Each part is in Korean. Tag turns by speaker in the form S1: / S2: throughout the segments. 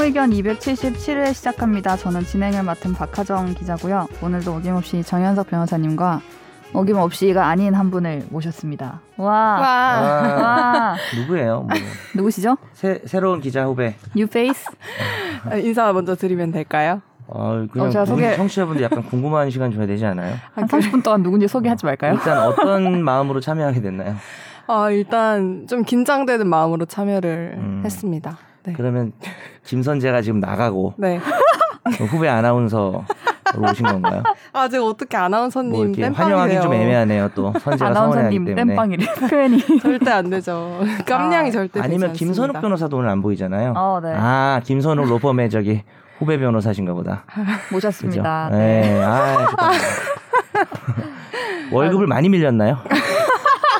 S1: 의견 277회 시작합니다. 저는 진행을 맡은 박하정 기자고요. 오늘도 어김없이 정현석 변호사님과 어김없이가 아닌 한 분을 모셨습니다. 와,
S2: 와.
S3: 아,
S1: 와,
S3: 누구예요? 뭐,
S1: 누구시죠?
S3: 새, 새로운 기자 후배.
S1: 뉴페이스?
S2: 인사 먼저 드리면 될까요?
S3: 어, 그냥
S1: 어, 제가
S3: 우리
S1: 소개-
S3: 청취자분들 약간 궁금한 시간 줘야 되지 않아요? 그
S1: 한 30분 동안 누군지 소개하지 말까요?
S3: 일단 어떤 마음으로 참여하게 됐나요?
S2: 아, 일단 좀 긴장되는 마음으로 참여를
S3: 음.
S2: 했습니다. 네.
S3: 그러면 김선재가 지금 나가고
S2: 네.
S3: 후배 아나운서로 오신 건가요?
S2: 아, 제가 어떻게 아나운서님
S3: 뭐 이렇게
S2: 땜빵이
S3: 환영하기
S2: 돼요.
S3: 좀 애매하네요. 또 선재가 성원해하기
S1: 아나운서님
S3: 때문에.
S1: 땜빵이래. 표현이.
S2: 절대 안 되죠. 깜냥이
S1: 아,
S2: 절대
S3: 아니면
S2: 되지
S3: 김선욱
S2: 않습니다.
S3: 변호사도 오늘 안 보이잖아요.
S1: 어, 네.
S3: 아 김선욱 로펌의 저기 후배 변호사신가 보다. 그죠?
S1: 모셨습니다.
S3: 네. 아, 죄송합니다. 월급을 많이 밀렸나요?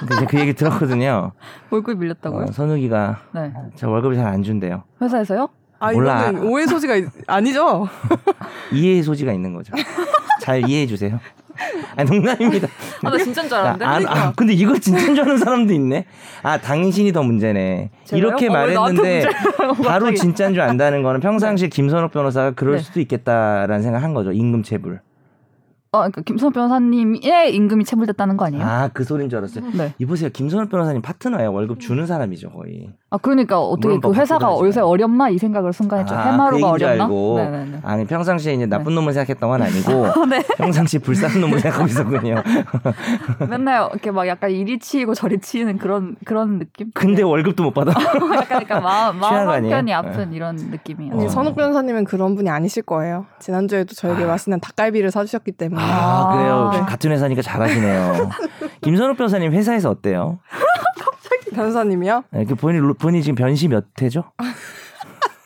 S3: 근데 이제 그 얘기 들었거든요.
S1: 얼굴 밀렸다고요?
S3: 어, 선욱이가
S1: 네.
S3: 저 월급을 잘 안 준대요.
S1: 회사에서요?
S2: 아,
S3: 몰라.
S2: 이거는 오해 소지가 있- 아니죠?
S3: 이해의 소지가 있는 거죠. 잘 이해해 주세요. 아 농담입니다.
S1: 아, 나 진짜인 줄 알았는데.
S3: 아, 안- 아, 근데 이걸 진짜인 줄 아는 사람도 있네. 아 당신이 더 문제네.
S1: 제가요?
S3: 이렇게
S1: 어, 왜
S3: 말했는데
S1: 나한테 문제라고
S3: 바로
S1: 갑자기.
S3: 진짜인 줄 안다는 거는 평상시에 김선욱 변호사가 그럴
S1: 네.
S3: 수도 있겠다라는 생각 한 거죠. 임금 체불.
S1: 어, 그러니까 김선 변호사님의 임금이 체불됐다는 거 아니에요?
S3: 아 그 소린 줄 알았어요.
S1: 네.
S3: 이보세요 김선욱 변호사님 파트너예요. 월급 주는 사람이죠 거의.
S1: 아 그러니까 어떻게
S3: 물론
S1: 그 회사가
S3: 법적으로
S1: 요새 어렵나 이 생각을 순간 했죠.
S3: 아, 그
S1: 해마루가
S3: 얘기인 줄
S1: 네, 어렵나?
S3: 알고.
S1: 네네네.
S3: 아니 평상시에 이제 나쁜 놈을 생각했던 건 아니고
S1: 네.
S3: 평상시 불쌍한 놈을 생각하고 있었군요.
S1: 맨날 이렇게 막 약간 이리 치이고 저리 치이는 그런 그런 느낌?
S3: 근데 월급도 못 받아.
S1: 약간 그러니까 마음 마음
S3: 취향 아니에요? 네.
S1: 한편이 아픈 이런 느낌이에요.
S2: 아니,
S3: 어.
S2: 선욱 변호사님은 그런 분이 아니실 거예요. 지난주에도 저에게 맛있는 닭갈비를 사주셨기 때문에.
S3: 아,
S1: 아,
S3: 그래요.
S1: 네.
S3: 같은 회사니까 잘하시네요. 김선욱 변호사님 회사에서 어때요?
S2: 변호사님이요?
S3: 네, 그 본인 로- 본인 지금 변시 몇 회죠?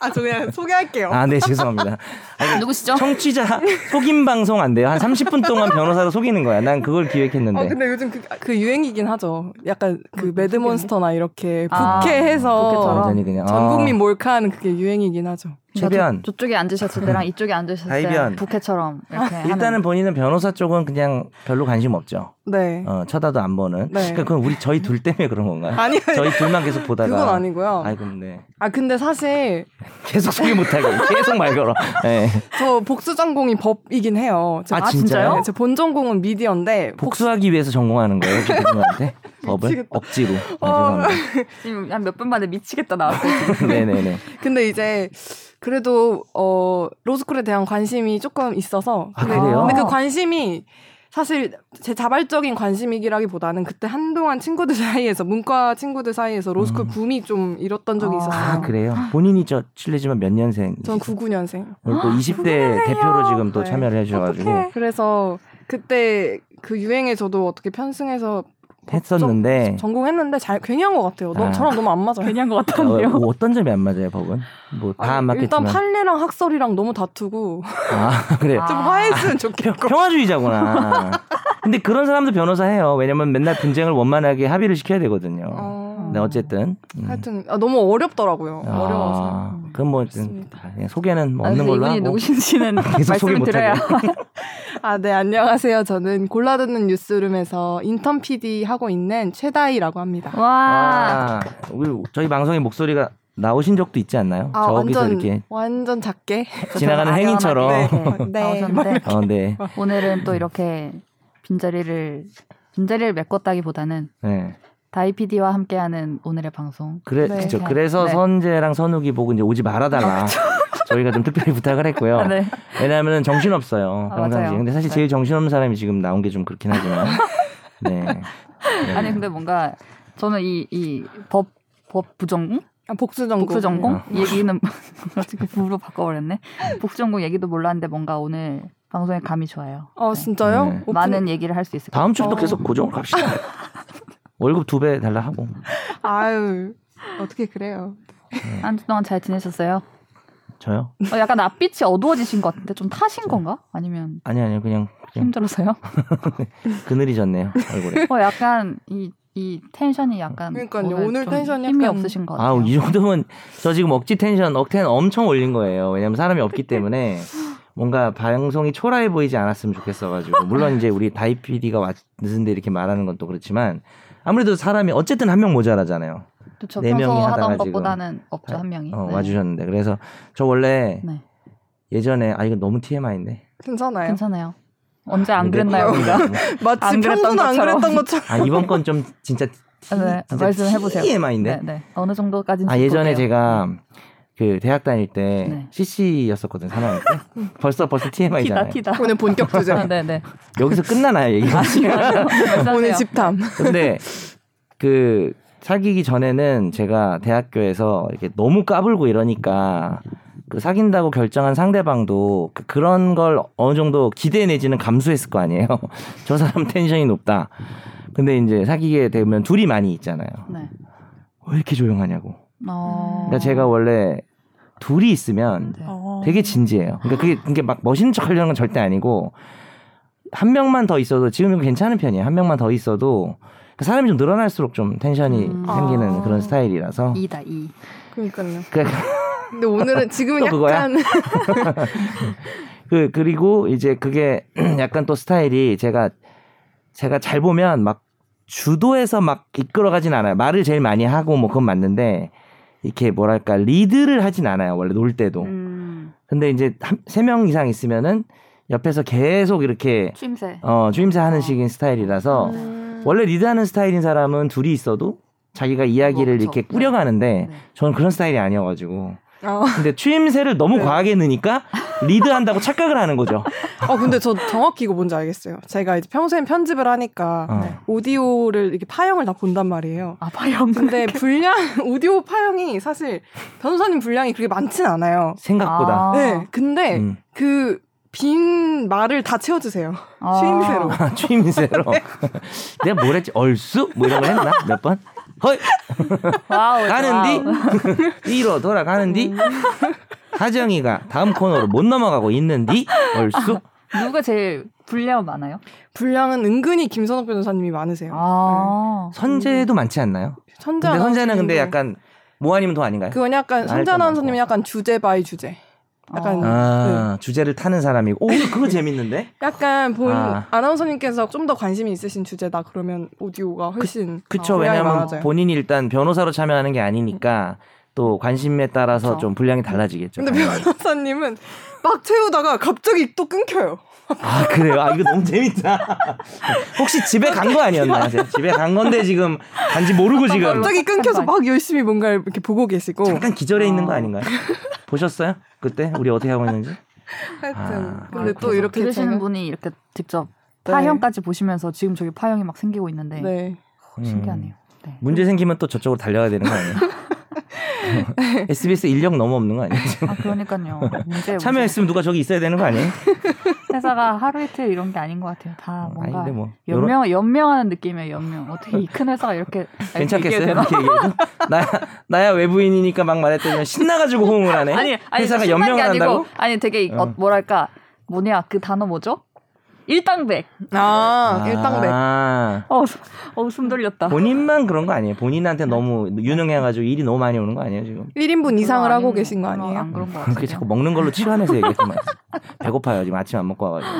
S2: 아, 저 그냥 소개할게요.
S3: 아, 네 죄송합니다.
S1: 아, 누구시죠?
S3: 청취자 속임 방송 안 돼요. 한 30분 동안 변호사로 속이는 거야. 난 그걸 기획했는데.
S1: 어,
S2: 아 근데 요즘 그, 그 유행이긴 하죠. 약간
S3: 아,
S2: 그 매드몬스터나 이렇게
S1: 아, 부캐처럼.
S2: 부캐해서
S3: 완전히 그냥
S2: 전 국민
S3: 아,
S1: 뭐
S2: 몰카하는 그게 유행이긴 하죠.
S3: 최변.
S1: 저, 쪽에 앉으셨을 때랑 이쪽에 앉으셨을 때
S3: 다이변.
S1: 부캐처럼 이렇게
S3: 아, 일단은
S1: 하는.
S3: 본인은 변호사 쪽은 그냥 별로 관심 없죠.
S2: 네.
S3: 어, 쳐다도 안 보는.
S2: 네.
S3: 그러니까 그건 우리 저희 둘 때문에 그런 건가요?
S2: 아니 아니,
S3: 저희 둘만 계속 보다가.
S2: 그건 아니고요.
S3: 아이 근데
S2: 아 근데 사실
S3: 계속 소개 못하게 계속 말 걸어. 예.
S2: 저 복수 전공이 법이긴 해요. 저,
S3: 아,
S1: 아, 진짜요?
S3: 진짜요?
S2: 네, 제 본전공은 미디어인데
S3: 복수하기 위해서 전공하는 거예요, 지금 그분한테 법을
S2: 미치겠다.
S3: 억지로.
S2: 어.
S3: 아,
S1: 지금 한 몇 분 만에 미치겠다 나왔어요. 지금.
S3: 죄송합니다. 네네네.
S2: 근데 이제 그래도 어 로스쿨에 대한 관심이 조금 있어서
S3: 아,
S2: 근데,
S3: 그래요?
S2: 근데 그 관심이 사실 제 자발적인 관심이기라기보다는 그때 한동안 친구들 사이에서 문과 친구들 사이에서 로스쿨
S3: 음.
S2: 붐이 좀 일었던 적이
S1: 아,
S2: 있었어요.
S3: 아 그래요? 본인이 저 실례지만 몇 년생?
S2: 전 99년생.
S3: 오늘 또 20대 대표로 지금 또
S2: 네.
S3: 참여를 해주셔가지고
S2: 그래서 그때 그 유행에 저도 어떻게 편승해서
S3: 했었는데
S2: 전공했는데 잘 괜히 한 것 같아요. 너,
S3: 아.
S2: 저랑 너무 안 맞아요.
S1: 괜히 한 것
S3: 어,
S1: 같았는데요.
S3: 뭐 어떤 점이 안 맞아요, 법은? 뭐 다 안
S2: 아니, 일단
S3: 맞겠지만.
S2: 판례랑 학설이랑 너무 다투고
S3: 아 그래요.
S1: 아.
S2: 좀 화해했으면 좋겠고.
S3: 평- 평화주의자구나. 근데 그런 사람도 변호사 해요. 왜냐면 맨날 분쟁을 원만하게 합의를 시켜야 되거든요.
S2: 어,
S3: 네 어쨌든. 음.
S2: 하여튼 아, 너무 어렵더라고요.
S3: 아,
S2: 어려워서.
S3: 그럼 뭐 하여튼
S2: 그렇습니다.
S3: 다 그냥 소개는 뭐
S1: 아,
S3: 없는
S1: 근데
S3: 걸로
S1: 이분이
S3: 하고.
S1: 누구신지는
S3: 계속 소개
S1: 말씀을
S3: 못하게.
S1: 드려야.
S2: 아, 네, 안녕하세요. 저는 골라듣는 뉴스룸에서 인턴 PD 하고 있는 최다희라고 합니다.
S3: 어,
S1: 와.
S3: 아, 우리 저희 방송의 목소리가 나오신 적도 있지 않나요?
S2: 아,
S3: 저기서
S2: 완전
S3: 이렇게 어.
S2: 완전 작게.
S3: 지나가는
S1: 아련하게
S3: 행인처럼.
S2: 네. 네.
S1: 나오셨는데
S3: 어, 네.
S1: 오늘은 또 이렇게 빈자리를 빈자리를 메꿨다기보다는
S3: 네.
S1: 다이 PD와 함께하는 오늘의 방송.
S3: 그래
S2: 네.
S3: 그죠. 그래서
S1: 네.
S3: 선재랑 선욱이 보고 이제 오지 말아달라. 저희가 좀 특별히 부탁을 했고요.
S1: 네.
S3: 왜냐하면 정신 없어요.
S1: 아,
S3: 평상시.
S1: 맞아요.
S3: 근데 사실
S1: 네.
S3: 제일 정신 없는 사람이 지금 나온 게 좀 그렇긴 하지만. 네. 네.
S1: 아니 근데 뭔가 저는 이 이 법 법 부전공?
S2: 아, 복수전공.
S1: 복수전공?
S3: 아.
S1: 얘기는 어떻게 부로 바꿔버렸네. 복수전공 얘기도 몰랐는데 뭔가 오늘 방송에 감이 좋아요.
S2: 어, 그 진짜요?
S3: 네.
S2: 오픈-
S1: 많은 얘기를 할 수 있을 것 같아요.
S3: 다음 주부터
S2: 어.
S3: 계속 고정을 갑시다. 월급 두 배 달라 하고.
S2: 아유. 어떻게 그래요?
S1: 한 주 동안 잘 지내셨어요?
S3: 저요?
S1: 어, 약간 앞빛이 어두워지신 것 같은데 좀 타신 건가? 아니면
S3: 아니 아니요 그냥, 그냥
S1: 힘들어서요?
S3: 그늘이 졌네요 얼굴에.
S1: 어 약간 이, 이 텐션이 약간
S2: 그러니까요.
S1: 오늘,
S2: 오늘
S1: 좀
S2: 텐션이
S1: 힘이
S2: 약간-
S1: 없으신 것 같아요.
S3: 아우 이 정도면 저 지금 억지 텐션 억텐 엄청 올린 거예요. 왜냐면 사람이 없기 때문에 뭔가 방송이 초라해 보이지 않았으면 좋겠어가지고 물론 이제 우리 다이 PD가 늦은데 이렇게 말하는 건 또 그렇지만 아무래도 사람이 어쨌든 한 명 모자라잖아요.
S1: 또 저
S3: 네 명이
S1: 평소 하던
S3: 하다가 지금.
S1: 것보다는 없죠 한 명이.
S3: 어,
S1: 네.
S3: 와주셨는데 그래서 저 원래
S1: 네.
S3: 예전에 아 이거 너무 TMI인데
S2: 괜찮아요.
S1: 괜찮아요. 언제
S3: 네,
S1: 안 그랬나요 우리가?
S2: 마치
S1: 안 그랬던
S2: 평소는 안
S1: 것처럼.
S2: 그랬던 것처럼.
S3: 아 이번 건 좀 진짜 T-
S1: 네,
S3: 진짜
S1: 말씀해보세요.
S3: TMI인데
S1: 네, 네. 어느 정도까지는
S3: 아 예전에
S1: 짚어볼게요.
S3: 제가 그 대학 다닐 때
S1: 네.
S3: CC였었거든요 사망할 때 벌써 벌써
S1: 티다 아.
S3: TMI잖아요
S1: 티다.
S2: 오늘 본격 주제.
S1: 아, 네, 네.
S3: 여기서 끝나나요 얘기가
S2: 오늘
S1: 말씀하세요.
S2: 집탐.
S3: 근데 그 사귀기 전에는 제가 대학교에서 이렇게 너무 까불고 이러니까 그 사귄다고 결정한 상대방도 그- 그런 걸 어느 정도 기대 내지는 감수했을 거 아니에요. 저 사람 텐션이 높다. 근데 이제 사귀게 되면 둘이 많이 있잖아요.
S1: 네.
S3: 왜 이렇게 조용하냐고.
S1: 어.
S3: 그러니까 제가 원래 둘이 있으면
S1: 네.
S2: 어.
S3: 되게 진지해요. 그러니까 그게, 그게 막 멋있는 척 하려는 건 절대 아니고 한 명만 더 있어도 지금은 괜찮은 편이에요. 한 명만 더 있어도 그 사람이 좀 늘어날수록 좀 텐션이
S1: 음.
S3: 생기는
S2: 아.
S3: 그런 스타일이라서
S1: 이다 이.
S2: 그러니까요.
S3: 그,
S2: 근데 오늘은 지금은
S3: 또 그거야?
S2: 약간
S3: 그 그리고 이제 그게 약간 또 스타일이 제가 제가 잘 보면 막 주도해서 막 이끌어가진 않아요. 말을 제일 많이 하고 뭐 그건 맞는데 이렇게 뭐랄까 리드를 하진 않아요. 원래 놀 때도.
S1: 음.
S3: 근데 이제 세 명 이상 있으면은 옆에서 계속
S2: 네.
S3: 이렇게
S1: 취임새.
S3: 어, 주임새 하는
S1: 어.
S3: 식인 스타일이라서
S2: 음.
S3: 원래 리드하는 스타일인 사람은 둘이 있어도 자기가 이야기를
S1: 그렇죠.
S3: 이렇게 꾸려가는데
S1: 네.
S3: 저는 그런 스타일이 아니어가지고
S2: 어.
S3: 근데 추임새를 너무
S2: 네.
S3: 과하게 넣으니까 리드한다고 착각을 하는 거죠.
S2: 어 근데 저 정확히 이거 뭔지 알겠어요. 제가 이제 평소엔 편집을 하니까
S3: 어.
S1: 네.
S2: 오디오를 이렇게 파형을 다 본단 말이에요.
S1: 아파영.
S2: 근데 분량 오디오 파형이 사실 변호사님 분량이 그렇게 많진 않아요.
S3: 생각보다
S1: 아.
S2: 네. 근데
S3: 음.
S2: 그 빈 말을 다 채워주세요.
S1: 아.
S2: 취임새로.
S3: 아, 추임새로
S1: 네.
S3: 내가 뭘 했지 얼쑤 뭐 이런 걸 했나 몇 번? 헐
S1: 와우. 와우.
S3: 가는디 뒤로 돌아가는디 하정이가 다음 코너로 못 넘어가고 있는디 얼쑤
S1: 누가 제일 분량 많아요?
S2: 분량은 은근히 김선욱 변호사님이 많으세요.
S1: 아.
S3: 선재도 많지 않나요?
S2: 선자
S3: 근데 선재는
S2: 아나운서님도.
S3: 근데 약간 뭐 아니면 더 아닌가요?
S2: 그건 약간
S3: 나을
S2: 선자
S3: 건
S2: 아나운서님은
S3: 많고.
S2: 약간 주제 바이 주제. 약간
S1: 어.
S3: 아
S2: 그
S3: 주제를 타는 사람이고 오 그거 재밌는데
S2: 약간 본
S3: 아.
S2: 아. 나운서님께서 좀 더 관심이 있으신 주제다 그러면 오디오가 훨씬
S3: 그쵸
S2: 어, 분량이
S3: 왜냐하면
S2: 많아져요.
S3: 본인이 일단 변호사로 참여하는 게 아니니까 또 관심에 따라서
S2: 그쵸.
S3: 좀 분량이 달라지겠죠
S2: 근데
S3: 당연히.
S2: 변호사님은 막 채우다가 갑자기 또 끊겨요.
S3: 아 그래요 아 이거 너무 재밌다 혹시 집에 간 거 아니었나 제가 집에 간 건데 지금 간지 모르고
S1: 아,
S3: 지금
S2: 갑자기 끊겨서 막 열심히 뭔가 이렇게 보고 계시고
S3: 잠깐 기절해 있는
S1: 어.
S3: 거 아닌가요 보셨어요 그때 우리 어떻게 하고 있는지
S2: 하여튼
S3: 아,
S2: 근데 또
S1: 그래서
S2: 이렇게
S1: 들으시는
S2: 제가-
S1: 분이 이렇게 직접
S2: 네.
S1: 파형까지 보시면서 지금 저기 파형이 막 생기고 있는데
S2: 네.
S3: 음.
S1: 신기하네요. 네.
S3: 문제 생기면 또 저쪽으로 달려야 되는 거 아니에요 SBS 인력 너무 없는 거 아니에요 지금?
S1: 아 그러니까요. 문제
S3: 참여했으면 누가 저기 있어야 되는 거 아니에요
S1: 회사가 하루 이틀 이런 게 아닌 것 같아요. 다 뭔가
S3: 아닌데 뭐 요런-
S1: 연명 연명하는 느낌이에요. 연명. 어떻게 이 큰 회사가 이렇게 아, 이렇게
S3: 괜찮겠어요?
S1: 얘기해도 되나?
S3: 이렇게 얘기해도? 나야, 나야 외부인이니까 막 말했더니 신나가지고 호응을 하네.
S1: 아니 아니
S3: 회사가
S1: 신난 게
S3: 연명을
S1: 아니고,
S3: 한다고?
S1: 아니 되게 이- 어,
S3: 어.
S1: 뭐랄까 뭐냐 그 단어 뭐죠? 일당백.
S2: 아, 일당백.
S3: 아,
S1: 어, 어, 숨 돌렸다.
S3: 본인만 그런 거 아니에요? 본인한테 너무 유능해가지고 일이 너무 많이 오는 거 아니에요 지금?
S2: 1인분 이상을
S1: 그건
S2: 하고
S1: 아니에요.
S2: 계신 거
S1: 그건 안
S2: 아니에요?
S1: 그런 거
S3: 그렇게
S1: 같아요.
S3: 자꾸 먹는 걸로 치환해서 얘기했지만 배고파요 지금 아침 안 먹고 와가지고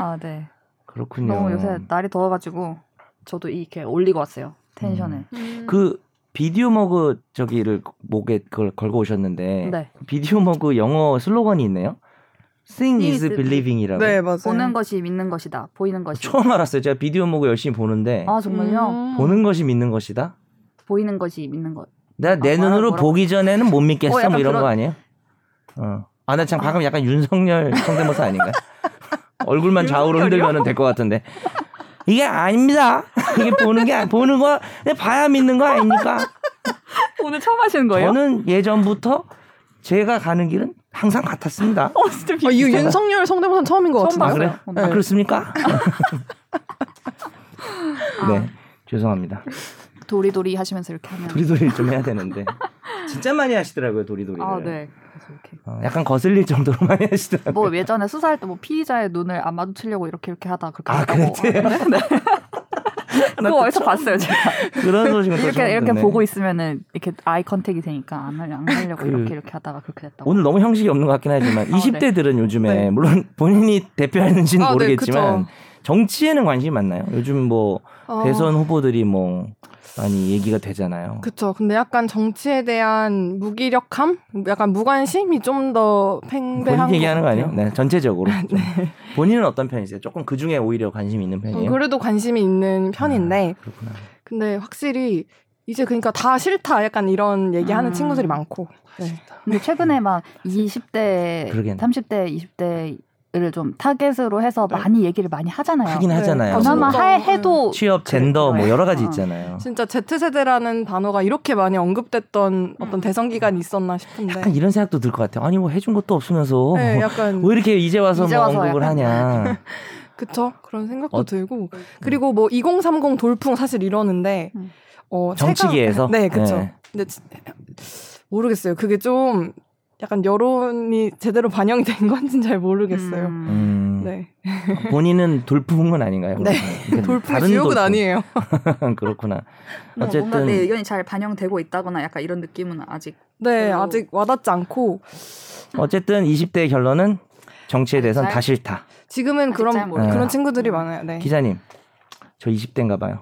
S1: 아 네.
S3: 그렇군요.
S1: 너무 요새 날이 더워가지고 저도 이렇게 올리고 왔어요. 텐션을.
S3: 그 비디오 머그 저기를 목에 그걸 걸고 오셨는데
S1: 네.
S3: 비디오 머그 영어 슬로건이 있네요. Seeing is
S1: Seeing is
S3: believing이라고.
S2: 네, 맞아요.
S1: 보는 것이 믿는 것이다. 보이는 것이.
S3: 처음 알았어요. 제가 비디오 머그 열심히 보는데
S1: 아 정말요?
S2: 음.
S3: 보는 것이 믿는 것이다.
S1: 보이는 것이 믿는 것.
S3: 내가 내
S1: 아, 뭐라-
S3: 눈으로
S1: 뭐라고?
S3: 보기 전에는 못 믿겠어
S1: 어, 약간
S3: 뭐 이런
S1: 그런-
S3: 거 아니에요? 어. 아, 나 참 방금 약간 윤석열 성대모사 아닌가? 얼굴만 좌우로 흔들면 될 것 같은데. 이게 아닙니다. 이게 보는 게, 아니- 보는 거, 그냥 봐야 믿는 거 아닙니까?
S1: 오늘 처음 하시는 거예요?
S3: 저는 예전부터 제가 가는 길은 항상 같았습니다.
S1: 어 진짜
S2: 아, 이
S1: 비슷해요.
S2: 윤석열 성대모사 처음인 것
S1: 처음
S2: 같은데.
S3: 아,
S1: 봤어요.
S3: 그래요?
S1: 네.
S3: 아, 그렇습니까? 네. 죄송합니다.
S1: 도리도리 하시면서 이렇게 하면.
S3: 도리도리를 좀 해야 되는데. 진짜 많이 하시더라고요, 도리도리를.
S1: 아 네. 그래서 이렇게.
S3: 어, 약간 거슬릴 정도로 많이 하시더라고요.
S1: 뭐 예전에 수사할 때 뭐 피의자의 눈을 안 마주치려고 이렇게 이렇게 하다 그렇게
S3: 아,
S1: 했다고
S3: 그랬대요?
S1: 하던데? 네. 그거 어디서 봤어요 제가
S3: 그런 소식은 또
S1: 뭐, 이렇게
S3: 처음
S1: 이렇게
S3: 듣네.
S1: 보고 있으면은 이렇게 아이 컨택이 되니까 안 하려 안 하려고
S3: 그-
S1: 이렇게 이렇게 하다가 그렇게 됐다고
S3: 오늘 너무 형식이 없는 것 같긴 하지만
S1: 네.
S3: 20대들은 요즘에
S2: 네.
S3: 물론 본인이 대표하는지는
S2: 아, 네,
S3: 모르겠지만
S2: 그쵸.
S3: 정치에는 관심이 많나요? 요즘 뭐
S1: 아.
S2: 어,
S3: 대선 후보들이 뭐 많이 얘기가 되잖아요.
S2: 그쵸. 근데 약간 정치에 대한 무기력함? 약간 무관심이 좀 더 팽배한
S3: 본인
S2: 것
S3: 얘기하는 거 아니에요?
S2: 같아요.
S3: 네, 전체적으로. 좀. 본인은 어떤 편이세요? 조금 그 중에 오히려 관심이 있는
S2: 어,
S3: 편이에요?
S2: 그래도 관심이 있는 편인데
S3: 아, 그렇구나.
S2: 근데 확실히 이제 그러니까 다 싫다 약간 이런 얘기하는
S1: 음.
S2: 친구들이 많고 네.
S1: 근데 최근에 막 20대,
S3: 그러게요.
S1: 30대, 20대를 좀 타겟으로 해서
S2: 네.
S1: 많이 얘기를 많이 하잖아요.
S3: 하긴 하잖아요. 뭐 음.
S1: 그나마
S2: 진짜.
S1: 하, 해도
S3: 취업, 젠더 뭐 여러 가지 있잖아요.
S2: 어. 진짜 Z세대라는 단어가 이렇게 많이 언급됐던 어떤 대선 기간이 있었나 싶은데
S3: 음. 약간 이런 생각도 들 것 같아요. 아니 뭐 해준 것도 없으면서 뭐
S2: 네, 약간
S3: 왜 이렇게 이제 와서
S1: 이제
S3: 뭐
S1: 와서
S3: 언급을
S1: 약간.
S3: 하냐.
S2: 그쵸 그런 생각도
S3: 어-
S2: 들고 그리고 뭐 2030 돌풍 사실 이러는데
S1: 음.
S2: 어,
S3: 정치계에서
S2: 체감- 네 그쵸
S3: 네.
S2: 근데 지- 모르겠어요 그게 좀 약간 여론이 제대로 반영이 된 건지는 잘 모르겠어요
S1: 음.
S3: 음,
S2: 네
S3: 본인은 돌풍은 아닌가요?
S2: 네.
S3: 그러면?
S2: 돌풍의
S3: 음. 다른
S2: 주역은
S3: 돌풍.
S2: 아니에요
S3: 그렇구나.
S1: 뭐 뭔가
S3: 어쨌든
S1: 내 의견이 잘 반영되고 있다거나 약간 이런 느낌은 아직
S2: 네
S1: 별로.
S2: 아직 와닿지 않고
S3: 어쨌든 20대의 결론은 정치에 대해선
S1: 잘-
S3: 다 싫다.
S2: 지금은
S1: 아직
S2: 그런
S1: 잘 모르겠어요. 음.
S2: 그런 친구들이 많아요 아, 네
S3: 기자님, 저 20대인가 봐요.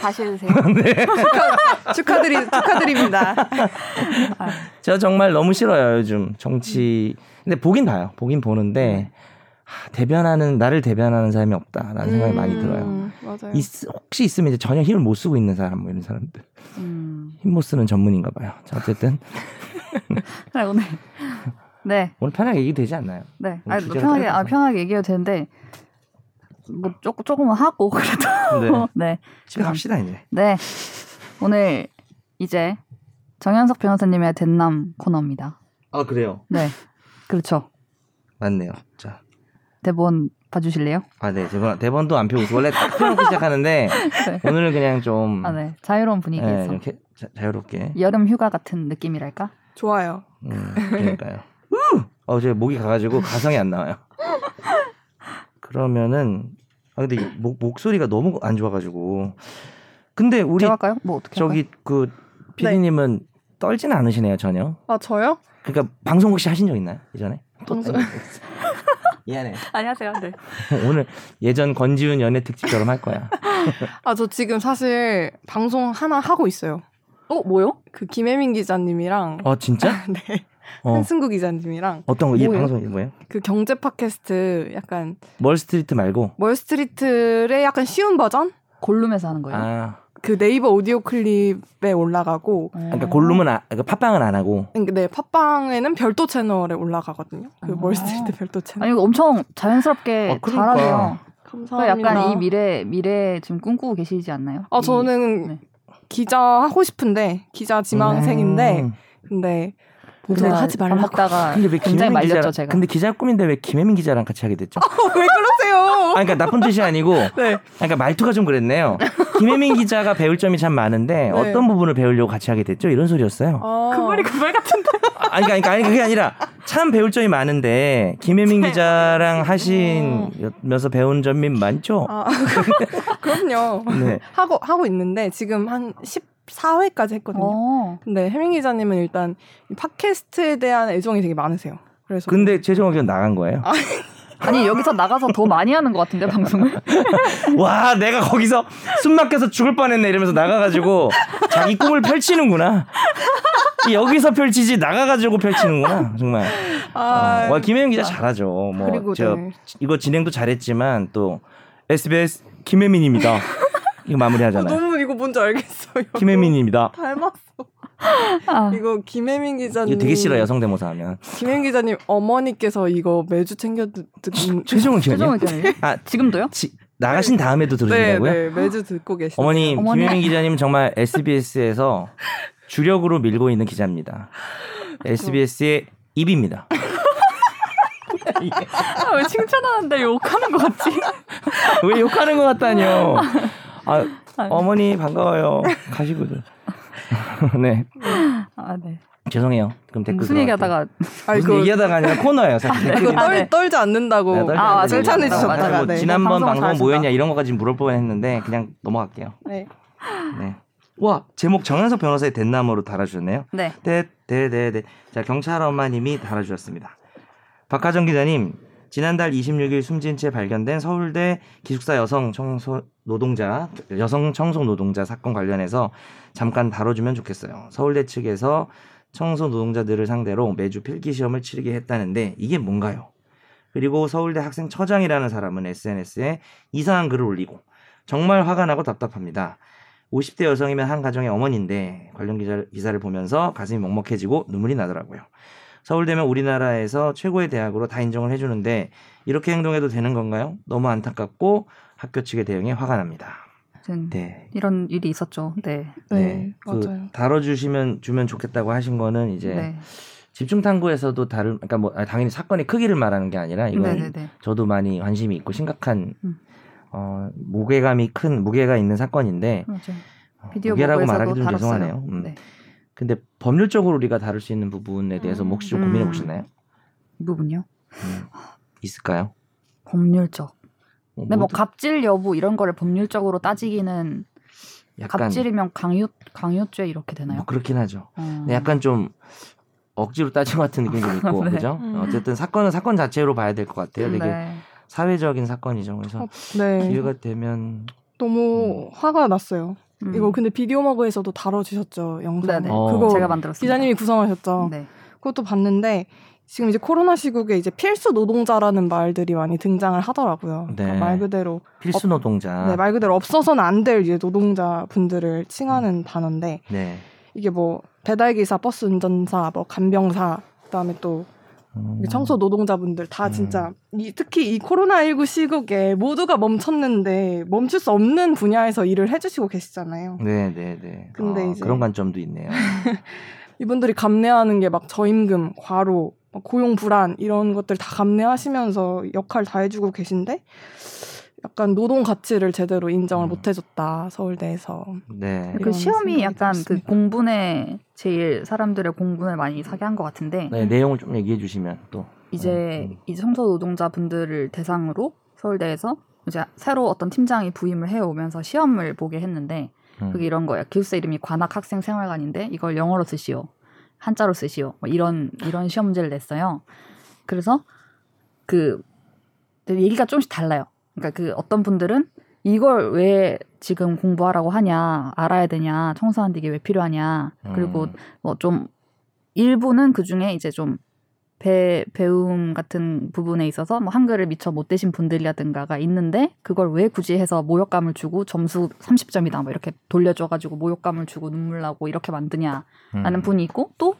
S1: 다시 해주세요.
S3: 음.
S2: 축하드리 축하드립니다
S3: 저 정말 너무 싫어요 요즘 정치. 근데 보긴 봐요. 보긴 보는데 아, 대변하는 나를 대변하는 사람이 없다라는 생각이 많이 들어요.
S2: 음, 맞아요
S3: 있- 혹시 있으면 이제 전혀 힘을 못 쓰고 있는 사람 뭐 이런 사람들
S1: 음.
S3: 힘 못 쓰는 전문인가 봐요. 자, 어쨌든
S1: 그래 오늘 네
S3: 오늘 편하게 얘기 되지 않나요?
S1: 네.
S3: 오늘
S1: 아,
S3: 주제가
S1: 편하게 아,
S3: 짧아서.
S1: 편하게 얘기해도 되는데 뭐 조금 조금은 하고 그래도
S3: 네.
S1: 네.
S3: 집에 갑시다 이제.
S1: 네. 오늘 이제 정현석 변호사님의 된남 코너입니다.
S3: 아 그래요.
S1: 네. 그렇죠.
S3: 맞네요. 자.
S1: 대본 봐주실래요?
S3: 아, 네. 대본, 대본도 안 펴고 있어요. 원래 딱 펴놓고 시작하는데, 오늘은 그냥 좀,
S1: 아, 네. 자유로운
S3: 음. 네,
S1: 분위기에서.
S3: 이렇게 자, 유롭게
S1: 여름 휴가 같은 느낌이랄까?
S2: 좋아요
S3: 음, 그러니까요. 우! 어, 제 목이 가가지고 가성이 안 나와요. 그러면은 아 근데 이 목, 목소리가 너무 안 좋아가지고 근데 우리
S1: 들어갈까요? 뭐 어떻게
S3: 저기 그
S2: 네.
S3: 피디님은 떨지는 않으시네요 전혀.
S2: 아 저요
S3: 그러니까 방송 혹시 하신 적 있나요 이전에?
S2: 방송-
S3: 미안해.
S1: 안녕하세요. 네.
S3: 오늘 예전 권지훈 연애 특집처럼 할 거야.
S2: 아 저 지금 사실 방송 하나 하고 있어요
S1: 어, 뭐요?
S2: 그 김혜민 기자님이랑
S3: 어 진짜?
S2: 네
S3: 어
S2: 한승구 기자님이랑
S3: 어떤 거 이
S2: 뭐예요?
S3: 방송이 뭐예요?
S2: 그 경제 팟캐스트 약간
S3: 멀스트리트 말고
S2: 멀스트리트의 약간 쉬운 버전
S1: 골룸에서 하는 거예요. 어.
S3: 아
S2: 그 네이버 오디오 클립에 올라가고
S3: 그러니까 골룸은 아, 그러니까 팟빵은 안 하고
S2: 네 팟빵에는 별도 채널에 올라가거든요 그
S1: 아.
S2: 멀스트리트 별도 채널
S1: 아니 이거 엄청 자연스럽게
S3: 아, 그러니까.
S1: 잘하네요. 그
S2: 감사합니다
S1: 약간 이 미래 미래 지금 꿈꾸고 계시지 않나요?
S2: 아
S1: 이-
S2: 저는
S1: 네.
S2: 기자 하고 싶은데 기자 지망생인데
S3: 음.
S2: 근데
S1: 제가
S2: 보도를 하지
S1: 밥
S2: 말라고
S1: 먹다가
S3: 근데 왜
S1: 굉장히
S3: 김혜민
S1: 말렸죠
S3: 기자랑-
S1: 제가.
S3: 근데 기자 꿈인데 왜 김혜민 기자랑 같이 하게 됐죠? 아,
S2: 왜 그러세요?
S3: 그러니까 나쁜 뜻이 아니고, 아,
S2: 네.
S3: 그러니까 말투가 좀 그랬네요. 김혜민 기자가 배울 점이 참
S2: 네.
S3: 많은데 어떤 부분을 배우려고 같이 하게 됐죠? 이런 소리였어요.
S2: 그 말이 그말 같은데.
S3: 아, 아니, 그러니까, 아니 그게 아니라 참 배울 점이 많은데 김혜민
S1: 네. 음.
S3: 기자랑 하시면서 배운 점이 많죠.
S2: 아, 그럼요.
S3: 네.
S2: 하고 하고 있는데 지금 한 14회까지 했거든요.
S1: 어.
S2: 근데 해밍 기자님은 일단 이 팟캐스트에 대한 애정이 되게 많으세요. 그래서
S3: 근데 최종 의견 나간 거예요.
S1: 아니 여기서 나가서 더 많이 하는 것 같은데 방송을.
S3: 와, 내가 거기서 숨 막혀서 죽을 뻔했네 이러면서 나가가지고 자기 꿈을 펼치는구나. 여기서 펼치지 나가가지고 펼치는구나 정말.
S2: 아,
S3: 와 김혜영 기자 잘하죠. 뭐
S2: 그리고
S3: 저
S2: 네.
S3: 이거 진행도 잘했지만 또 SBS 김혜민입니다. 이거
S2: 어,
S3: 마무리하잖아요.
S2: 너무 이거 뭔지 알겠어요.
S3: 네. 김혜민입니다.
S2: 닮았어.
S1: 아.
S2: 이거 김혜민 기자님.
S3: 이거 되게 싫어 여성 대모사 하면
S2: 김혜민 기자님 어머니께서 이거 매주 챙겨
S3: 아,
S2: 듣는.
S3: 최종
S1: 최종
S3: 의견이요.
S1: 의견이에요?
S3: 아
S1: 지금도요?
S3: 지- 나가신 다음에도
S2: 네,
S3: 들으신다고요?
S2: 네, 매주 듣고 계시죠.
S3: 어머님
S1: 어머니.
S3: 김혜민 기자님 정말 SBS에서 주력으로 밀고 있는 기자입니다. SBS의 입입니다.
S1: 아, 왜 칭찬하는데 욕하는 것 같지?
S3: 왜 욕하는 것 같다뇨? 아, 어머니 반가워요. 가시고들. 네
S1: 아 네.
S3: 죄송해요. 그럼 댓글
S1: 무슨
S3: 들어갈게요.
S1: 얘기하다가
S3: 무슨 얘기하다가 아니라 코너예요 사실.
S2: 이거
S3: 댓글이-
S1: 아,
S2: 떨,
S1: 네.
S2: 떨지 않는다고.
S3: 네, 떨지
S1: 아,
S3: 않는데
S1: 칭찬해
S3: 얘기하다가
S1: 주셨다가,
S3: 사실 뭐
S1: 네.
S3: 지난번
S1: 방송
S3: 방송
S1: 잘하신다.
S3: 뭐였냐 이런 것까지 물을 뻔했는데 그냥 넘어갈게요.
S2: 네.
S3: 네. 와 제목 정현석 변호사의 된나무로 달아주셨네요.
S1: 네.
S3: 네네네네. 자 경찰 엄마님이 달아주셨습니다. 박하정 기자님 지난달 26일 숨진 채 발견된 서울대 기숙사 여성 청소 노동자 여성 청소 노동자 사건 관련해서 잠깐 다뤄주면 좋겠어요. 서울대 측에서 청소 노동자들을 상대로 매주 필기 시험을 치르게 했다는데 이게 뭔가요? 그리고 서울대 학생 처장이라는 사람은 SNS에 이상한 글을 올리고 정말 화가 나고 답답합니다. 50대 여성이면 한 가정의 어머니인데 관련 기사, 기사를 보면서 가슴이 먹먹해지고 눈물이 나더라고요. 서울대면 우리나라에서 최고의 대학으로 다 인정을 해주는데 이렇게 행동해도 되는 건가요? 너무 안타깝고 학교 측의 대응에 화가 납니다.
S1: 아무튼
S3: 네.
S1: 이런 일이 있었죠. 네.
S2: 네,
S3: 그
S2: 맞아요.
S3: 다뤄주시면 주면 좋겠다고 하신 거는 이제
S1: 네.
S3: 집중 탐구에서도 다른 그러니까 뭐 아, 당연히 사건의 크기를 말하는 게 아니라 이건
S1: 네네네.
S3: 저도 많이 관심이 있고 심각한
S1: 음.
S3: 어, 무게감이 큰 무게가 있는 사건인데
S1: 맞아요.
S3: 어,
S1: 비디오
S3: 무게라고
S1: 보고에서도
S3: 말하기 좀
S1: 다뤘어요.
S3: 죄송하네요. 음.
S1: 네.
S3: 근데 법률적으로 우리가 다룰 수 있는 부분에 대해서
S2: 음.
S3: 뭐 혹시 좀
S1: 음.
S3: 고민해 보셨나요?
S1: 이 부분요.
S3: 음. 있을까요?
S1: 법률적.
S3: 뭐
S1: 근데 뭐
S3: 모두
S1: 갑질 여부 이런 거를 법률적으로 따지기는
S3: 약간
S1: 갑질이면 강요 강요죄 이렇게 되나요?
S3: 뭐 그렇긴 하죠.
S1: 어.
S3: 근데 네, 약간 좀 억지로 따진 것 같은 느낌이 좀 있고
S1: 네.
S3: 그죠?
S2: 음.
S3: 어쨌든 사건은 사건 자체로 봐야 될 것 같아요. 되게
S1: 네. 어,
S3: 사회적인 사건이죠. 그래서
S2: 네.
S3: 기회가 되면
S2: 너무 화가 났어요.
S1: 음.
S2: 이거 근데 비디오 머그에서도 다뤄주셨죠 영상.
S1: 네네.
S3: 어.
S2: 그거
S1: 제가 만들었습니다.
S2: 기자님이 구성하셨죠.
S1: 네.
S2: 그것도 봤는데 지금 이제 코로나 시국에 이제 필수 노동자라는 말들이 많이 등장을 하더라고요. 그러니까
S3: 네.
S2: 말 그대로
S3: 필수 노동자.
S2: 네, 말 그대로 없어서는 안 될 이제 노동자 분들을 칭하는 단어인데
S3: 네.
S2: 이게 뭐 배달 기사, 버스 운전사, 뭐 간병사 그다음에 또
S3: 음.
S2: 우리 청소 노동자분들 다
S3: 음.
S2: 진짜 이, 특히 이 코로나19 시국에 모두가 멈췄는데 멈출 수 없는 분야에서 일을 해주시고 계시잖아요.
S3: 네, 네, 네.
S2: 근데
S3: 아,
S2: 이제-
S3: 그런 관점도 있네요.
S2: 이분들이 감내하는 게 막 저임금, 과로, 막 고용 불안 이런 것들 다 감내하시면서 역할 다 해주고 계신데 약간 노동 가치를 제대로 인정을
S3: 음.
S2: 못 해줬다 서울대에서
S3: 네.
S1: 그
S2: 이런
S1: 시험이
S2: 생각이
S1: 약간 그
S2: 들었습니다.
S1: 공분에 제일 사람들의 공분을 많이 사게 한 것 같은데
S3: 네, 내용을 좀 얘기해 주시면 또.
S1: 이제
S3: 음, 음.
S1: 이 청소 노동자 분들을 대상으로 서울대에서 이제 새로 어떤 팀장이 부임을 해 오면서 시험을 보게 했는데
S3: 음.
S1: 그게 이런 거예요. 기숙사 이름이 관악 학생 생활관인데 이걸 영어로 쓰시오, 한자로 쓰시오. 뭐 이런 이런 시험 문제를 냈어요. 그래서 그 얘기가 조금씩 달라요. 그러니까 그 어떤 분들은 이걸 왜 지금 공부하라고 하냐, 알아야 되냐, 청소하는데 이게 왜 필요하냐, 그리고
S3: 음.
S1: 뭐 좀 일부는 그 중에 이제 좀 배, 배움 같은 부분에 있어서 뭐 한글을 미처 못 되신 분들이라든가가 있는데 그걸 왜 굳이 해서 모욕감을 주고 점수 30점이다 뭐 이렇게 돌려줘가지고 모욕감을 주고 눈물 나고 이렇게 만드냐라는
S3: 음.
S1: 분이 있고 또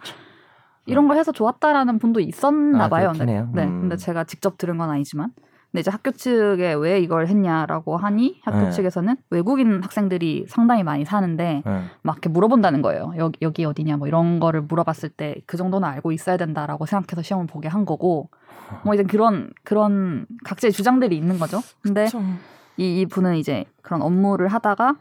S1: 이런 걸 해서 좋았다라는 분도 있었나
S3: 아,
S1: 봐요.
S3: 그렇긴 해요.
S1: 네,
S3: 음.
S1: 근데 제가 직접 들은 건 아니지만 근데 이제 학교 측에 왜 이걸 했냐라고 하니 학교
S3: 네.
S1: 측에서는 외국인 학생들이 상당히 많이 사는데
S3: 음.
S1: 막 이렇게 물어본다는 거예요. 여기, 여기 어디냐 뭐 이런 거를 물어봤을 때 그 정도는 알고 있어야 된다라고 생각해서 시험을 보게 한 거고 뭐 이제 그런 그런 각자의 주장들이 있는 거죠. 근데
S2: 좀
S1: 이, 이 분은 이제 그런 업무를 하다가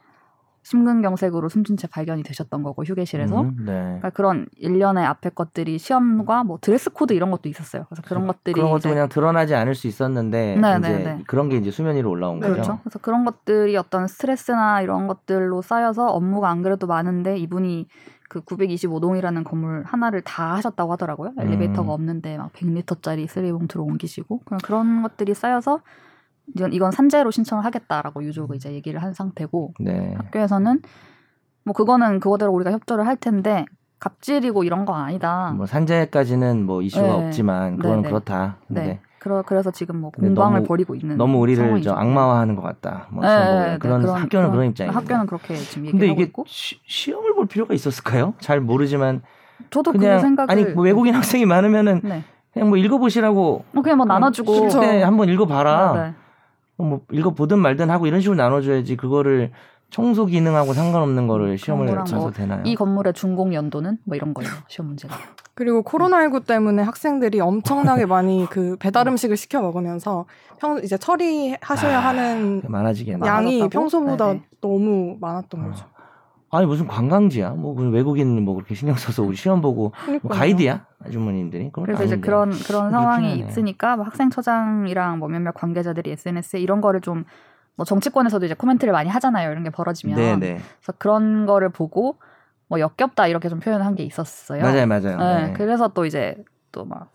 S1: 심근경색으로 숨진 채 발견이 되셨던 거고 휴게실에서
S3: 음, 네.
S1: 그러니까 그런 일련의 앞에 것들이 시험과 뭐 드레스 코드 이런 것도 있었어요. 그래서 그런 것들이
S3: 그런 것도
S1: 이제
S3: 그냥 드러나지 않을 수 있었는데
S1: 네,
S3: 이제
S1: 네, 네.
S3: 그런 게 이제 수면 위로 올라온 거죠.
S1: 그렇죠. 그래서 그런 것들이 어떤 스트레스나 이런 것들로 쌓여서 업무가 안 그래도 많은데 이분이 그 925동이라는 건물 하나를 다 하셨다고 하더라고요.
S3: 음.
S1: 엘리베이터가 없는데 막 100리터짜리 쓰레기봉투로 옮기시고 그런 그런 것들이 쌓여서 이건, 이건 산재로 신청을 하겠다라고 유족이 이제 얘기를 한 상태고
S3: 네.
S1: 학교에서는 뭐 그거는 그거대로 우리가 협조를 할 텐데 갑질이고 이런 거 아니다.
S3: 뭐 산재까지는 뭐 이슈가
S1: 네.
S3: 없지만 그건
S1: 네, 네.
S3: 그렇다. 근데
S1: 네. 그러, 그래서 지금 뭐
S3: 근데
S1: 공방을
S3: 너무-
S1: 벌이고 있는
S3: 너무 우리를
S1: 상황이죠.
S3: 저 악마화하는 것 같다. 뭐
S1: 네,
S3: 그런
S1: 네, 네.
S3: 그런
S1: 그런-
S3: 학교는 그런,
S1: 그런
S3: 입장이에요.
S1: 학교는 그렇게 지금 얘기를
S3: 근데
S1: 하고
S3: 이게
S1: 있고
S3: 시, 시험을 볼 필요가 있었을까요? 잘 모르지만
S1: 저도 그
S3: 그냥
S1: 생각을
S3: 아니 뭐 외국인 학생이 많으면은
S1: 네.
S3: 그냥 뭐 읽어보시라고
S1: 뭐 그냥 뭐 나눠주고
S2: 그쵸. 아,
S3: 숙제 한번 읽어봐라.
S1: 네, 네.
S3: 뭐 읽어 보든 말든 하고 이런 식으로 나눠줘야지 그거를 청소 기능하고 상관없는 거를 시험을
S1: 거랑
S3: 쳐서
S1: 뭐
S3: 되나요?
S1: 이 건물의 준공 연도는 뭐 이런 거예요 시험 문제가
S2: 그리고 코로나19 때문에 학생들이 엄청나게 많이 그 배달 음식을 시켜 먹으면서 평 이제 처리하셔야
S3: 아,
S2: 하는
S3: 많아지겠네. 음.
S1: 양-
S2: 양이
S1: 많아졌다고?
S2: 평소보다
S1: 네네.
S2: 너무 많았던 거죠.
S3: 아니 무슨 관광지야? 뭐그 외국인 뭐 그렇게 신경 써서 우리 시험 보고 뭐
S2: 그러니까요.
S3: 가이드야 아주머님들이 그건
S1: 그래서 이제
S3: 아닌데.
S1: 그런 그런 상황이
S3: 하네.
S1: 있으니까 뭐 학생처장이랑 뭐 몇몇 관계자들이 SNS에 이런 거를 좀 뭐 정치권에서도 이제 코멘트를 많이 하잖아요 이런 게 벌어지면
S3: 네네
S1: 그래서 그런 거를 보고 뭐 역겹다 이렇게 좀 표현한 게 있었어요
S3: 맞아요
S1: 네,
S3: 맞아요. 네. 아,
S1: 그래서 또 이제 또 막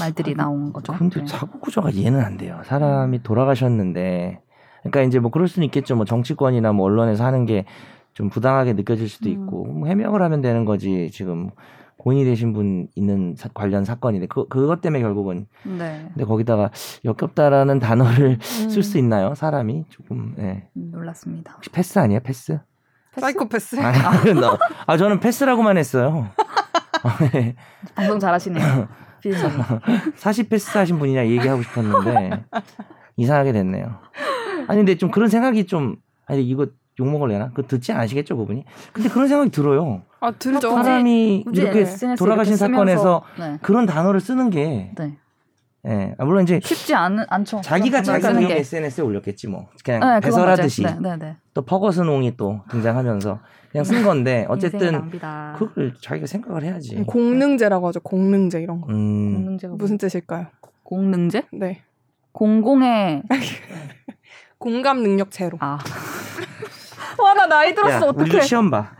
S1: 말들이 나온 거죠.
S3: 근데
S1: 네.
S3: 사고 구조가 이해는 안 돼요. 사람이 돌아가셨는데, 그러니까 이제 뭐 그럴 수는 있겠죠. 뭐 정치권이나 뭐 언론에서 하는 게 좀 부당하게 느껴질 수도
S2: 음.
S3: 있고 뭐 해명을 하면 되는 거지. 지금 고인이 되신 분 있는 사- 관련 사건인데 그 그것 때문에 결국은
S1: 네.
S3: 근데 거기다가 역겹다라는 단어를
S2: 음.
S3: 쓸 수 있나요? 사람이 조금 예.
S1: 음, 놀랐습니다.
S3: 혹시 패스 아니에요? 패스?
S2: 사이코패스.
S3: 아니, 네. 나- 아 저는 패스라고만 했어요. 아, 네.
S1: 방송 잘하시네요. 피디님.
S3: 사실 패스하신 분이냐 얘기하고 싶었는데 이상하게 됐네요. 아니 근데 좀 그런 생각이 좀 아니 이거 욕 먹을래나? 그 듣지 않으시겠죠 그분이? 근데 그런 생각이 들어요.
S2: 아 들죠.
S1: 굳이-
S3: 사람이
S1: 굳이
S3: 이렇게
S1: SNS 에
S3: 돌아가신
S1: 이렇게 쓰면서-
S3: 사건에서
S1: 네.
S3: 그런 단어를 쓰는 게
S1: 네.
S3: 예. 아, 물론 이제
S1: 쉽지 않, 않죠.
S3: 자기가
S1: 그렇죠. 그런
S3: 자기
S1: 생각
S3: 의견
S1: 쓰는 게.
S3: SNS에 올렸겠지 뭐 그냥
S1: 네, 그건 맞아요.
S3: 배설하듯이
S1: 네, 네, 네.
S3: 또 퍼거슨 옹이 또 등장하면서 그냥 쓴 건데
S1: 인생의
S3: 어쨌든
S1: 낭비다.
S3: 그걸 자기가 생각을
S1: 음,
S3: 해야지.
S2: 공능제라고 하죠. 공능제 이런 거.
S3: 음,
S1: 공능제가 무슨
S2: 무슨 뜻일까요?
S1: 공능제?
S2: 네.
S1: 공공의
S2: 공감 능력 제로.
S1: 아
S2: 와 나 나이
S3: 야 우리 좀 시험 봐.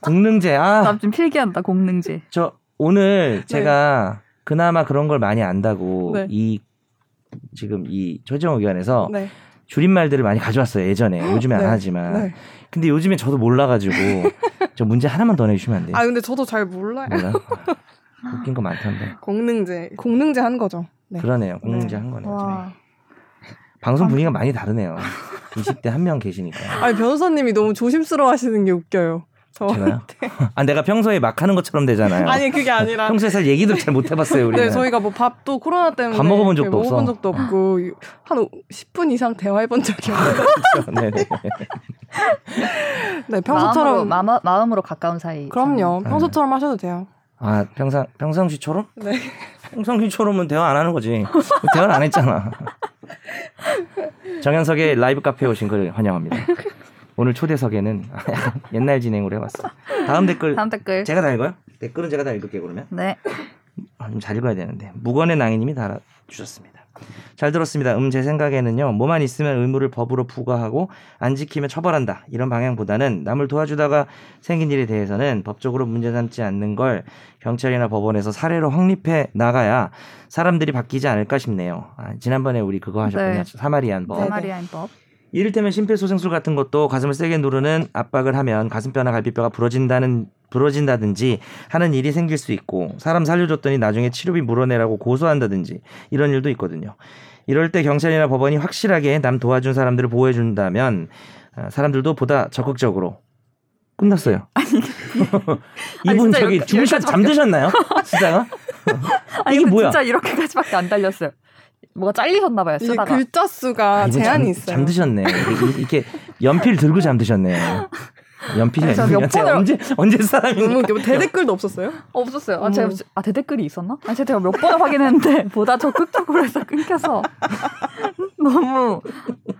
S3: 공능제 아
S1: 나 지금 필기한다 공능제.
S3: 저 오늘 제가 그나마 그런 걸 많이 안다고
S2: 네.
S3: 이 지금 이 최종 의견에서
S2: 네.
S3: 줄임말들을 많이 가져왔어요 예전에 요즘에
S2: 네.
S3: 안 하지만
S2: 네.
S3: 근데 요즘에 저도 몰라가지고 저 문제 하나만 더 내주시면 안 돼요?
S2: 아 근데 저도 잘 몰라요.
S3: 몰라 웃긴 거 많던데
S2: 공능제. 공능제 한 거죠. 네.
S3: 그러네요 공능제
S2: 네.
S3: 한 거네요
S1: 와
S3: 방송 분위기가 많이 다르네요 20대 한 명 계시니까
S2: 아니 변호사님이 너무 조심스러워 하시는 게 웃겨요. 저
S3: 제가요? 아 내가 평소에 막 하는 것처럼 되잖아요
S2: 어, 네. 아니 그게 아니라
S3: 평소에 살 얘기도 잘 못 해봤어요 우리는
S2: 네, 저희가 뭐 밥도 코로나 때문에
S3: 밥 먹어본
S2: 네,
S3: 적도
S2: 먹어본
S3: 없어.
S2: 적도 없고 한 10분 이상 대화해본 적이 없어요.
S3: 네네.
S2: 네, 평소처럼
S1: 마음으로, 마, 음으로 가까운 사이.
S2: 그럼요.
S3: 네.
S2: 평소처럼 하셔도 돼요.
S3: 아 평상 평상시처럼?
S2: 네.
S3: 평상시처럼은 대화 안 하는 거지. 대화를 안 했잖아. 정현석의 라이브 카페에 오신 걸 환영합니다. 오늘 초대석에는 옛날 진행으로 해봤어. 다음 댓글
S1: 다음 댓글.
S3: 제가 다 읽어요? 댓글은 제가 다 읽을게요 그러면.
S1: 네.
S3: 아, 좀잘 읽어야 되는데 무건의 낭인님이 달아주셨습니다. 잘 들었습니다. 음 제 생각에는요 뭐만 있으면 의무를 법으로 부과하고 안 지키면 처벌한다 이런 방향보다는 남을 도와주다가 생긴 일에 대해서는 법적으로 문제 삼지 않는 걸 경찰이나 법원에서 사례로 확립해 나가야 사람들이 바뀌지 않을까 싶네요. 아, 지난번에 우리 그거 하셨군요.
S1: 네.
S3: 사마리안 법.
S2: 네.
S1: 사마리아인법.
S3: 어. 이를테면 심폐소생술 같은 것도 가슴을 세게 누르는 압박을 하면 가슴뼈나 갈비뼈가 부러진다는 부러진다든지 하는 일이 생길 수 있고 사람 살려줬더니 나중에 치료비 물어내라고 고소한다든지 이런 일도 있거든요. 이럴 때 경찰이나 법원이 확실하게 남 도와준 사람들을 보호해 준다면 아, 사람들도 보다 적극적으로 끝났어요.
S1: 아니,
S3: 이분
S1: 진짜
S3: 저기
S1: 여기-
S3: 주무셨
S1: 여기까지밖에
S3: 잠드셨나요? 진짜가?
S1: 아니
S3: 이게
S1: 근데
S3: 뭐야?
S1: 진짜 이렇게까지밖에 안 달렸어요. 뭐가 잘리셨나 봐요
S2: 이게
S1: 쓰다가.
S2: 글자 수가
S3: 아, 이분
S2: 제한이
S3: 잠-
S2: 있어요.
S3: 잠드셨네. 이렇게, 이렇게 연필 들고 잠드셨네요. 연필이
S1: 아니, 저
S3: 아니군요.
S1: 몇
S3: 제가
S1: 번을-
S3: 언제 언제
S2: 너무
S3: 사람이
S2: 웃겨. 음, 뭐 대댓글도 없었어요?
S1: 없었어요. 아,
S2: 어머.
S1: 제가
S3: 음.
S1: 아 대댓글이 있었나? 아 제가 몇 번을 확인했는데 보다 적극적으로 해서 끊겨서 너무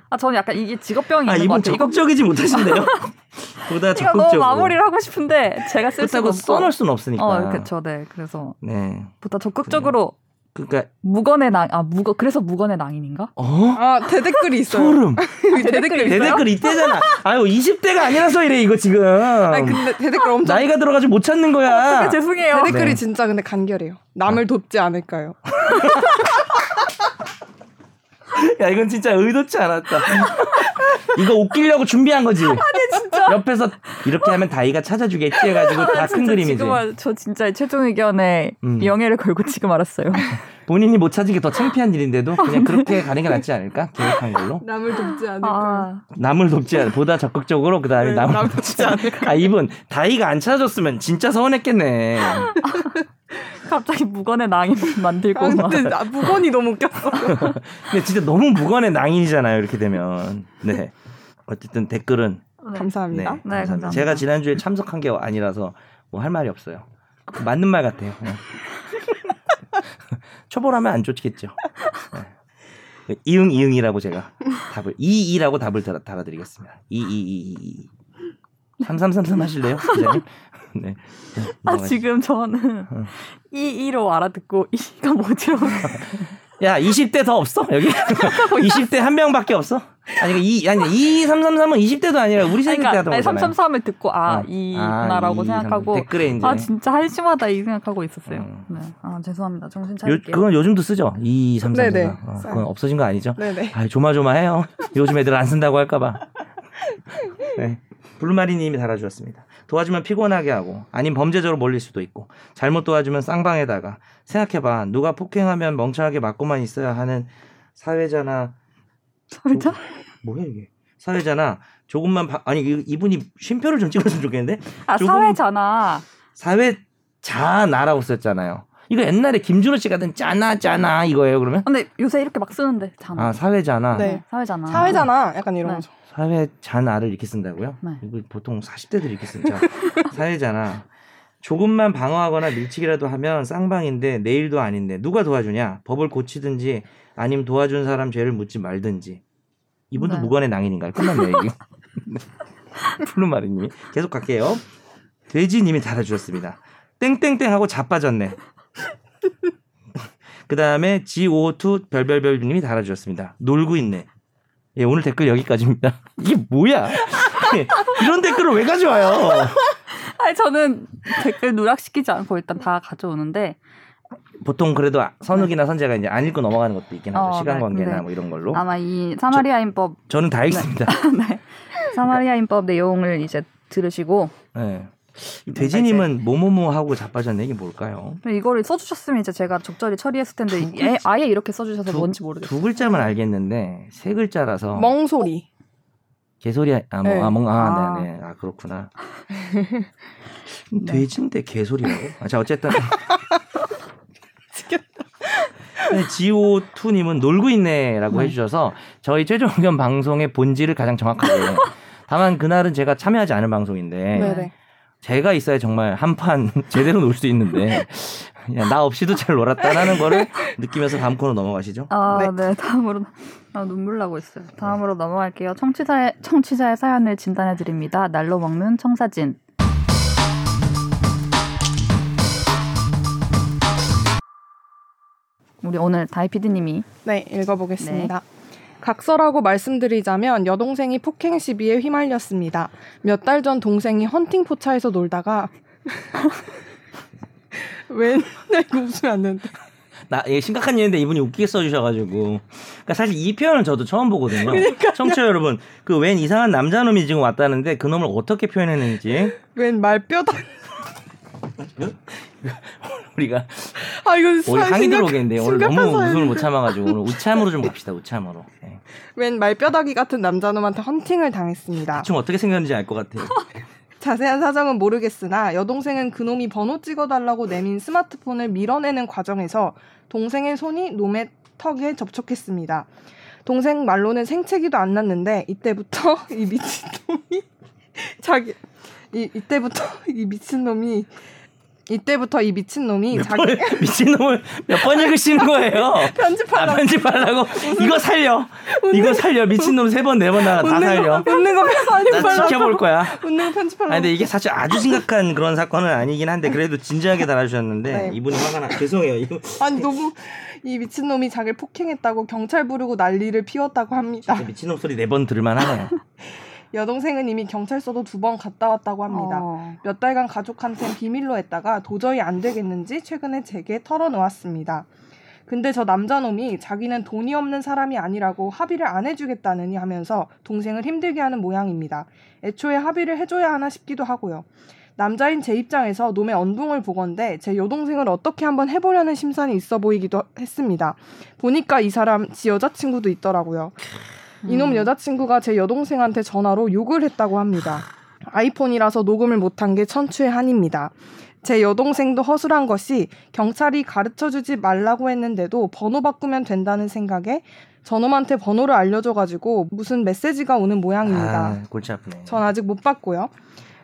S1: 아 저는 약간 이게 직업병이
S3: 아
S1: 있는 것
S3: 이분
S1: 같아요. 이거
S3: 적극적이지 못하신데요. 보다
S1: 제가 너무
S3: 적극적으로.
S1: 마무리를 하고 싶은데 제가 쓸 수가
S3: 그렇다고
S1: 없어.
S3: 써놓을 수는 없으니까.
S1: 어, 그렇죠. 네. 그래서
S3: 네.
S1: 보다 적극적으로
S3: 그러니까
S1: 무건의 낭, 아 무거 그래서 무건의 낭인인가?
S3: 어
S2: 아 대댓글이 있어요.
S3: 소름.
S2: 여기 대댓글이 있어요.
S3: 대댓글 이때잖아. 아유 20대가 아니라서 이래 이거 지금.
S2: 아니 근데 대댓글 엄청
S3: 나이가 들어가지고 못 찾는 거야.
S1: 아, 죄송해요.
S2: 대댓글이
S3: 네.
S2: 진짜 근데 간결해요.
S3: 아.
S2: 남을 돕지 않을까요?
S3: 야 이건 진짜 의도치 않았다. 이거 웃기려고 준비한 거지. 옆에서 이렇게 하면 다이가 찾아주겠지 해가지고 다 큰 그림이지.
S1: 지금 알- 저 진짜 최종 의견에
S3: 음.
S1: 명예를 걸고 지금 알았어요.
S3: 본인이 못 찾은 게 더 창피한 일인데도 그냥 그렇게 가는 게 낫지 않을까? 계획한 걸로.
S2: 남을 돕지 않을까요?
S1: 아,
S3: 남을 돕지 않, 보다 적극적으로 그 다음에
S2: 네,
S3: 남을
S2: 남을
S3: 돕지 않을까. 아 이분 다이가 안 찾아줬으면 진짜 서운했겠네.
S1: 갑자기 무건의 낭인 만들고
S2: 아,
S1: 막.
S2: 근데 나 무건이 너무 웃겼어.
S3: 근데 진짜 너무 무관의 낭인이잖아요. 이렇게 되면. 네. 어쨌든 댓글은
S1: 네.
S3: 네,
S2: 감사합니다.
S3: 감사합니다.
S1: 감사합니다.
S3: 제가 지난주에 참석한 게 아니라서 뭐 할 말이 없어요. 맞는 말 같아요. 그냥. 초보라면 안 좋겠죠. 네. 이응 이응이라고 제가 답을 이이라고 답을 달아, 달아드리겠습니다. 이이이이 삼삼삼삼 하실래요? 기자님? 네.
S1: 아 지금 저는
S3: 응. 아,
S1: 그러니까 이 이로 알아듣고 이가 뭐지라고
S3: 야 20대 더 없어 여기 20대 한 명밖에 없어 아니 그 이 아니 2333은 20대도 아니라 우리 세대 때
S1: 그러니까
S3: 하던
S1: 아니,
S3: 거잖아요
S1: 333을 듣고 아
S3: 어.
S1: 이구나라고
S3: 이, 삼,
S1: 생각하고
S3: 댓글에 이제
S1: 아 진짜 한심하다 이 생각하고 있었어요.
S3: 음.
S1: 네. 아 죄송합니다. 정신
S3: 요,
S1: 차릴게요.
S3: 그건 요즘도 쓰죠 2333
S2: 네네.
S3: 어, 그건 없어진 거 아니죠
S2: 네네.
S3: 아 조마조마해요 요즘 애들 안 쓴다고 할까봐 네. 블루마리님이 달아주셨습니다 도와주면 피곤하게 하고 아님 범죄자로 몰릴 수도 있고 잘못 도와주면 쌍방에다가 생각해봐 누가 폭행하면 멍청하게 맞고만 있어야 하는 사회자나
S1: 사회자?
S3: 뭐야 이게 사회자나 조금만 바- 아니 이- 이분이 쉼표를 좀 찍었으면 좋겠는데
S1: 아
S3: 조금-
S1: 사회잖아.
S3: 사회자나라고 썼잖아요 이거 옛날에 김준호 씨 같은 짜나 짜나 이거예요 그러면
S1: 근데 요새 이렇게 막 쓰는데 잖
S3: 아 사회자나
S2: 네.
S1: 사회잖아.
S2: 사회잖아. 약간 이런
S1: 네.
S2: 거죠.
S3: 사회자나를 이렇게 쓴다고요
S1: 네.
S3: 이거 보통 40대들이 이렇게 쓰죠 사회자나 조금만 방어하거나 밀치기라도 하면 쌍방인데 내일도 아닌데 누가 도와주냐 법을 고치든지 아니면 도와준 사람 죄를 묻지 말든지 이분도
S1: 네.
S3: 무관의 낭인인가요 끝났네 얘기 푸른마리님이 계속 갈게요. 돼지님이 달아주셨습니다. 땡땡땡 하고 자빠졌네. 그 다음에 G552 별별별님이 달아주셨습니다. 놀고 있네. 예, 오늘 댓글 여기까지입니다. 이게 뭐야? 예, 이런 댓글을 왜 가져와요?
S1: 아니 저는 댓글 누락시키지 않고 일단 다 가져오는데
S3: 보통 그래도 아- 선욱이나 선재가 이제 안 읽고 넘어가는 것도 있긴 하죠.
S1: 네. 어,
S3: 시간
S1: 네,
S3: 관계나
S1: 네.
S3: 뭐 이런 걸로.
S1: 아마 이 사마리아인법
S3: 저는 다 읽습니다.
S1: 네. 사마리아인법 내용을 이제 들으시고
S3: 예.
S1: 음,
S3: 이 돼지님은 뭐뭐뭐 하고 자빠졌네. 이게 뭘까요?
S1: 근데 이거를 써주셨으면 이제 제가 적절히 처리했을 텐데
S3: 두
S1: 예, 아예 이렇게 써주셔서
S3: 두-
S1: 뭔지 모르겠어요.
S3: 두 글자만 알겠는데 세 글자라서
S1: 뭐
S2: 멍소리.
S3: 개소리 아뭐
S2: 네.
S3: 아, 뭔가
S1: 아.
S3: 아, 네네 아 그렇구나
S1: 네.
S3: 돼지인데 개소리라고 아, 자 어쨌든 지오투님은 놀고 있네라고
S1: 네.
S3: 해주셔서 저희 최종 의견 방송의 본질을 가장 정확하게 다만 그날은 제가 참여하지 않은 방송인데
S2: 네네.
S3: 제가 있어야 정말 한 판 제대로 놀 수 있는데 그냥 나 없이도 잘 놀았다라는 거를 느끼면서 다음 코너 넘어가시죠
S1: 아,
S2: 네.
S1: 네. 다음으로 아, 눈물 나고 있어요.
S3: 네.
S1: 다음으로 넘어갈게요. 청취자의 청취자의 사연을 진단해 드립니다. 날로 먹는 청사진. 우리 오늘 다이 PD님이
S2: 네, 읽어보겠습니다. 각서라고 말씀드리자면 여동생이 폭행 시비에 휘말렸습니다. 몇 달 전 동생이 헌팅 포차에서 놀다가 웬 이거 웃으면 안 되는데.
S3: 나 예, 심각한 일인데 이분이 웃기게 써주셔가지고 그러니까 사실 이 표현은 저도 처음 보거든요. 청취자 여러분 그 웬 이상한 남자놈이 지금 왔다는데 그 놈을 어떻게 표현했는지
S2: 웬 말뼈다.
S3: 우리가
S2: 아 이거
S3: 오늘
S2: 사-
S3: 항의
S2: 심각-
S3: 들어오겠는데 오늘 뭐
S2: 심각한
S3: 너무
S2: 사연인데.
S3: 웃음을 못 참아가지고 오늘 우참으로 좀 갑시다 우참으로 네.
S2: 웬 말뼈다귀 같은 남자놈한테 헌팅을 당했습니다.
S3: 대충 어떻게 생겼는지 알 것 같아요.
S2: 자세한 사정은 모르겠으나 여동생은 그놈이 번호 찍어달라고 내민 스마트폰을 밀어내는 과정에서 동생의 손이 놈의 턱에 접촉했습니다. 동생 말로는 생채기도 안 났는데 이때부터 이 미친놈이 자기 이 이때부터 이 미친놈이 이때부터 이 미친놈이
S3: 몇
S2: 자기
S3: 번, 미친놈을 몇 번 읽으시는 거예요? 아,
S2: 편집하라
S3: 편집하려고 이거 살려 이거 살려 미친놈 세 번 네 번 나다 살려
S2: 웃는 거
S3: 나
S2: 편집하라
S3: 지켜볼 거야.
S2: 웃는 거 편집하라
S3: 아 근데 이게 사실 아주 심각한 그런 사건은 아니긴 한데 그래도 진지하게 달아주셨는데
S2: 네.
S3: 이분이 화가 나 죄송해요 이거
S2: 아니 너무 이 미친놈이 자기를 폭행했다고 경찰 부르고 난리를 피웠다고 합니다.
S3: 진짜 미친놈 소리 네 번 들을만하네요
S2: 여동생은 이미 경찰서도 두 번 갔다 왔다고 합니다.
S1: 어,
S2: 몇 달간 가족한테 비밀로 했다가 도저히 안 되겠는지 최근에 제게 털어놓았습니다. 근데 저 남자놈이 자기는 돈이 없는 사람이 아니라고 합의를 안 해주겠다느니 하면서 동생을 힘들게 하는 모양입니다. 애초에 합의를 해줘야 하나 싶기도 하고요. 남자인 제 입장에서 놈의 언둥을 보건데 제 여동생을 어떻게 한번 해보려는 심산이 있어 보이기도 했습니다. 보니까 이 사람 지 여자친구도 있더라고요. 이놈
S1: 음.
S2: 여자친구가 제 여동생한테 전화로 욕을 했다고 합니다. 아이폰이라서 녹음을 못한 게 천추의 한입니다. 제 여동생도 허술한 것이 경찰이 가르쳐 주지 말라고 했는데도 번호 바꾸면 된다는 생각에 저놈한테 번호를 알려줘가지고 무슨 메시지가 오는 모양입니다.
S3: 아 골치 아프네
S2: 전 아직 못 봤고요.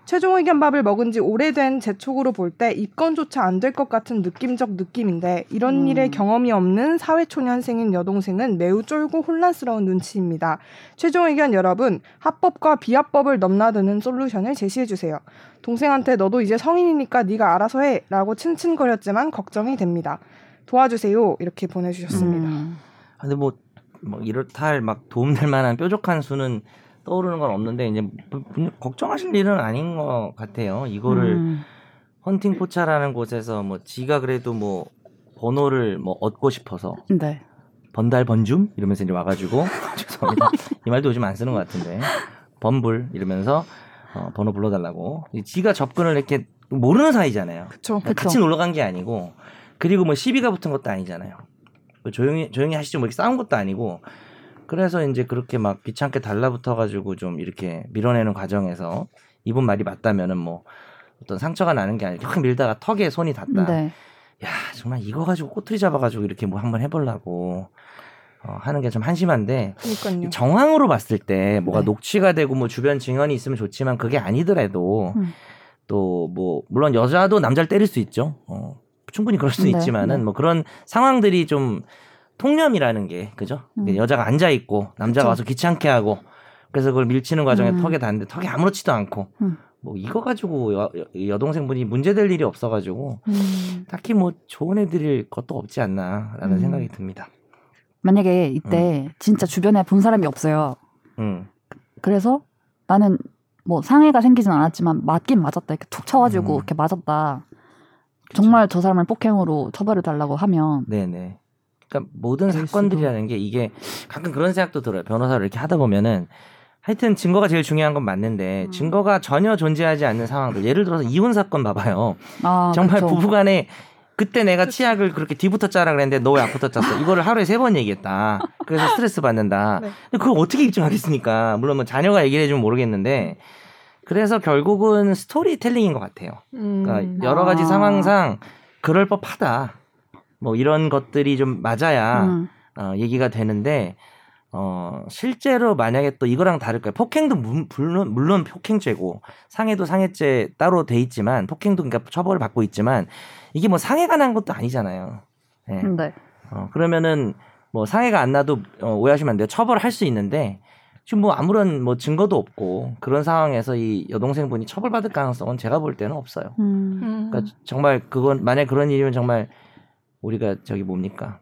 S2: 최종 의견 밥을 먹은 지 오래된 제 촉으로 볼 때 입건조차 안 될 것 같은 느낌적 느낌인데 이런
S1: 음.
S2: 일에 경험이 없는 사회초년생인 여동생은 매우 쫄고 혼란스러운 눈치입니다. 최종 의견 여러분 합법과 비합법을 넘나드는 솔루션을 제시해 주세요. 동생한테 너도 이제 성인이니까 네가 알아서 해라고 츤츤거렸지만 걱정이 됩니다. 도와주세요 이렇게 보내주셨습니다.
S1: 음.
S3: 근데 뭐, 뭐 이렇다 막 도움될 만한 뾰족한 수는 떠오르는 건 없는데 이제 부- 부- 걱정하실 일은 아닌 것 같아요. 이거를
S1: 음.
S3: 헌팅 포차라는 곳에서 뭐 지가 그래도 뭐 번호를 뭐 얻고 싶어서
S1: 네.
S3: 번달 번줌 이러면서 이제 와가지고 죄송합니다. 이 말도 요즘 안 쓰는 것 같은데 번불 이러면서 어, 번호 불러달라고 이 지가 접근을 이렇게 모르는 사이잖아요. 그러니까
S2: 그쵸.
S1: 그쵸.
S3: 같이 놀러 간 게 아니고 그리고 뭐 시비가 붙은 것도 아니잖아요. 뭐 조용히 조용히 하시죠. 뭐 이렇게 싸운 것도 아니고 그래서 이제 그렇게 막 귀찮게 달라붙어가지고 좀 이렇게 밀어내는 과정에서 이분 말이 맞다면은 뭐 어떤 상처가 나는 게 아니고 확 밀다가 턱에 손이 닿다.
S1: 네.
S3: 야 아, 정말 이거 가지고 꼬투리 잡아가지고 이렇게 뭐 한번 해보려고 어, 하는 게 좀 한심한데
S2: 그러니까요.
S3: 이 정황으로 봤을 때
S1: 음.
S3: 뭐가
S1: 네.
S3: 녹취가 되고 뭐 주변 증언이 있으면 좋지만 그게 아니더라도
S1: 음.
S3: 또 뭐 물론 여자도 남자를 때릴 수 있죠. 어, 충분히 그럴 수
S1: 네,
S3: 있지만은
S1: 네.
S3: 뭐 그런 상황들이 좀 통념이라는 게 그죠?
S1: 음.
S3: 여자가 앉아 있고 남자가
S1: 그쵸.
S3: 와서 귀찮게 하고 그래서 그걸 밀치는 과정에
S1: 음.
S3: 턱에 닿는데 턱이 아무렇지도 않고
S1: 음.
S3: 뭐 이거 가지고 여, 여- 여동생분이 문제될 일이 없어가지고
S1: 음.
S3: 딱히 뭐 조언해드릴 것도 없지 않나라는
S1: 음.
S3: 생각이 듭니다.
S1: 만약에 이때 진짜 주변에 본 사람이 없어요.
S3: 음.
S1: 그래서 나는 뭐 상해가 생기진 않았지만 맞긴 맞았다. 이렇게 툭 쳐가지고
S3: 음.
S1: 이렇게 맞았다. 정말 저 사람을 폭행으로 처벌해 달라고 하면
S3: 네네. 그러니까 모든
S1: 그럴
S3: 사건들이라는 게 이게 가끔 그런 생각도 들어요. 변호사를 이렇게 하다 보면은 하여튼 증거가 제일 중요한 건 맞는데
S1: 음.
S3: 증거가 전혀 존재하지 않는 상황들. 예를 들어서 이혼 사건 봐봐요.
S1: 아,
S3: 정말
S1: 그쵸.
S3: 부부간에 그때 내가 치약을 그렇게 뒤부터 짜라 그랬는데 너 왜 앞부터 짰어? 이거를 하루에 세 번 얘기했다. 그래서 스트레스 받는다.
S2: 네.
S3: 근데 그걸 어떻게 입증하겠습니까? 물론 뭐 자녀가 얘기를 해주면 모르겠는데 그래서 결국은 스토리텔링인 것 같아요.
S2: 음.
S3: 그러니까 여러 가지
S1: 아.
S3: 상황상 그럴 법하다. 뭐 이런 것들이 좀 맞아야
S1: 음.
S3: 어, 얘기가 되는데 어, 실제로 만약에 또 이거랑 다를 거예요. 폭행도 문- 물론 물론 폭행죄고 상해도 상해죄 따로 돼 있지만 폭행도 그러니까 처벌을 받고 있지만 이게 뭐 상해가 난 것도 아니잖아요. 예.
S1: 네.
S3: 어, 그러면은 뭐 상해가 안 나도 어, 오해하시면 안 돼요. 처벌할 수 있는데 지금 뭐 아무런 뭐 증거도 없고 그런 상황에서 이 여동생분이 처벌받을 가능성은 제가 볼 때는 없어요.
S1: 음.
S2: 음.
S3: 그러니까 정말 그건 만약 그런 일이면 정말 우리가 저기 뭡니까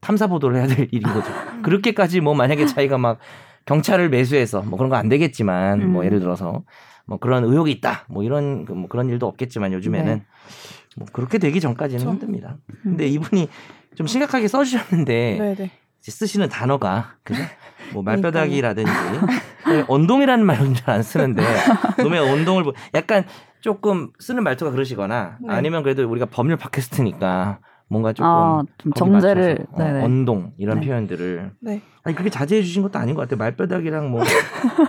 S3: 탐사 보도를 해야 될 일인 거죠. 그렇게까지 뭐 만약에 자기가 막 경찰을 매수해서 뭐 그런 거 안 되겠지만 뭐
S1: 음.
S3: 예를 들어서 뭐 그런 의혹이 있다 뭐 이런 그뭐 그런 일도 없겠지만 요즘에는
S1: 네.
S3: 뭐 그렇게 되기 전까지는
S2: 그렇죠.
S3: 힘듭니다. 근데 이분이 좀 심각하게 써주셨는데
S2: 네네.
S3: 이제 쓰시는 단어가 그죠? 뭐 말뼈다귀라든지 네, 언동이라는 말은 잘 안 쓰는데 놈의 언동을 보- 약간 조금 쓰는 말투가 그러시거나
S2: 네.
S3: 아니면 그래도 우리가 법률 팟캐스트니까 뭔가 조금
S1: 아, 좀
S3: 거기
S1: 정제를
S3: 맞춰서, 어,
S1: 네네.
S3: 언동 이런
S1: 네.
S3: 표현들을
S2: 네.
S3: 아니 그게 자제해 주신 것도 아닌 것 같아요 말뼈다귀랑 뭐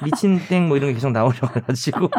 S3: 미친 땡 뭐 이런 게 계속 나오셔가지고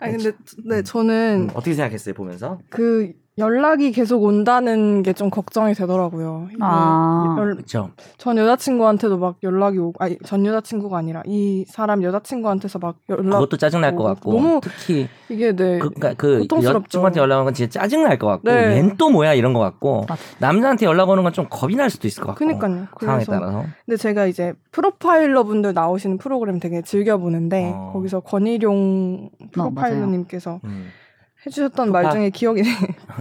S2: 아니 근데 네 저는
S3: 음, 어떻게 생각했어요 보면서
S2: 그 연락이 계속 온다는 게 좀 걱정이 되더라고요. 이게
S1: 아.
S2: 연-
S3: 그렇죠
S2: 전 여자친구한테도 막 연락이 오고 아니 전 여자친구가 아니라 이 사람 여자친구한테서 막 연락
S3: 그것도 짜증 날 것
S2: 어,
S3: 같고
S2: 너무
S3: 특히
S2: 이게 네
S3: 그, 그러니까 그
S2: 고통스럽죠.
S3: 여친한테 연락 오는 건 진짜 짜증 날 것 같고
S2: 네.
S3: 얜 또 뭐야 이런 것 같고
S1: 맞아.
S3: 남자한테 연락 오는 건 좀 겁이 날 수도 있을 것 같고
S2: 그니까요.
S3: 어, 상황에
S2: 그래서
S3: 따라서
S2: 근데 제가 이제 프로파일러 분들 나오시는 프로그램 되게 즐겨 보는데
S3: 어.
S2: 거기서 권일용
S1: 어, 맞아요.
S2: 프로파일러님께서
S3: 음.
S2: 해주셨던 말 중에 기억이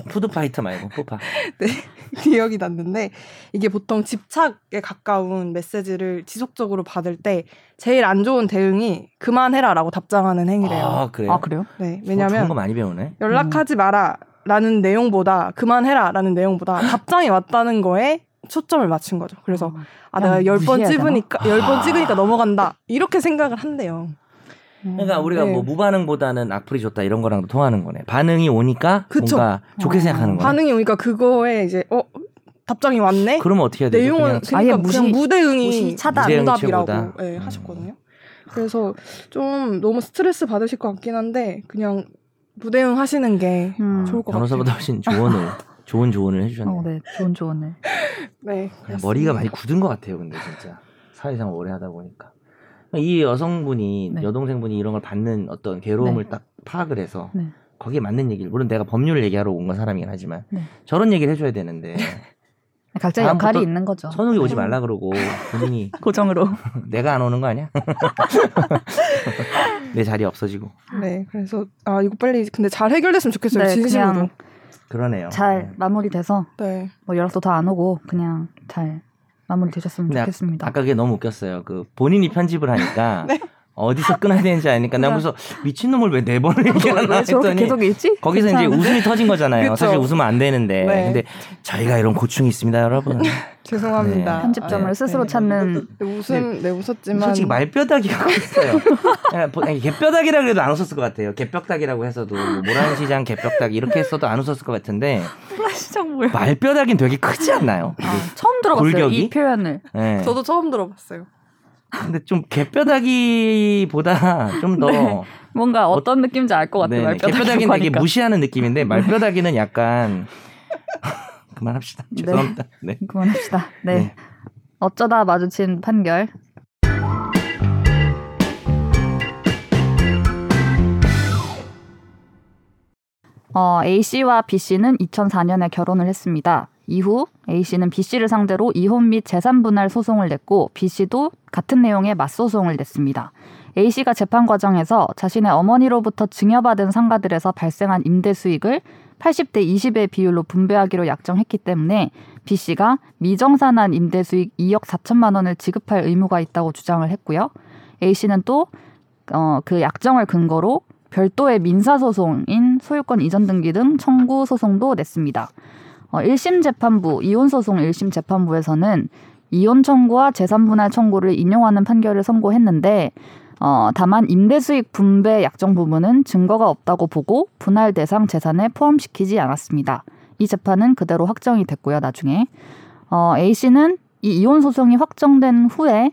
S3: 푸드파이터 말고 푸파
S2: 기억이 났는데 이게 보통 집착에 가까운 메시지를 지속적으로 받을 때 제일 안 좋은 대응이 그만해라라고 답장하는 행위래요.
S3: 아 그래요?
S1: 아 그래요?
S2: 네,
S3: 어, 좋은
S2: 왜냐하면 음,
S3: 거 많이 배우네
S2: 연락하지 마라 라는 내용보다 그만해라 라는 내용보다
S1: 음.
S2: 답장이 왔다는 거에 초점을 맞춘 거죠. 그래서 아
S1: 그냥
S2: 내가 열 번
S1: 무시해야 되나? 아.
S2: 찝으니까 열 번 찍으니까 넘어간다 이렇게 생각을 한대요.
S1: 음.
S3: 그러니까 우리가
S2: 네.
S3: 뭐 무반응보다는 악플이 좋다 이런 거랑도 통하는 거네 반응이 오니까
S2: 그쵸.
S3: 뭔가 좋게
S1: 어.
S3: 생각하는 거네
S2: 반응이 오니까 그거에 이제 어 답장이 왔네.
S3: 그러면 어떻게 해야 되죠?
S2: 내용은
S3: 그냥
S2: 그러니까
S1: 아예
S2: 그냥
S1: 무시- 무시
S2: 무대응이
S1: 차단.
S2: 응답이라고
S3: 무대응치보다.
S2: 예,
S3: 음.
S2: 하셨거든요. 그래서 좀 너무 스트레스 받으실 것 같긴 한데 그냥 무대응 하시는 게
S3: 아,
S1: 음.
S2: 좋을 것
S3: 변호사보다 훨씬 조언을 좋은 조언을 해주셨네요
S1: 어, 네. 좋은 조언네.
S2: 네.
S3: 그냥 머리가 많이 굳은 것 같아요, 근데 진짜 사회생활 오래 하다 보니까 이 여성분이
S1: 네.
S3: 여동생분이 이런 걸 받는 어떤 괴로움을
S1: 네.
S3: 딱 파악을 해서
S1: 네.
S3: 거기에 맞는 얘기를 물론 내가 법률을 얘기하러 온 건 사람이긴 하지만
S1: 네.
S3: 저런 얘기를 해줘야 되는데
S1: 각자의
S3: 다음부터
S1: 역할이 있는 거죠.
S3: 선욱이 오지 말라 그러고 본인이
S1: 고정으로.
S3: 내가 안 오는 거 아니야? 내 자리 없어지고
S2: 네, 그래서 아 이거 빨리 근데 잘 해결됐으면 좋겠어요. 진심으로.
S1: 그냥
S3: 그러네요.
S1: 잘
S3: 네.
S1: 마무리돼서
S2: 네.
S1: 뭐 연락도 다 안 오고 그냥 잘 마무리되셨으면
S3: 근데 아-
S1: 좋겠습니다.
S3: 아까 그게 너무 웃겼어요. 그 본인이 편집을 하니까
S1: 네.
S3: 어디서 끊어야 되는지 아니까 난 그래서 미친놈을 왜 네 번을 얘기하나
S1: 어, 왜 저렇게
S3: 했더니
S1: 계속 읽지?
S3: 거기서 이제
S1: 괜찮은데?
S3: 웃음이 터진 거잖아요.
S2: 그쵸.
S3: 사실 웃으면 안 되는데.
S2: 네.
S3: 근데 저희가 이런 고충이 있습니다, 여러분.
S2: 죄송합니다.
S3: 네.
S1: 편집점을
S2: 아,
S1: 스스로
S2: 네.
S1: 찾는
S2: 네, 웃음, 네, 웃었지만.
S3: 솔직히 말뼈다귀가 있어요. 그냥 보- 아니, 개뼈다귀라 그래도 안 웃었을 것 같아요. 개뼈다귀라고 해서도 뭐 모란시장 개뼈다귀 이렇게 했어도 안 웃었을 것 같은데
S4: 플라시장 뭐야?
S3: 말뼈다귀는 되게 크지 않나요?
S1: 아, 처음 들어봤어요
S3: 골격이?
S1: 이 표현을.
S3: 네.
S4: 저도 처음 들어봤어요.
S3: 근데 좀 개뼈다귀보다 좀 더
S1: 네. 뭔가 어떤 느낌인지 알 것
S3: 네,
S1: 같아요. 말뼈
S3: 개뼈다귀는 되게 무시하는 느낌인데 말뼈다귀는 약간 그만합시다.
S1: 네.
S3: 죄송합니다. 네.
S1: 그만합시다. 네.
S3: 네.
S1: 어쩌다 마주친 판결. 어, A씨와 B씨는 2004년에 결혼을 했습니다. 이후 A씨는 B씨를 상대로 이혼 및 재산 분할 소송을 냈고 B씨도 같은 내용의 맞소송을 냈습니다. A씨가 재판 과정에서 자신의 어머니로부터 증여받은 상가들에서 발생한 임대 수익을 80대 20의 비율로 분배하기로 약정했기 때문에 B 씨가 미정산한 임대 수익 2억 4천만 원을 지급할 의무가 있다고 주장을 했고요. A 씨는 어, 또그 약정을 근거로 별도의 민사 소송인 소유권 이전 등기 등 청구 소송도 냈습니다. 어, 1심 재판부 이혼 소송 1심 재판부에서는 이혼 청구와 재산 분할 청구를 인용하는 판결을 선고했는데 어, 다만 임대 수익 분배 약정 부분은 증거가 없다고 보고 분할 대상 재산에 포함시키지 않았습니다. 이 재판은 그대로 확정이 됐고요. 나중에 어, A 씨는 이 이혼 소송이 확정된 후에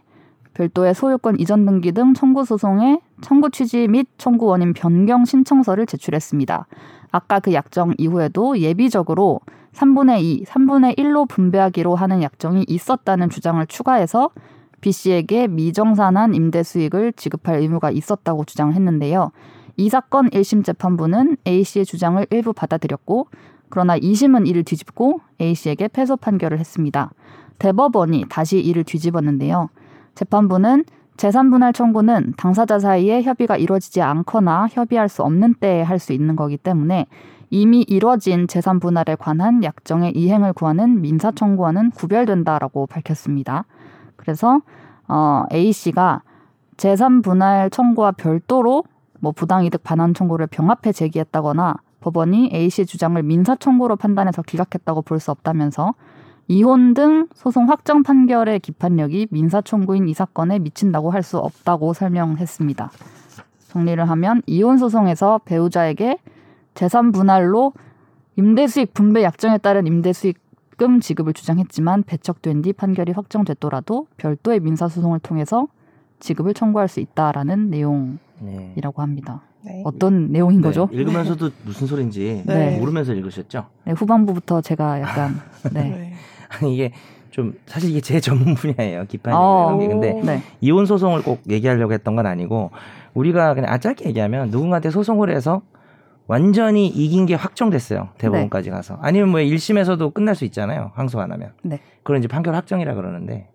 S1: 별도의 소유권 이전 등기 등 청구 소송에 청구 취지 및 청구 원인 변경 신청서를 제출했습니다. 아까 그 약정 이후에도 예비적으로 3분의 2, 3분의 1로 분배하기로 하는 약정이 있었다는 주장을 추가해서 B 씨에게 미정산한 임대 수익을 지급할 의무가 있었다고 주장했는데요. 이 사건 1심 재판부는 A 씨의 주장을 일부 받아들였고 그러나 2심은 이를 뒤집고 A씨에게 패소 판결을 했습니다. 대법원이 다시 이를 뒤집었는데요. 재판부는 재산분할 청구는 당사자 사이에 협의가 이루어지지 않거나 협의할 수 없는 때에 할 수 있는 거기 때문에 이미 이뤄진 재산분할에 관한 약정의 이행을 구하는 민사청구와는 구별된다라고 밝혔습니다. 그래서 어, A씨가 재산분할 청구와 별도로 뭐 부당이득 반환 청구를 병합해 제기했다거나 법원이 A씨 주장을 민사 청구로 판단해서 기각했다고 볼 수 없다면서 이혼 등 소송 확정 판결의 기판력이 민사 청구인 이 사건에 미친다고 할 수 없다고 설명했습니다. 정리를 하면 이혼 소송에서 배우자에게 재산 분할로 임대 수익 분배 약정에 따른 임대 수익금 지급을 주장했지만 배척된 뒤 판결이 확정됐더라도 별도의 민사 소송을 통해서 지급을 청구할 수 있다라는 내용이라고
S3: 네.
S1: 합니다.
S2: 네.
S1: 어떤 내용인 거죠?
S3: 네, 읽으면서도 무슨 소린지
S1: 네.
S3: 모르면서 읽으셨죠?
S1: 네, 후반부부터 제가 약간 네.
S2: 네.
S3: 아니 이게 좀 사실 이게 제 전문 분야예요. 기판이
S1: 어.
S3: 이런 게 근데
S2: 오.
S1: 네.
S3: 이혼 소송을 꼭 얘기하려고 했던 건 아니고 우리가 그냥 아 짧게 얘기하면 누군가한테 소송을 해서 완전히 이긴 게 확정됐어요. 대법원까지 가서. 아니면 뭐 1심에서도 끝날 수 있잖아요. 항소 안 하면.
S1: 네.
S3: 그런 이제 판결 확정이라 그러는데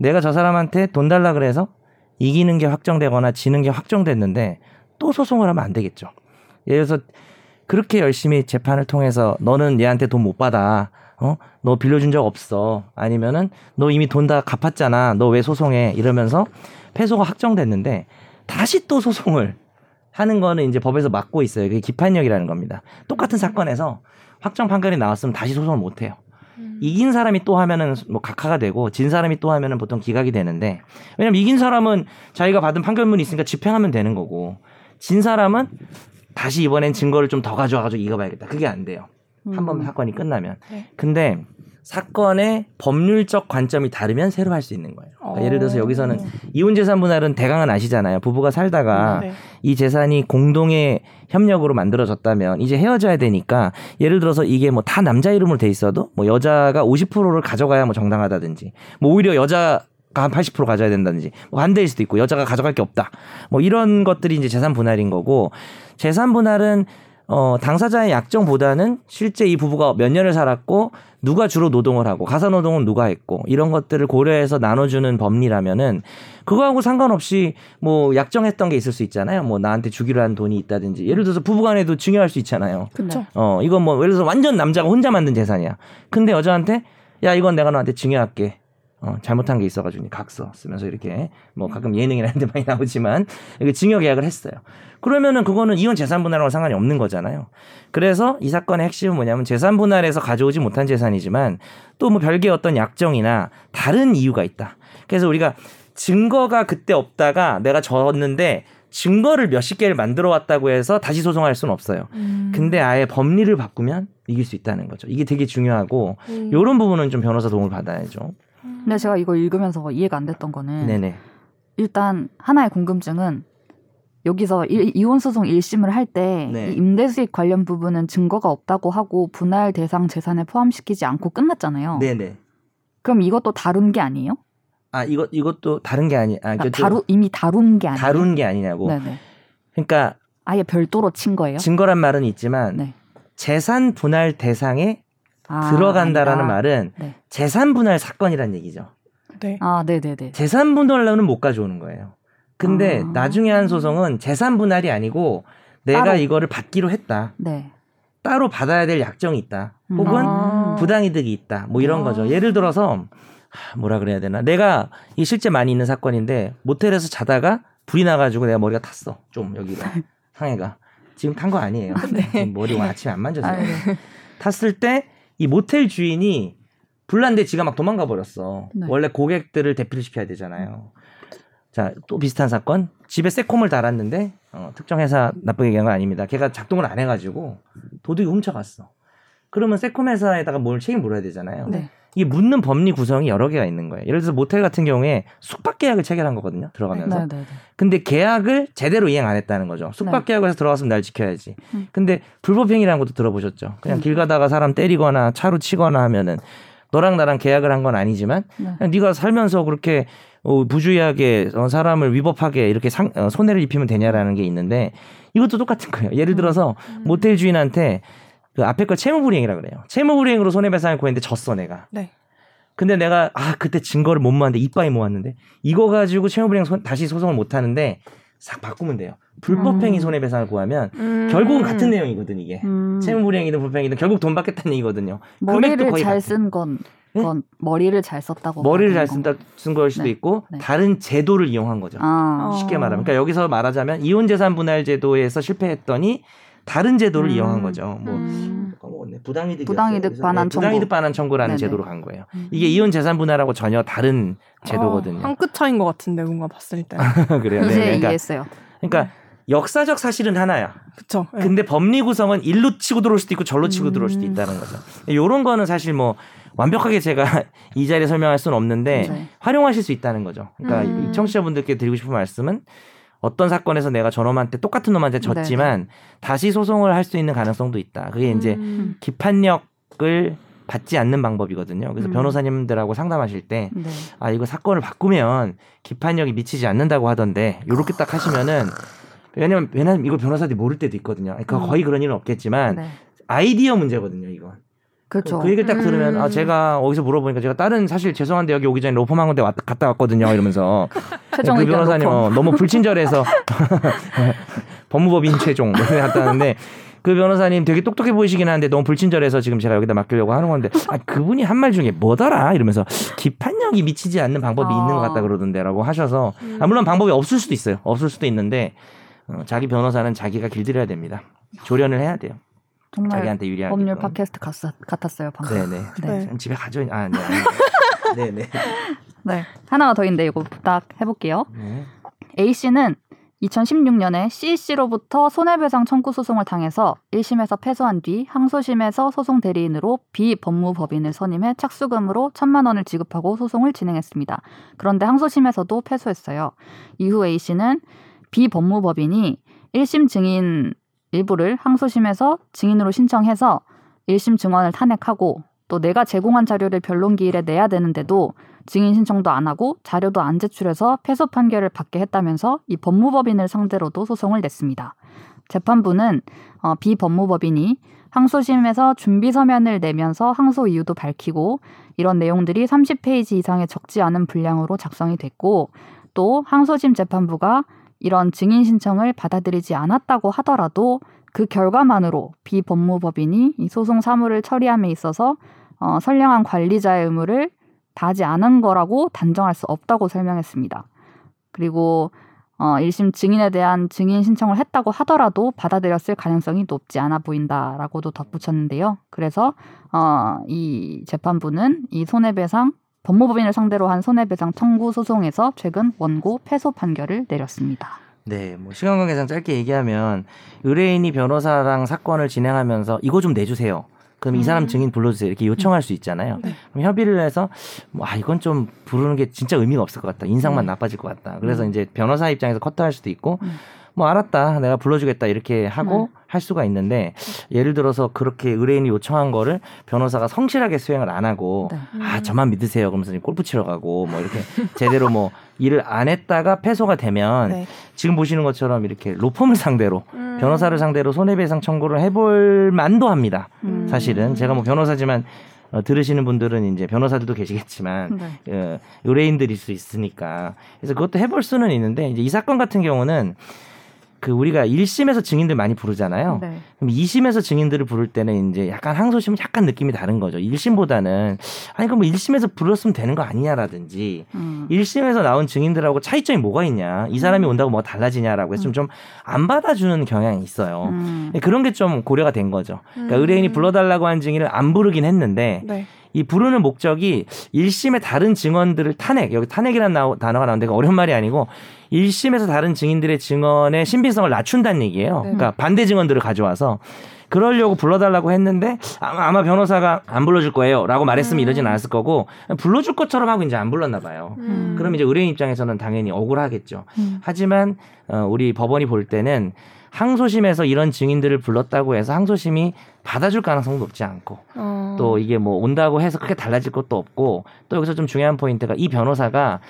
S3: 내가 저 사람한테 돈 달라 그래서 이기는 게 확정되거나 지는 게 확정됐는데 또 소송을 하면 안 되겠죠. 예를 들어서 그렇게 열심히 재판을 통해서 너는 얘한테 돈 못 받아. 어? 너 빌려준 적 없어. 아니면은 너 이미 돈 다 갚았잖아. 너 왜 소송해? 이러면서 패소가 확정됐는데 다시 또 소송을 하는 거는 이제 법에서 막고 있어요. 그게 기판력이라는 겁니다. 똑같은 사건에서 확정 판결이 나왔으면 다시 소송을 못 해요. 이긴 사람이 또 하면은 뭐 각하가 되고 진 사람이 또 하면은 보통 기각이 되는데 왜냐면 이긴 사람은 자기가 받은 판결문이 있으니까 집행하면 되는 거고 진 사람은 다시 이번엔 증거를 좀 더 가져와가지고 이겨봐야겠다. 그게 안 돼요. 음. 한 번 사건이 끝나면.
S2: 음. 네.
S3: 근데 사건의 법률적 관점이 다르면 새로 할 수 있는 거예요. 그러니까 예를 들어서 여기서는 이혼 재산 분할은 대강은 아시잖아요. 부부가 살다가
S2: 네.
S3: 이 재산이 공동의 협력으로 만들어졌다면 이제 헤어져야 되니까 예를 들어서 이게 뭐 다 남자 이름으로 돼 있어도 뭐 여자가 50%를 가져가야 뭐 정당하다든지 뭐 오히려 여자가 한 80% 가져야 된다든지 뭐 반대일 수도 있고 여자가 가져갈 게 없다. 뭐 이런 것들이 이제 재산 분할인 거고 재산 분할은 어, 당사자의 약정보다는 실제 이 부부가 몇 년을 살았고 누가 주로 노동을 하고 가사 노동은 누가 했고 이런 것들을 고려해서 나눠주는 법리라면은 그거하고 상관없이 뭐 약정했던 게 있을 수 있잖아요. 뭐 나한테 주기로 한 돈이 있다든지 예를 들어서 부부간에도 증여할 수 있잖아요.
S1: 그쵸.
S3: 어, 이건 뭐, 예를 들어서 완전 남자가 혼자 만든 재산이야. 근데 여자한테, 야, 이건 내가 너한테 증여할게. 어, 잘못한 게 있어가지고, 각서 쓰면서 이렇게, 뭐, 가끔 예능이나 이런 데 많이 나오지만, 이렇게 증여 계약을 했어요. 그러면은 그거는 이혼 재산 분할하고 상관이 없는 거잖아요. 그래서 이 사건의 핵심은 뭐냐면, 재산 분할에서 가져오지 못한 재산이지만, 또 뭐 별개의 어떤 약정이나 다른 이유가 있다. 그래서 우리가 증거가 그때 없다가 내가 졌는데, 증거를 몇십 개를 만들어 왔다고 해서 다시 소송할 수는 없어요.
S2: 네.
S3: 근데 아예 법리를 바꾸면 이길 수 있다는 거죠. 이게 되게 중요하고
S2: 음.
S3: 요런 부분은 좀 변호사 도움을 받아야죠.
S2: 네,
S1: 근데 제가 이걸 읽으면서 이해가 안 됐던 거는
S3: 네네.
S1: 일단 하나의 궁금증은 여기서 일- 이혼 소송 1심을 할 때
S3: 네.
S1: 임대 수익 관련 부분은 증거가 없다고 하고 분할 대상 재산에 포함시키지 않고 끝났잖아요.
S3: 네네.
S1: 그럼 이것도 다룬 게 아니에요?
S3: 아 이것 이것도 다른 게 아니 아
S1: 그러니까
S3: 이것도
S1: 다루 이미 다룬 게 아니에요?
S3: 다룬 게 아니냐고.
S1: 네네.
S3: 그러니까
S1: 아예 별도로 친 거예요?
S3: 증거란 말은 있지만
S1: 네.
S3: 재산 분할 대상에
S1: 아,
S3: 들어간다라는
S1: 아니다.
S3: 말은
S1: 네.
S3: 재산 분할 사건이란 얘기죠.
S2: 네.
S1: 아, 네네네.
S3: 재산 분할로는 못 가져오는 거예요. 근데
S1: 아.
S3: 나중에 한 소송은 재산 분할이 아니고 내가
S1: 따로.
S3: 이거를 받기로 했다.
S1: 네.
S3: 따로 받아야 될 약정이 있다.
S1: 음.
S3: 혹은
S1: 아.
S3: 부당이득이 있다. 뭐 이런
S2: 아.
S3: 거죠. 예를 들어서 하, 뭐라 그래야 되나? 내가 이 실제 많이 있는 사건인데 모텔에서 자다가 불이 나가지고 내가 머리가 탔어. 좀 여기가 상해가 지금 탄 거 아니에요. 지금 머리 오늘 아침에 안 만졌어요.
S1: 네. 아, 네.
S3: 탔을 때 이 모텔 주인이 불난데 지가 막 도망가 버렸어.
S1: 네.
S3: 원래 고객들을 대피를 시켜야 되잖아요. 자, 또 비슷한 사건. 집에 새콤을 달았는데 어, 특정 회사 나쁘게 얘기한 건 아닙니다. 걔가 작동을 안 해가지고 도둑이 훔쳐갔어. 그러면 새콤 회사에다가 뭘 책임 물어야 되잖아요.
S1: 네.
S3: 이게 묻는 법리 구성이 여러 개가 있는 거예요. 예를 들어서 모텔 같은 경우에 숙박 계약을 체결한 거거든요. 들어가면서.
S1: 네네네. 네.
S3: 근데 계약을 제대로 이행 안 했다는 거죠. 숙박 계약을 해서 들어갔으면 날 지켜야지.
S1: 음.
S3: 근데 불법행위라는 것도 들어보셨죠. 그냥
S1: 음.
S3: 길 가다가 사람 때리거나 차로 치거나 하면은 너랑 나랑 계약을 한 건 아니지만
S1: 네.
S3: 그냥 네가 살면서 그렇게 어, 부주의하게 어, 사람을 위법하게 이렇게 상, 어, 손해를 입히면 되냐라는 게 있는데 이것도 똑같은 거예요. 예를
S1: 음.
S3: 들어서 모텔 주인한테 그 앞에 걸 채무불이행이라 그래요. 채무불이행으로 손해배상을 구했는데 졌어 내가.
S2: 네.
S3: 근데 내가 아 그때 증거를 못 모았는데 이빨이 모았는데 이거 가지고 채무불이행 손- 다시 소송을 못 하는데 싹 바꾸면 돼요. 불법행위
S1: 음.
S3: 손해배상을 구하면
S2: 음.
S3: 결국은 같은 내용이거든 이게.
S1: 음,
S3: 채무불이행이든 불법행위든 결국 돈 받겠다는 얘기거든요. 금액도
S1: 머리를
S3: 거의
S1: 잘
S3: 같아요. 네?
S1: 쓴 건, 건 머리를 잘 썼다고.
S3: 머리를
S1: 봐야
S3: 잘
S1: 되는
S3: 쓴다 쓴 걸 수도
S1: 뭐 네.
S3: 있고
S1: 네.
S3: 다른 제도를 이용한 거죠.
S1: 건가요? 아,
S4: 어.
S3: 쉽게 말하면 그러니까 여기서 말하자면 이혼 재산 분할 제도에서 실패했더니 다른 제도를
S1: 음.
S3: 이용한 거죠. 뭐
S4: 음.
S3: 까먹었네. 부당이득
S1: 부당이득 반환 청구.
S3: 부당이득 반환 청구라는
S1: 네네.
S3: 제도로 간 거예요.
S1: 음. 어,
S3: 이게 이혼 재산 분할하고 전혀 다른
S2: 아,
S3: 제도거든요.
S4: 한 끗 차인 것 같은데 뭔가 봤을 때.
S3: 그래요.
S1: 이제
S3: 네, 그러니까,
S1: 이해했어요.
S3: 그러니까 역사적 사실은 하나야.
S4: 그쵸. 예.
S3: 네. 근데 법리 구성은 일로 치고 들어올 수도 있고 절로 치고 들어올 수도
S4: 음.
S3: 있다는 거죠. 요런 거는 사실 뭐 완벽하게 제가 이 자리에 설명할 수는 없는데
S1: 네.
S3: 활용하실 수 있다는 거죠. 그러니까
S4: 음.
S3: 이 청취자분들께 드리고 싶은 말씀은 어떤 사건에서 내가 저놈한테 똑같은 놈한테 졌지만 다시 소송을 할 수 있는 가능성도 있다. 그게
S4: 네,
S3: 이제
S4: 음.
S3: 기판력을 받지 않는 방법이거든요. 그래서
S4: 음.
S3: 변호사님들하고 상담하실 때,
S1: 네.
S3: 아, 이거 사건을 바꾸면 기판력이 미치지 않는다고 하던데, 요렇게 딱 하시면은, 왜냐면, 왜냐면 이거 변호사들이 모를 때도 있거든요. 그
S1: 음.
S3: 거의 그런 일은 없겠지만,
S1: 네.
S3: 아이디어 문제거든요, 이건.
S1: 그렇죠.
S3: 그 얘기를 딱 들으면, 아,
S4: 음.
S3: 제가 어디서 물어보니까 제가 다른, 사실 죄송한데 여기 오기 전에 로펌한 건데 왔- 갔다 왔거든요, 이러면서.
S1: 최종
S3: 그
S1: 의견
S3: 변호사님
S1: 로펌.
S3: 어, 너무 불친절해서 네. 법무법인 최종 뭐 이렇게 갔다는데 그 변호사님 되게 똑똑해 보이시긴 하는데 너무 불친절해서 지금 제가 여기다 맡기려고 하는 건데 아 그분이 한 말 중에 뭐더라 이러면서 기판력이 미치지 않는 방법이
S1: 아. 음.
S3: 있는 것 같다 그러던데라고 하셔서 아 물론 방법이 없을 수도 있어요 없을 수도 있는데 어, 자기 변호사는 자기가 길들여야 됩니다 조련을 해야 돼요
S1: 정말
S3: 자기한테 유리하게
S1: 법률 팟캐스트 같았, 같았어요 방금. 네.
S3: 네네
S1: 네.
S3: 네. 집에 가져 아 네. 네네
S1: 하나가 더 있는데 이거 딱 해볼게요.
S3: 네.
S1: A 씨는 2016년에 C 씨로부터 손해배상 청구 소송을 당해서 1심에서 패소한 뒤 항소심에서 소송 대리인으로 B 법무법인을 선임해 착수금으로 천만 원을 지급하고 소송을 진행했습니다. 그런데 항소심에서도 패소했어요. 이후 A 씨는 B 법무법인이 1심 증인 일부를 항소심에서 증인으로 신청해서 1심 증언을 탄핵하고 또 내가 제공한 자료를 변론 기일에 내야 되는데도 증인 신청도 안 하고 자료도 안 제출해서 패소 판결을 받게 했다면서 이 법무법인을 상대로도 소송을 냈습니다. 재판부는 어, 비법무법인이 항소심에서 준비 서면을 내면서 항소 이유도 밝히고 이런 내용들이 30페이지 이상의 적지 않은 분량으로 작성이 됐고 또 항소심 재판부가 이런 증인 신청을 받아들이지 않았다고 하더라도 그 결과만으로 비법무법인이 이 소송 사무를 처리함에 있어서 어, 선량한 관리자의 의무를 다하지 않은 거라고 단정할 수 없다고 설명했습니다. 그리고 어, 1심 증인에 대한 증인 신청을 했다고 하더라도 받아들였을 가능성이 높지 않아 보인다라고도 덧붙였는데요. 그래서 어, 이 재판부는 이 손해배상 법무법인을 상대로 한 손해배상 청구 소송에서 최근 원고 패소 판결을 내렸습니다.
S3: 네, 뭐 시간 관계상 짧게 얘기하면 의뢰인이 변호사랑 사건을 진행하면서 이거 좀 내주세요. 그럼 이 사람
S4: 음.
S3: 증인 불러주세요. 이렇게 요청할 수 있잖아요.
S4: 네.
S3: 그럼 협의를 해서 뭐 아 이건 좀 부르는 게 진짜 의미가 없을 것 같다. 인상만
S1: 음.
S3: 나빠질 것 같다. 그래서
S1: 음.
S3: 이제 변호사 입장에서 커트할 수도 있고
S1: 음.
S3: 뭐 알았다. 내가 불러주겠다. 이렇게 하고 할 수가 있는데 예를 들어서 그렇게 의뢰인이 요청한 거를 변호사가 성실하게 수행을 안 하고
S1: 네.
S3: 아 저만 믿으세요. 그러면서 이제 골프 치러 가고 뭐 이렇게 제대로 뭐 일을 안 했다가 패소가 되면
S4: 네.
S3: 지금 보시는 것처럼 이렇게 로펌을 상대로
S4: 음.
S2: 음.
S3: 변호사를 상대로 손해배상 청구를 해볼 만도 합니다.
S1: 음.
S3: 사실은 제가 뭐 변호사지만 어, 들으시는 분들은 이제 변호사들도 계시겠지만
S1: 네.
S3: 어, 의뢰인들일 수 있으니까 그래서 그것도 해볼 수는 있는데 이제 이 사건 같은 경우는 그 우리가 1심에서 증인들 많이 부르잖아요.
S1: 네.
S3: 그럼 2심에서 증인들을 부를 때는 이제 약간 항소심은 약간 느낌이 다른 거죠. 1심보다는 아니 그럼 뭐 1심에서 불렀으면 되는 거 아니냐라든지
S1: 음.
S3: 1심에서 나온 증인들하고 차이점이 뭐가 있냐. 이 사람이 온다고 뭐 달라지냐라고 해서 좀 안 받아주는 경향이 있어요. 네,
S1: 음.
S3: 그런 게 좀 고려가 된 거죠.
S2: 음.
S3: 그러니까 의뢰인이 불러달라고 한 증인을 안 부르긴 했는데
S4: 음. 네.
S3: 이 부르는 목적이 1심의 다른 증언들을 탄핵, 여기 탄핵이라는 나오- 단어가 나오는데 그거 어려운 말이 아니고 1심에서 다른 증인들의 증언의 신빙성을 낮춘다는 얘기예요. 그러니까 반대 증언들을 가져와서 그러려고 불러달라고 했는데 아마, 아마 변호사가 안 불러줄 거예요 라고 말했으면 이러진 않았을 거고 불러줄 것처럼 하고 이제 안 불렀나 봐요.
S1: 음.
S3: 그럼 이제 의뢰인 입장에서는 당연히 억울하겠죠. 하지만 어, 우리 법원이 볼 때는 항소심에서 이런 증인들을 불렀다고 해서 항소심이 받아줄 가능성도 높지 않고
S4: 어.
S1: 음.
S3: 또 이게 뭐 온다고 해서 크게 달라질 것도 없고 또 여기서 좀 중요한 포인트가 이 변호사가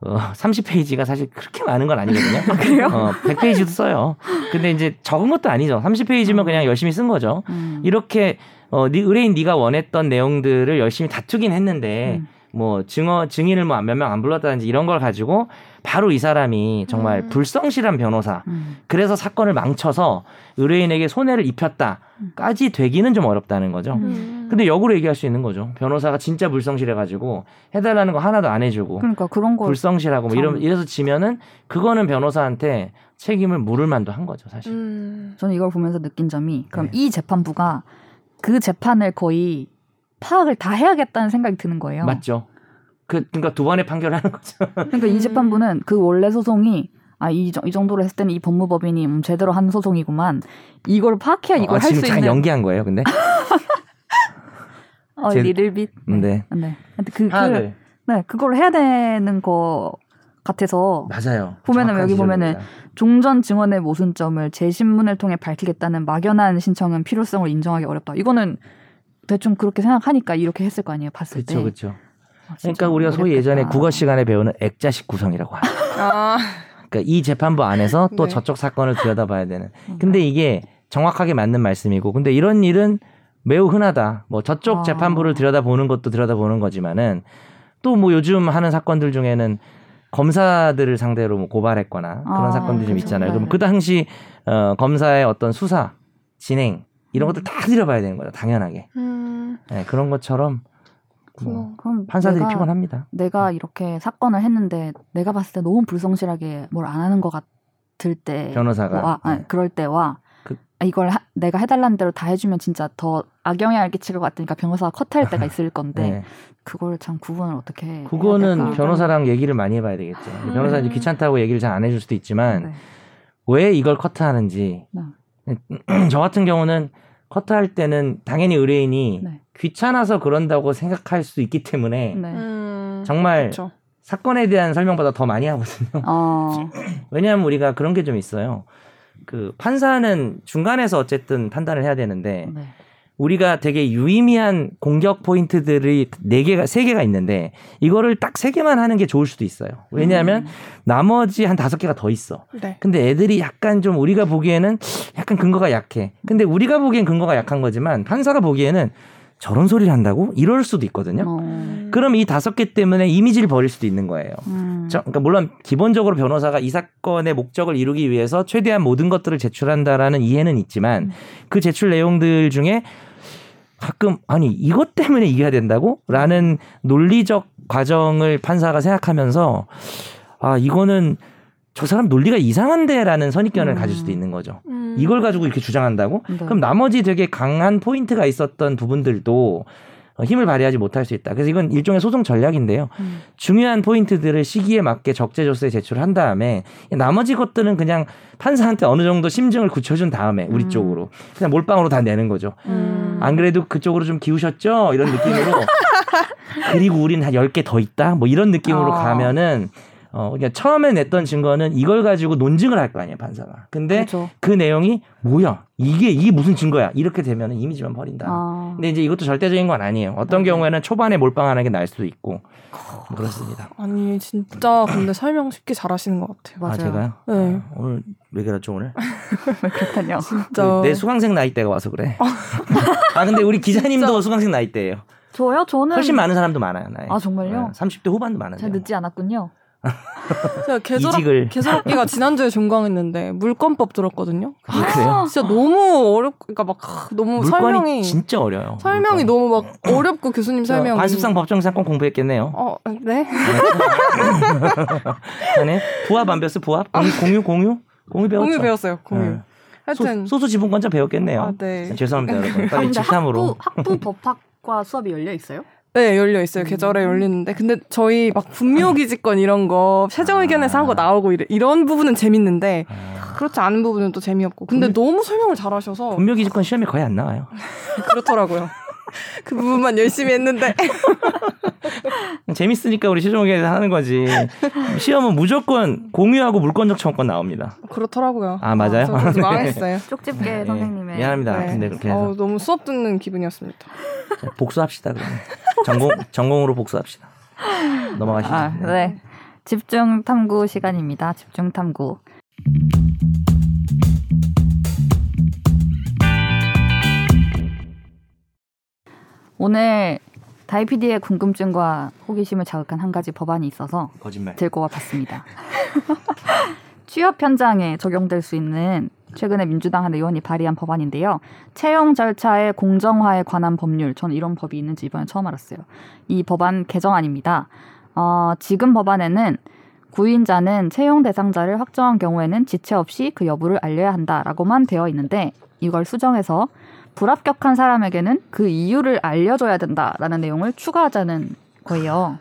S3: 어, 30페이지가 사실 그렇게 많은 건 아니거든요.
S1: 그래요?
S3: 어, 100페이지도 써요. 근데 이제 적은 것도 아니죠. 30페이지면 그냥 열심히 쓴 거죠.
S1: 음.
S3: 이렇게 어, 네, 의뢰인 네가 원했던 내용들을 열심히 다투긴 했는데
S1: 음.
S3: 뭐 증어 증인을 뭐 몇 명 안 불렀다든지 이런 걸 가지고 바로 이 사람이 정말
S4: 음.
S3: 불성실한 변호사
S1: 음.
S3: 그래서 사건을 망쳐서 의뢰인에게 손해를 입혔다까지 되기는 좀 어렵다는 거죠.
S1: 음.
S3: 근데 역으로 얘기할 수 있는 거죠. 변호사가 진짜 불성실해가지고 해달라는 거 하나도 안 해주고
S1: 그러니까 그런 거
S3: 불성실하고 뭐 이런
S1: 참.
S3: 이래서 지면은 그거는 변호사한테 책임을 물을 만도 한 거죠 사실.
S4: 음.
S1: 저는 이걸 보면서 느낀 점이 그럼
S3: 네.
S1: 이 재판부가 그 재판을 거의 파악을 다 해야겠다는 생각이 드는 거예요.
S3: 맞죠. 그 그러니까 두 번의 판결을 하는 거죠.
S1: 그러니까 이 재판부는 그 원래 소송이 아, 이, 정- 이 정도로 했을 때는 이 법무법인이 음, 제대로 한 소송이구만. 이걸 파악해야 이걸
S3: 아,
S1: 할 수
S3: 지금 잠깐
S1: 있는
S3: 연기한 거예요, 근데.
S1: 어,
S3: 제-
S1: 리들빗.
S3: 음, 네.
S1: 네. 근데 그, 그
S3: 아, 네.
S1: 네, 그걸 해야 되는 거 같아서
S3: 맞아요.
S1: 보면은
S3: 정확한
S1: 여기 보면은
S3: 지적입니다.
S1: 종전 증언의 모순점을 재신문을 통해 밝히겠다는 막연한 신청은 필요성을 인정하기 어렵다. 이거는 대충 그렇게 생각하니까 이렇게 했을 거 아니에요. 봤을
S3: 그쵸
S1: 때.
S3: 그쵸.
S1: 아, 진짜
S3: 그러니까 우리가 소위 예전에
S1: 어렵겠다.
S3: 국어 시간에 배우는 액자식 구성이라고 하죠.
S4: 아.
S3: 그러니까 이 재판부 안에서 또
S4: 네.
S3: 저쪽 사건을 들여다봐야 되는.
S1: 음.
S3: 근데 이게 정확하게 맞는 말씀이고, 근데 이런 일은 매우 흔하다. 뭐 저쪽
S1: 아.
S3: 재판부를 들여다보는 것도 들여다보는 거지만은 또 뭐 요즘 하는 사건들 중에는 검사들을 상대로 뭐 고발했거나 그런
S1: 아,
S3: 사건들이 좀
S1: 그쵸.
S3: 있잖아요. 그럼
S1: 네.
S3: 그 당시 어, 검사의 어떤 수사 진행 이런
S1: 음.
S3: 것들 다 들여봐야 되는 거죠. 당연하게.
S4: 음.
S3: 네, 그런 것처럼 뭐
S4: 그렇구나.
S1: 아, 그럼
S3: 판사들이 음.
S1: 내가-
S3: 피곤합니다.
S1: 내가 이렇게 사건을 했는데 내가 봤을 때 너무 불성실하게 뭘 안 하는 것 같을 때
S3: 변호사가.
S1: 와, 뭐, 아니,
S3: 네.
S1: 그럴 때와
S3: 그-
S1: 아, 이걸 하- 내가 해달라는 대로 다 해주면 진짜 더 악영향을 끼칠 것 같으니까 변호사가 컷할 때가 있을 건데
S3: 네.
S1: 그걸 참 구분을 어떻게 해야
S3: 그거는
S1: 될까.
S3: 변호사랑 얘기를 많이 해봐야 되겠죠.
S4: 음.
S3: 변호사는 이제 귀찮다고 얘기를 잘 안 해줄 수도 있지만
S1: 네.
S3: 왜 이걸 커트하는지 저 같은 경우는 커트할 때는 당연히 의뢰인이
S1: 네.
S3: 귀찮아서 그런다고 생각할 수 있기 때문에
S1: 네.
S4: 음.
S3: 정말
S4: 그쵸.
S3: 사건에 대한 설명보다 더 많이 하거든요.
S1: 어,
S3: 왜냐하면 우리가 그런 게 좀 있어요. 그 판사는 중간에서 어쨌든 판단을 해야 되는데
S1: 네.
S3: 우리가 되게 유의미한 공격 포인트들이 네 개가 세 개가 있는데 이거를 딱 세 개만 하는 게 좋을 수도 있어요.
S1: 음.
S3: 왜냐하면
S1: 네.
S3: 나머지 한 다섯 개가 더 있어.
S2: 네.
S3: 근데 애들이 약간 좀 우리가 보기에는 약간 근거가 약해. 근데 우리가 보기엔 근거가 약한 거지만 판사가 보기에는 저런 소리를 한다고 이럴 수도 있거든요.
S1: 어.
S4: 음.
S3: 그럼 이 다섯 개 때문에 이미지를 버릴 수도 있는 거예요.
S1: 음.
S3: 저- 그러니까 물론 기본적으로 변호사가 이 사건의 목적을 이루기 위해서 최대한 모든 것들을 제출한다라는 이해는 있지만
S2: 음.
S3: 그 제출 내용들 중에 가끔 아니 이것 때문에 이겨야 된다고라는 논리적 과정을 판사가 생각하면서 아 이거는 저 사람 논리가 이상한데라는 선입견을
S1: 음.
S3: 가질 수도 있는 거죠.
S2: 음.
S3: 이걸 가지고 이렇게 주장한다고?
S1: 네.
S3: 그럼 나머지 되게 강한 포인트가 있었던 부분들도 어, 힘을 발휘하지 못할 수 있다. 그래서 이건 일종의 소송 전략인데요.
S1: 음.
S3: 중요한 포인트들을 시기에 맞게 적재조사에 제출한 다음에 나머지 것들은 그냥 판사한테 어느 정도 심증을 굳혀준 다음에 우리
S1: 음.
S3: 쪽으로 그냥 몰빵으로 다 내는 거죠.
S1: 음.
S3: 안 그래도 그쪽으로 좀 기우셨죠? 이런 느낌으로 그리고 우린 한 10개 더 있다? 뭐 이런 느낌으로
S1: 어.
S3: 가면은 어, 그러니까 처음에 냈던 증거는 이걸 가지고 논증을 할 거 아니에요, 판사가. 근데
S1: 그렇죠.
S3: 그 내용이 뭐야? 이게 이게 무슨 증거야? 이렇게 되면은 이미지만 버린다.
S1: 아.
S3: 근데 이제 이것도 절대적인 건 아니에요. 어떤
S1: 네. 어.
S3: 경우에는 초반에 몰빵하는 게 날 수도 있고 뭐 그렇습니다.
S2: 아니 진짜 근데 설명 쉽게 잘하시는 것 같아요.
S1: 맞아요.
S3: 아 제가요?
S2: 네.
S3: 아, 오늘 왜 그랬죠 오늘?
S1: 그렇군요.
S2: 진짜.
S3: 내 수강생 나이대가 와서 그래.
S2: 어.
S3: 아 근데 우리 기자님도 수강생 나이대예요.
S1: 저요? 저는
S3: 훨씬 많은 사람도 많아요. 나이.
S1: 아, 정말요?
S3: 30대 후반도 많은데.
S1: 제가 늦지 않았군요.
S2: 제가 개소락
S3: 이직을
S2: 개소락기가 지난주에 종강했는데 물건법 들었거든요.
S3: 아, 그래요?
S2: 진짜 너무 어렵. 그러니까 막 하, 너무
S3: 물건이
S2: 설명이
S3: 진짜 어려요.
S2: 설명이 너무 막 어렵고 교수님 설명이.
S3: 관습상 법정상 권 공부했겠네요.
S2: 어 네.
S3: 전에 네, 부합 안 배웠어 부합 공유 공유 공유 공유 배웠죠.
S2: 아. 공유 배웠어요. 공유.
S3: 네.
S2: 하여튼
S3: 소, 수 지분권자 배웠겠네요.
S2: 아, 네.
S3: 죄송합니다 여러분. 빨리
S1: 근데
S3: 집탐으로.
S1: 학부, 학부 법학과 수업이 열려 있어요?
S2: 네 열려 있어요.
S1: 음.
S2: 계절에 열리는데 근데 저희 막
S3: 음.
S2: 분묘기지권 이런 거 최종 의견에서 한 거 나오고 이래, 이런 부분은 재밌는데
S3: 아,
S2: 그렇지 않은 부분은 또 재미없고 근데 너무 설명을 잘하셔서
S3: 분묘기지권 시험에 거의 안 나와요.
S2: 그렇더라고요. 그 부분만 열심히 했는데
S3: 재밌으니까 우리 시종 의견에서 하는 거지. 시험은 무조건 공유하고 물권적 청권 나옵니다.
S2: 그렇더라고요.
S3: 아 맞아요?
S2: 저 그래서 망했어요.
S1: 쪽집게
S3: 예,
S1: 선생님의
S3: 미안합니다.
S2: 네.
S3: 근데 그렇게
S2: 어우,
S3: 해서
S2: 너무 수업 듣는 기분이었습니다.
S3: 자, 복수합시다. 그러면 전공 전공으로 복수합시다. 넘어가시죠.
S1: 아,
S3: 네.
S1: 네. 집중 탐구 시간입니다. 집중 탐구. 오늘 다이피디의 궁금증과 호기심을 자극한 한 가지 법안이 있어서
S3: 거짓말.
S1: 들고 와봤습니다. 취업 현장에 적용될 수 있는 최근에 민주당 한 의원이 발의한 법안인데요. 채용 절차의 공정화에 관한 법률. 저는 이런 법이 있는지 이번에 처음 알았어요. 이 법안 개정안입니다. 어, 지금 법안에는 구인자는 채용 대상자를 확정한 경우에는 지체 없이 그 여부를 알려야 한다라고만 되어 있는데 이걸 수정해서 불합격한 사람에게는 그 이유를 알려줘야 된다라는 내용을 추가하자는 거예요.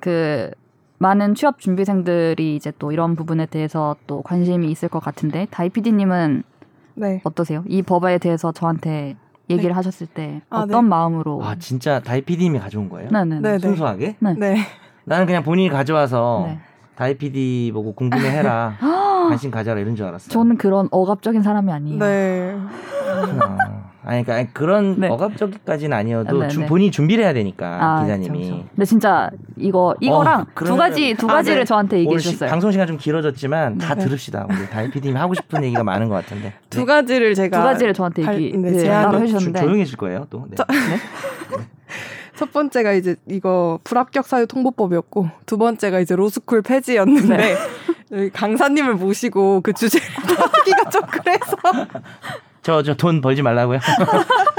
S1: 그 많은 취업 준비생들이 이제 또 이런 부분에 대해서 또 관심이 있을 것 같은데 다이피디님은
S2: 네.
S1: 어떠세요? 이 법에 대해서 저한테 얘기를
S2: 네.
S1: 하셨을 때
S2: 아,
S1: 어떤 마음으로?
S3: 아 진짜 다이피디님이 가져온 거예요?
S1: 네네.
S2: 네.
S3: 순수하게?
S2: 네.
S3: 나는 그냥 본인이 가져와서
S1: 네.
S3: 다이피디 보고 궁금해해라. 관심 가져라 이런 줄 알았어요.
S1: 저는 그런 억압적인 사람이 아니에요.
S2: 네.
S3: 아, 아니 그러니까 아니, 그런
S1: 네.
S3: 억압적이까지는 아니어도
S1: 네,
S3: 주-
S1: 네. 아,
S3: 본인이 준비를 해야 되니까 아, 기자님이. 어,
S1: 그쵸, 그쵸. 근데 진짜 이거 이거랑 두
S3: 그러면은-
S1: 가지 두
S3: 아,
S1: 가지를
S3: 네.
S1: 저한테 얘기해
S3: 오늘 시-
S1: 주셨어요.
S3: 방송 시간 좀 길어졌지만 다
S2: 네.
S3: 들읍시다. 우리 다이피디님 하고 싶은 얘기가 많은 것 같은데. 네.
S2: 두 가지를 제가
S1: 두 가지를 저한테
S2: 발-
S1: 얘기
S2: 네,
S1: 네,
S2: 제안을
S1: 따로
S3: 조-
S1: 해주셨는데
S3: 조용해질 거예요 또. 네.
S2: 첫 번째가 이제 이거 불합격 사유 통보법이었고 두 번째가 이제 로스쿨 폐지였는데
S3: 네.
S2: 여기 강사님을 모시고 그 주제를 하기가 좀 그래서
S3: 저저 돈 벌지 말라고요.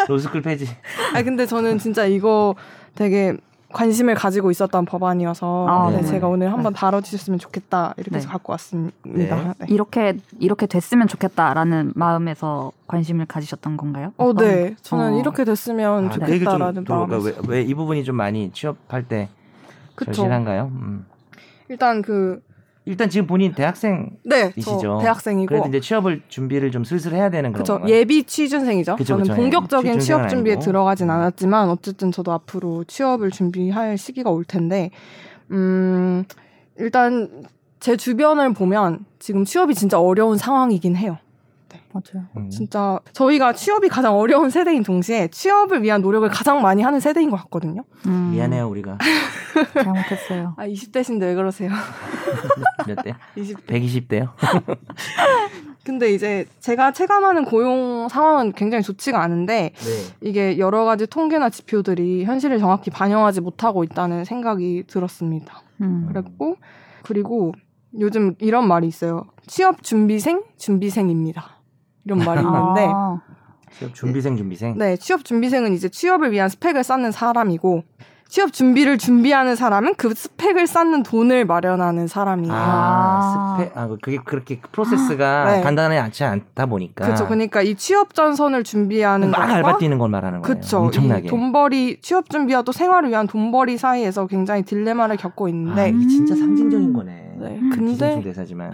S3: 로스쿨 폐지.
S2: 아 근데 저는 진짜 이거 되게 관심을 가지고 있었던 법안이어서
S1: 아,
S2: 네,
S3: 네.
S2: 제가 오늘 한번 다뤄주셨으면 좋겠다 이렇게
S1: 네.
S2: 해서 갖고 왔습니다. 네.
S1: 이렇게 이렇게 됐으면 좋겠다라는 마음에서 관심을 가지셨던 건가요?
S2: 어, 네. 저는
S1: 어.
S2: 이렇게 됐으면
S3: 음. 아, 그 얘기
S2: 좋겠다라는
S3: 좀
S2: 마음.
S3: 들어볼까? 왜왜 이 부분이 좀 많이 취업할 때
S2: 그쵸.
S3: 절실한가요? 음.
S2: 일단 그
S3: 일단 지금 본인 대학생
S2: 네,
S3: 이시죠.
S2: 저 대학생이고
S3: 그래도 이제 취업을 준비를 좀 슬슬 해야 되는 그런
S2: 그쵸
S3: 건가요?
S2: 예비 취준생이죠.
S3: 그쵸,
S2: 저는
S3: 그쵸.
S2: 본격적인
S3: 취준생은
S2: 취업 준비에
S3: 아니고. 음.
S2: 들어가진 않았지만 어쨌든 저도 앞으로 취업을 준비할 시기가 올 텐데 음 일단 제 주변을 보면 지금 취업이 진짜 어려운 상황이긴 해요. 같아.
S1: 맞아요.
S3: 음.
S2: 진짜 저희가 취업이 가장 어려운 세대인 동시에 취업을 위한 노력을 가장 많이 하는 세대인 것 같거든요.
S1: 음,
S3: 미안해요 우리가
S1: 잘못했어요.
S2: 아 20대신데 왜 그러세요?
S3: 몇 대?
S2: 20대.
S3: 120대요?
S2: 근데 이제 제가 체감하는 고용 상황은 굉장히 좋지가 않은데
S3: 네.
S2: 이게 여러 가지 통계나 지표들이 현실을 정확히 반영하지 못하고 있다는 생각이 들었습니다.
S1: 음.
S2: 그랬고 그리고 요즘 이런 말이 있어요. 취업 준비생 준비생입니다. 이런
S3: 음.
S2: 말이 있는데
S1: 아,
S3: 취업 준비생 준비생.
S2: 네, 취업 준비생은 이제 취업을 위한 스펙을 쌓는 사람이고 취업 준비를 준비하는 사람은 그 스펙을 쌓는 돈을 마련하는 사람이에요.
S3: 아,
S1: 아.
S3: 스펙 아 그게 그렇게 프로세스가
S2: 네.
S3: 간단하지 않다 보니까
S2: 그렇죠. 그러니까 이 취업 전선을 준비하는
S3: 막
S2: 것과
S3: 알바 뛰는 걸 말하는 거예요.
S2: 그쵸.
S3: 엄청나게.
S2: 이 돈벌이 취업 준비와 또 생활을 위한 돈벌이 사이에서 굉장히 딜레마를 겪고
S3: 아,
S2: 있는데
S3: 이게 진짜
S1: 음.
S3: 상징적인 거네. 음,
S2: 네.
S3: 기생충
S2: 근데
S3: 대사지만.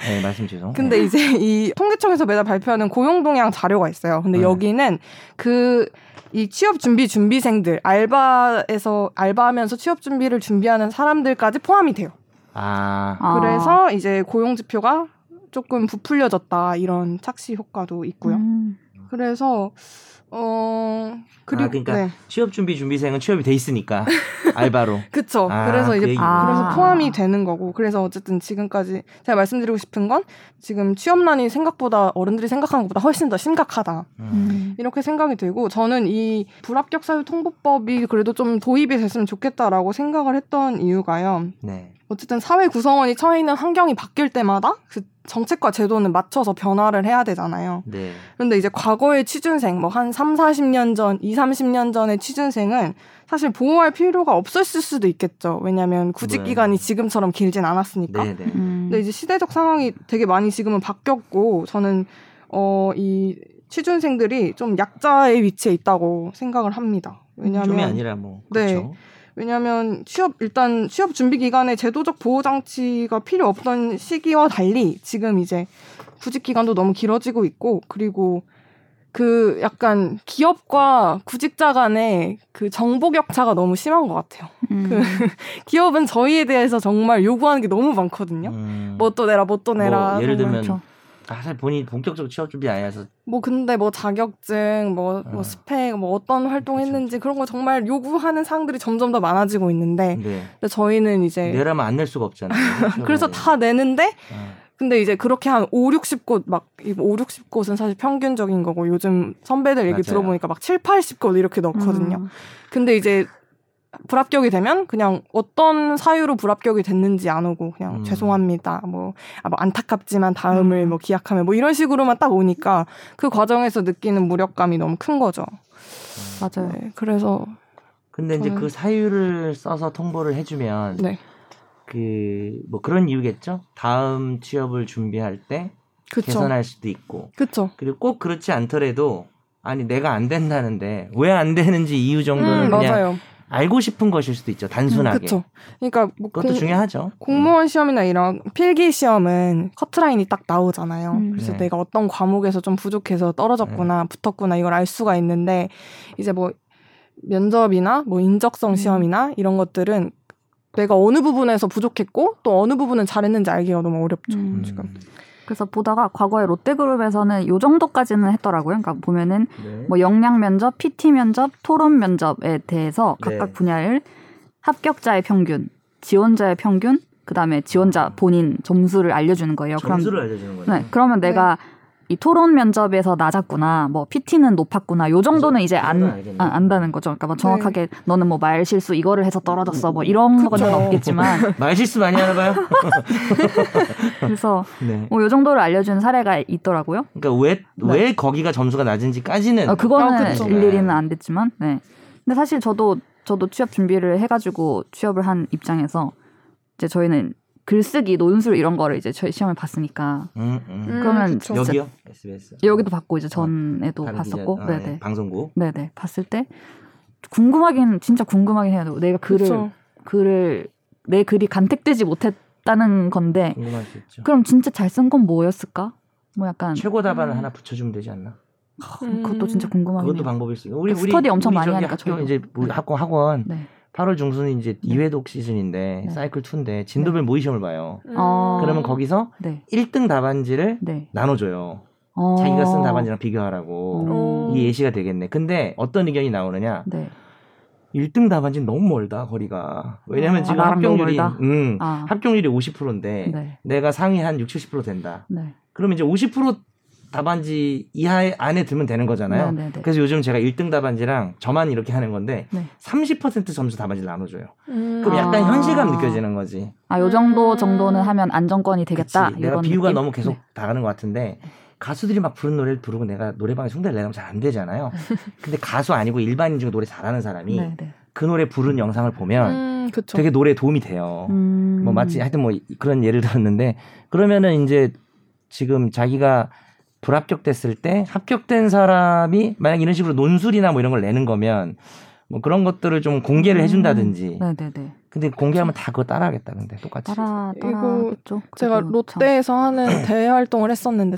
S3: 네, 말씀 죄송.
S2: 근데 이제 이 통계청에서 매달 발표하는 고용 동향 자료가 있어요. 근데
S3: 네.
S2: 여기는 그 이 취업 준비 준비생들 알바에서 알바하면서 취업 준비를 준비하는 사람들까지 포함이 돼요.
S3: 아,
S1: 아.
S2: 그래서 이제 고용 지표가 조금 부풀려졌다 이런 착시 효과도 있고요.
S1: 음.
S2: 그래서 어 그리고
S3: 아, 그러니까
S2: 네.
S3: 취업 준비 준비생은 취업이 돼 있으니까 알바로.
S2: 그쵸.
S3: 아,
S2: 그래서
S3: 그
S2: 이제
S3: 얘기구나.
S1: 아.
S2: 그래서 포함이 되는 거고 그래서 어쨌든 지금까지 제가 말씀드리고 싶은 건 지금 취업난이 생각보다 어른들이 생각하는 것보다 훨씬 더 심각하다
S3: 음.
S1: 음.
S2: 이렇게 생각이 들고 저는 이 불합격 사유 통보법이 그래도 좀 도입이 됐으면 좋겠다라고 생각을 했던 이유가요
S3: 네.
S2: 어쨌든 사회 구성원이 처해 있는 환경이 바뀔 때마다 그 정책과 제도는 맞춰서 변화를 해야 되잖아요
S3: 네.
S2: 그런데 이제 과거의 취준생, 뭐 한 3, 40년 전, 2, 30년 전의 취준생은 사실 보호할 필요가 없었을 수도 있겠죠. 왜냐하면 구직
S3: 네.
S2: 기간이 지금처럼 길진 않았으니까.
S3: 네, 네.
S1: 음.
S2: 근데 이제 시대적 상황이 되게 많이 지금은 바뀌었고 저는 어, 이 취준생들이 좀 약자의 위치에 있다고 생각을 합니다.
S3: 좀이
S2: 왜냐하면
S3: 아니라 뭐.
S2: 네.
S3: 그렇죠.
S2: 왜냐하면 취업 일단 취업 준비 기간에 제도적 보호 장치가 필요 없던 시기와 달리 지금 이제 구직 기간도 너무 길어지고 있고 그리고 그 약간 기업과 구직자 간의 그 정보 격차가 너무 심한 것 같아요.
S1: 음.
S2: 그- 기업은 저희에 대해서 정말 요구하는 게 너무 많거든요.
S3: 음.
S2: 뭐 또 내라, 뭐 또 내라.
S3: 뭐 예를
S2: 정말.
S3: 들면
S1: 그렇죠.
S3: 아, 사실 본인이 본격적으로 취업 준비 안 해서
S2: 뭐 근데 뭐 자격증, 뭐, 뭐
S3: 아.
S2: 스펙, 뭐 어떤
S3: 그렇죠,
S2: 활동했는지 그런 거 정말 요구하는 사항들이 점점 더 많아지고 있는데
S3: 네.
S2: 근데 저희는 이제
S3: 내라면 안 낼 수가 없잖아요.
S2: 그래서 다 내는데
S3: 아.
S2: 근데 이제 그렇게 한 5, 60곳 막 5, 60곳은 사실 평균적인 거고 요즘 선배들 얘기
S3: 맞아요.
S2: 들어보니까 막 7, 80곳 이렇게 넣거든요.
S1: 음.
S2: 근데 이제 불합격이 되면 그냥 어떤 사유로 불합격이 됐는지 안 오고 그냥
S3: 음.
S2: 죄송합니다. 뭐, 아, 뭐 안타깝지만 다음을
S1: 음.
S2: 뭐 기약하면 뭐 이런 식으로만 딱 오니까 그 과정에서 느끼는 무력감이 너무 큰 거죠.
S1: 맞아요.
S2: 네, 그래서
S3: 근데 이제
S2: 저는-
S3: 그 사유를 써서 통보를 해주면
S2: 네.
S3: 그 뭐 그런 이유겠죠. 다음 취업을 준비할 때
S2: 그쵸.
S3: 개선할 수도 있고
S2: 그쵸.
S3: 그리고 꼭 그렇지 않더라도 아니 내가 안 된다는데 왜 안 되는지 이유 정도는
S2: 음,
S3: 그냥
S2: 맞아요.
S3: 알고 싶은 것일 수도 있죠.
S1: 음,
S3: 단순하게
S2: 그쵸. 그러니까 뭐
S3: 그것도
S2: 공-
S3: 중요하죠. 음.
S2: 공무원 시험이나 이런 필기 시험은 커트라인이 딱 나오잖아요.
S1: 음.
S2: 그래서
S3: 네.
S2: 내가 어떤 과목에서 좀 부족해서 떨어졌구나, 붙었구나 이걸 알 수가 있는데 이제 뭐 면접이나 뭐 인적성
S1: 음.
S2: 시험이나 이런 것들은 내가 어느 부분에서 부족했고 또 어느 부분은 잘했는지 알기가 너무 어렵죠.
S1: 음.
S2: 지금.
S1: 그래서 보다가 과거에 롯데그룹에서는 요 정도까지는 했더라고요. 그러니까 보면은
S3: 네.
S1: 뭐 역량 면접, PT 면접, 토론 면접에 대해서 각각
S3: 네.
S1: 분야를 합격자의 평균, 지원자의 평균, 그다음에 지원자 본인 점수를 알려주는 거예요.
S3: 점수를 알려주는 거예요.
S1: 그럼 네, 그러면
S2: 네.
S1: 내가 이 토론 면접에서 낮았구나, 뭐 PT는 높았구나, 요 정도는 이제
S3: 그건
S1: 안
S3: 알겠네.
S1: 아, 안다는 거죠. 그러니까 뭐 정확하게 너는 뭐 말 실수 이거를 해서 떨어졌어, 뭐 이런
S2: 그쵸.
S1: 거는 없겠지만
S3: 말 실수 많이 하나 봐요.
S1: 그래서
S3: 네.
S1: 뭐요 정도를 알려준 사례가 있더라고요.
S3: 그러니까 왜 왜 거기가 점수가 낮은지까지는
S1: 어,
S2: 아,
S1: 네. 그거는
S2: 그쵸.
S1: 일일이는 안 됐지만, 네. 근데 사실 저도 저도 취업 준비를 해가지고 취업을 한 입장에서 이제 저희는 글쓰기, 논술 이런 거를 이제 저희 시험을 봤으니까
S3: 음, 음.
S2: 음,
S1: 그러면
S2: 그쵸.
S1: 진짜
S3: 여기요? SBS.
S1: 여기도 봤고 이제 전에도
S3: 다른
S1: 봤었고,
S3: 기자- 아, 네.
S1: 네네,
S3: 방송국.
S1: 네네 봤을 때 궁금하긴 진짜 궁금하긴 해요. 내가 글을
S2: 그쵸.
S1: 글을 내 글이 간택되지 못했다는 건데
S3: 궁금할 수 있죠.
S1: 그럼 진짜 잘 쓴 건 뭐였을까? 뭐 약간 어,
S3: 최고 답안을
S2: 음.
S3: 하나 붙여주면 되지 않나?
S2: 음.
S1: 아, 그것도 진짜 궁금하긴
S3: 그것도
S1: 해요.
S3: 방법일 수 있고. 우리
S1: 그 스터디 엄청 많이
S3: 저기
S1: 하니까
S3: 학교
S1: 저희도.
S3: 이제 우리 학원 학원
S1: 네.
S3: 8월 중순이 이제
S1: 네.
S3: 2회독 시즌인데
S1: 네.
S3: 사이클 2인데
S2: 음.
S3: 진도별 모의 시험을 봐요.
S1: 어.
S3: 그러면 거기서
S1: 네,
S3: 1등 답안지를
S1: 네.
S3: 나눠줘요.
S1: 어.
S3: 자기가 쓴 답안지랑 비교하라고
S1: 음.
S2: 어.
S3: 이 예시가 되겠네. 근데 어떤 의견이 나오느냐?
S1: 네.
S3: 1등 답안지는 너무 멀다 거리가.
S1: 아,
S3: 왜냐면 지금
S1: 나랑 너무
S3: 합격률이
S1: 멀다?
S3: 음,
S1: 아.
S3: 합격률이 50%인데
S1: 네.
S3: 내가 상위 한 60, 70% 된다.
S1: 네.
S3: 그럼 이제 50% 답안지 이하 안에 들면 되는 거잖아요.
S1: 네, 네, 네.
S3: 그래서 요즘 제가 1등 답안지랑 저만 이렇게 하는 건데
S1: 네.
S3: 30% 점수 답안지 나눠줘요. 그럼
S1: 아.
S3: 약간 현실감 느껴지는 거지.
S1: 아, 요 정도
S2: 음.
S1: 정도는 하면 안정권이 되겠다.
S3: 그치. 내가
S1: 이런
S3: 비유가
S1: 느낌?
S3: 너무 계속
S1: 네.
S3: 나가는 것 같은데 가수들이 막 부르는 노래를 부르고 내가 노래방에 서 흉내를 내면 잘 안 되잖아요. 근데 가수 아니고 일반인 중에 노래 잘하는 사람이
S1: 네, 네.
S3: 그 노래 부른 영상을 보면
S2: 음, 그쵸.
S3: 되게 노래에 도움이 돼요.
S1: 음.
S3: 뭐 마치 하여튼 뭐 이- 그런 예를 들었는데 그러면은 이제 지금 자기가 불합격됐을 때 합격된 사람이 만약 이런 식으로 논술이나 뭐 이런 걸 내는 거면 뭐 그런 것들을 좀
S2: 음.
S3: 공개를 해준다든지
S1: 네, 네, 네.
S3: 근데 공개하면 다 그거 따라하겠다 근데 똑같이
S1: 따라
S2: 이거
S1: 따라겠죠.
S2: 제가
S1: 그래도
S2: 롯데에서 하는 대외 활동을 했었는데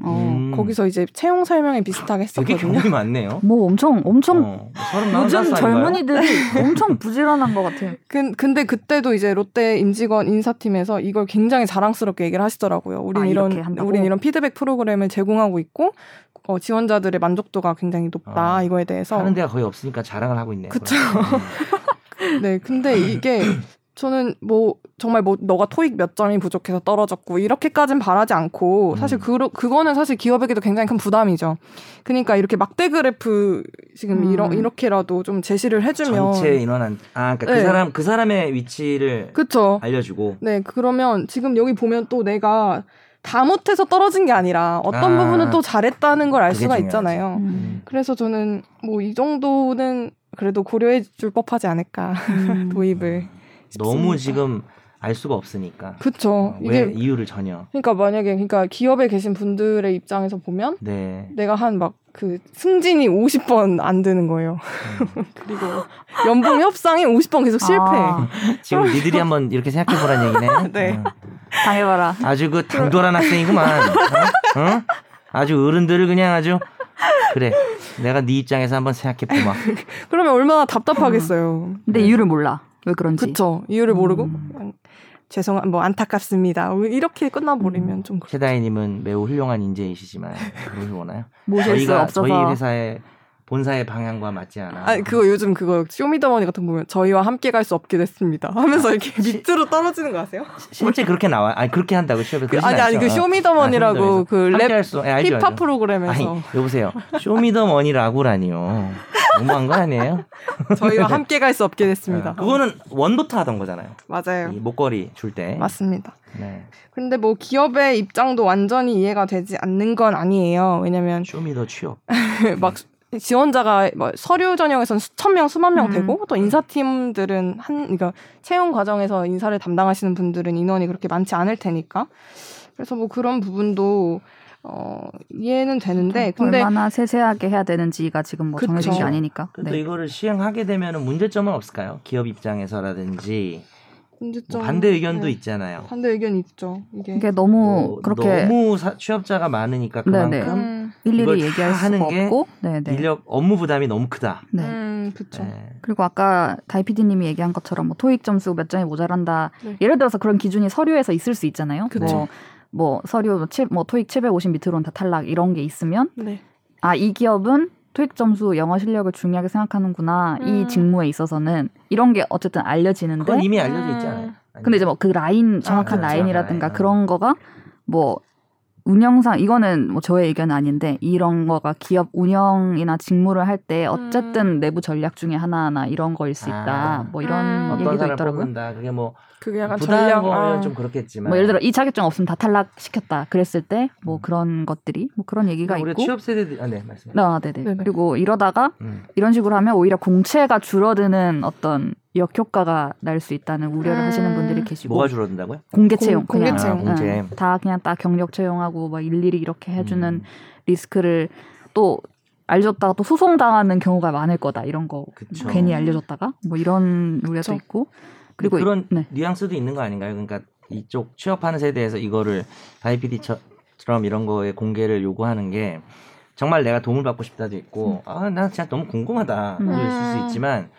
S1: 참. 어.
S3: 음.
S2: 거기서 이제 채용 설명에 비슷하게
S3: 되게
S2: 했었거든요.
S3: 경험이 많네요
S1: 뭐 엄청 엄청
S3: 어, 서른 나흔
S1: 요즘
S3: 살인가요?
S1: 젊은이들이 엄청 부지런한 것 같아요.
S2: 근, 근데 그때도 이제 롯데 임직원 인사팀에서 이걸 굉장히 자랑스럽게 얘기를 하시더라고요. 우린
S1: 아,
S2: 이런
S1: 이렇게 한다고?
S2: 우린 이런 피드백 프로그램을 제공하고 있고 어, 지원자들의 만족도가 굉장히 높다
S3: 아,
S2: 이거에 대해서.
S3: 하는 데가 거의 없으니까 자랑을 하고 있네요
S2: 그쵸.
S3: 음.
S2: 네, 근데 이게 저는 뭐 정말 뭐 너가 토익 몇 점이 부족해서 떨어졌고 이렇게까진 바라지 않고 사실
S3: 음.
S2: 그 그거는 사실 기업에게도 굉장히 큰 부담이죠. 그러니까 이렇게 막대 그래프 지금
S1: 음.
S2: 이러, 이렇게라도 좀 제시를 해주면
S3: 전체 인원한 아 그러니까
S2: 네.
S3: 그 사람 그 사람의 위치를
S2: 그쵸.
S3: 알려주고
S2: 네, 그러면 지금 여기 보면 또 내가 다 못해서 떨어진 게 아니라 어떤
S3: 아,
S2: 부분은 또 잘했다는 걸 알
S3: 그게
S2: 수가
S3: 중요하지.
S2: 있잖아요.
S1: 음.
S2: 그래서 저는 뭐 이 정도는 그래도 고려해 줄 법하지 않을까
S1: 음.
S3: 음.
S2: 도입을.
S3: 네, 너무
S2: 싶습니다.
S3: 지금 알 수가 없으니까
S2: 그쵸.
S3: 어,
S2: 이게
S3: 왜 이유를 전혀
S2: 그러니까 만약에 그러니까 기업에 계신 분들의 입장에서 보면
S3: 네
S2: 내가 한 막 그 승진이 50번 안 되는 거예요.
S3: 음.
S2: 그리고 연봉 협상이 50번 계속 실패.
S1: 아,
S3: 지금 니들이 한번 이렇게 생각해 보란 얘기네
S2: 네.
S3: 음.
S1: 당해봐라.
S3: 아주 그 당돌한 학생이구만 어? 어? 아주 어른들을 그냥 아주 그래 내가 네 입장에서 한번 생각해 보마
S2: 그러면 얼마나 답답하겠어요.
S3: 네.
S1: 근데 이유를 몰라. 왜 그런지.
S2: 그쵸. 이유를 모르고
S3: 음.
S2: 그냥 죄송한 뭐 안타깝습니다. 이렇게 끝나버리면
S1: 음.
S2: 좀 그렇죠.
S3: 최다희님은 매우 훌륭한 인재이시지만 그러지 보나요?
S1: 모실 수
S3: 저희가
S1: 없어서.
S3: 저희 회사의 본사의 방향과 맞지 않아.
S2: 아 그거 요즘 그거 쇼미더머니 같은 거 보면 저희와 함께 갈 수 없게 됐습니다
S3: 아,
S2: 하면서 이렇게 밑으로 떨어지는 거 아세요?
S3: 실제 그렇게 나와. 아니 그렇게 한다고 취업에
S2: 그,
S3: 그러진
S2: 아니 아니
S3: 않죠.
S2: 그 쇼미더머니라고
S3: 아,
S2: 그
S3: 함께
S2: 랩
S3: 할 수, 아니, 알죠,
S2: 힙합
S3: 알죠.
S2: 프로그램에서
S3: 아니 여보세요. 쇼미더머니라고라니요. 너무한 거 아니에요?
S2: 저희와 함께 갈 수 없게 됐습니다.
S3: 어, 그거는 네. 원부터 하던 거잖아요.
S2: 맞아요.
S1: 네.
S3: 이 목걸이 줄 때.
S2: 맞습니다.
S3: 네.
S2: 근데 뭐 기업의 입장도 완전히 이해가 되지 않는 건 아니에요. 왜냐면
S3: 쇼미더 취업.
S2: 막 지원자가 뭐 서류 전형에서는 수천 명, 수만 명
S1: 음.
S2: 되고 또 인사팀들은 한 그러니까 채용 과정에서 인사를 담당하시는 분들은 인원이 그렇게 많지 않을 테니까 그래서 뭐 그런 부분도 어 이해는 되는데 네, 근데
S1: 얼마나 세세하게 해야 되는지가 지금 뭐
S2: 그쵸.
S1: 정해진 게 아니니까.
S3: 근데
S1: 네.
S3: 이거를 시행하게 되면 문제점은 없을까요? 기업 입장에서라든지
S2: 문제점
S3: 뭐 반대 의견도
S2: 네.
S3: 있잖아요.
S2: 반대 의견이 있죠 이게
S1: 이게 너무
S3: 어,
S1: 어, 그렇게
S3: 너무 사- 취업자가 많으니까 그만큼
S1: 네, 네.
S2: 음,
S1: 일일이
S3: 이걸 다
S1: 얘기할 수가
S3: 하는 게
S1: 없고. 네, 네.
S3: 인력 업무 부담이 너무 크다.
S1: 네.
S2: 음 그쵸
S3: 네.
S1: 그리고 아까 다이 PD님이 얘기한 것처럼 뭐 토익 점수 몇 점이 모자란다.
S2: 네.
S1: 예를 들어서 그런 기준이 서류에서 있을 수 있잖아요.
S2: 그쵸.
S1: 뭐, 뭐 서류 뭐, 칠- 뭐 토익 750 밑으로는 다 탈락 이런 게 있으면
S2: 네
S1: 아 이 기업은 토익 점수 영어 실력을 중요하게 생각하는구나
S2: 음.
S1: 이 직무에 있어서는 이런 게 어쨌든 알려지는데
S3: 그건 이미 알려져 있잖아요.
S2: 음.
S3: 아니,
S1: 근데 이제 뭐 그 라인 정확한
S3: 그렇죠.
S1: 라인이라든가
S3: 라인.
S1: 그런 거가 뭐 운영상 이거는 뭐 저의 의견은 아닌데 이런 거가 기업 운영이나 직무를 할 때 어쨌든 내부 전략 중에 하나나 이런 거일 수 있다
S3: 아.
S1: 뭐 이런
S2: 음.
S3: 어떤
S1: 얘기도
S3: 사람
S1: 있더라고요.
S3: 뽑는다. 그게 뭐
S2: 그게 약간 전략
S3: 부담은
S2: 아,
S3: 좀 그렇겠지만.
S1: 뭐 예를 들어 이 자격증 없으면 다 탈락시켰다 그랬을 때 뭐 그런 것들이 뭐 그런 얘기가
S3: 음. 우리
S1: 있고
S3: 취업 세대들 아네 말씀.
S1: 아, 네네.
S2: 네네.
S1: 그리고 이러다가
S3: 음.
S1: 이런 식으로 하면 오히려 공채가 줄어드는 어떤 역효과가 날 수 있다는 우려를
S2: 음.
S1: 하시는 분들이 계시고
S3: 뭐가 줄어든다고요?
S1: 공개 채용
S2: 공- 공개
S1: 그냥
S2: 채용.
S3: 아, 공채.
S1: 응, 다 그냥 다 경력 채용하고 막 일일이 이렇게 해주는
S3: 음,
S1: 리스크를 또 알려줬다가 또 소송 당하는 경우가 많을 거다 이런 거
S3: 그쵸.
S1: 괜히 알려줬다가 뭐 이런 우려도
S2: 그쵸.
S1: 있고 그리고 이-
S3: 그런
S1: 네.
S3: 뉘앙스도 있는 거 아닌가요? 그러니까 이쪽 취업하는 세대에서 이거를 IPD처럼 이런 거에 공개를 요구하는 게 정말 내가 도움을 받고 싶다도 있고 아나 진짜 너무 궁금하다
S1: 음.
S3: 도 있을 수 있지만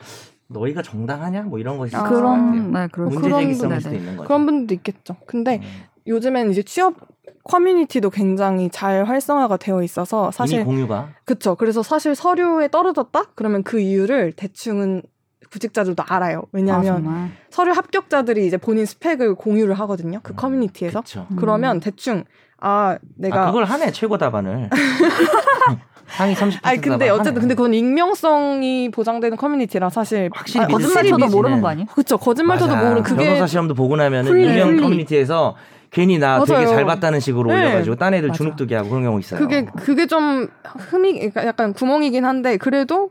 S3: 너희가 정당하냐 뭐 이런 것이 있을 것
S1: 그런
S3: 같아요.
S1: 네 그런
S3: 문제
S2: 그런
S3: 제기성일
S1: 분-
S3: 수도
S1: 네네.
S3: 있는 거죠.
S2: 그런 분들도 있겠죠. 근데
S3: 음.
S2: 요즘엔 이제 취업 커뮤니티도 굉장히 잘 활성화가 되어 있어서
S3: 이미
S2: 사실
S3: 공유가
S2: 그쵸. 그래서 사실 서류에 떨어졌다? 그러면 그 이유를 대충은 구직자들도 알아요.
S1: 아,
S2: 왜냐하면
S1: 정말.
S2: 서류 합격자들이 이제 본인 스펙을 공유를 하거든요. 그 커뮤니티에서.
S3: 그쵸.
S1: 음.
S2: 그러면 대충 아
S3: 아,
S2: 내가
S3: 그걸 하네 최고 답안을 상위 30%
S2: 아니 근데
S3: 답안
S2: 어쨌든
S3: 하네.
S2: 근데 그건 익명성이 보장되는 커뮤니티라 사실
S3: 확실히
S2: 아,
S3: 믿을
S1: 거짓말
S3: 수
S1: 쳐도
S3: 있는
S1: 모르는 거 아니야?
S2: 그쵸 거짓말 쳐도
S3: 맞아.
S2: 모르는 그게
S3: 변호사 시험도 보고 나면은
S1: 풀리,
S3: 유명
S1: 풀리.
S3: 커뮤니티에서 괜히 나 되게
S2: 맞아요.
S3: 잘 봤다는 식으로
S2: 네.
S3: 올려가지고 딴 애들
S1: 맞아.
S3: 주눅두게 하고 그런 경우 있어요.
S2: 그게 그게 좀 흠이 그러니까 약간 구멍이긴 한데 그래도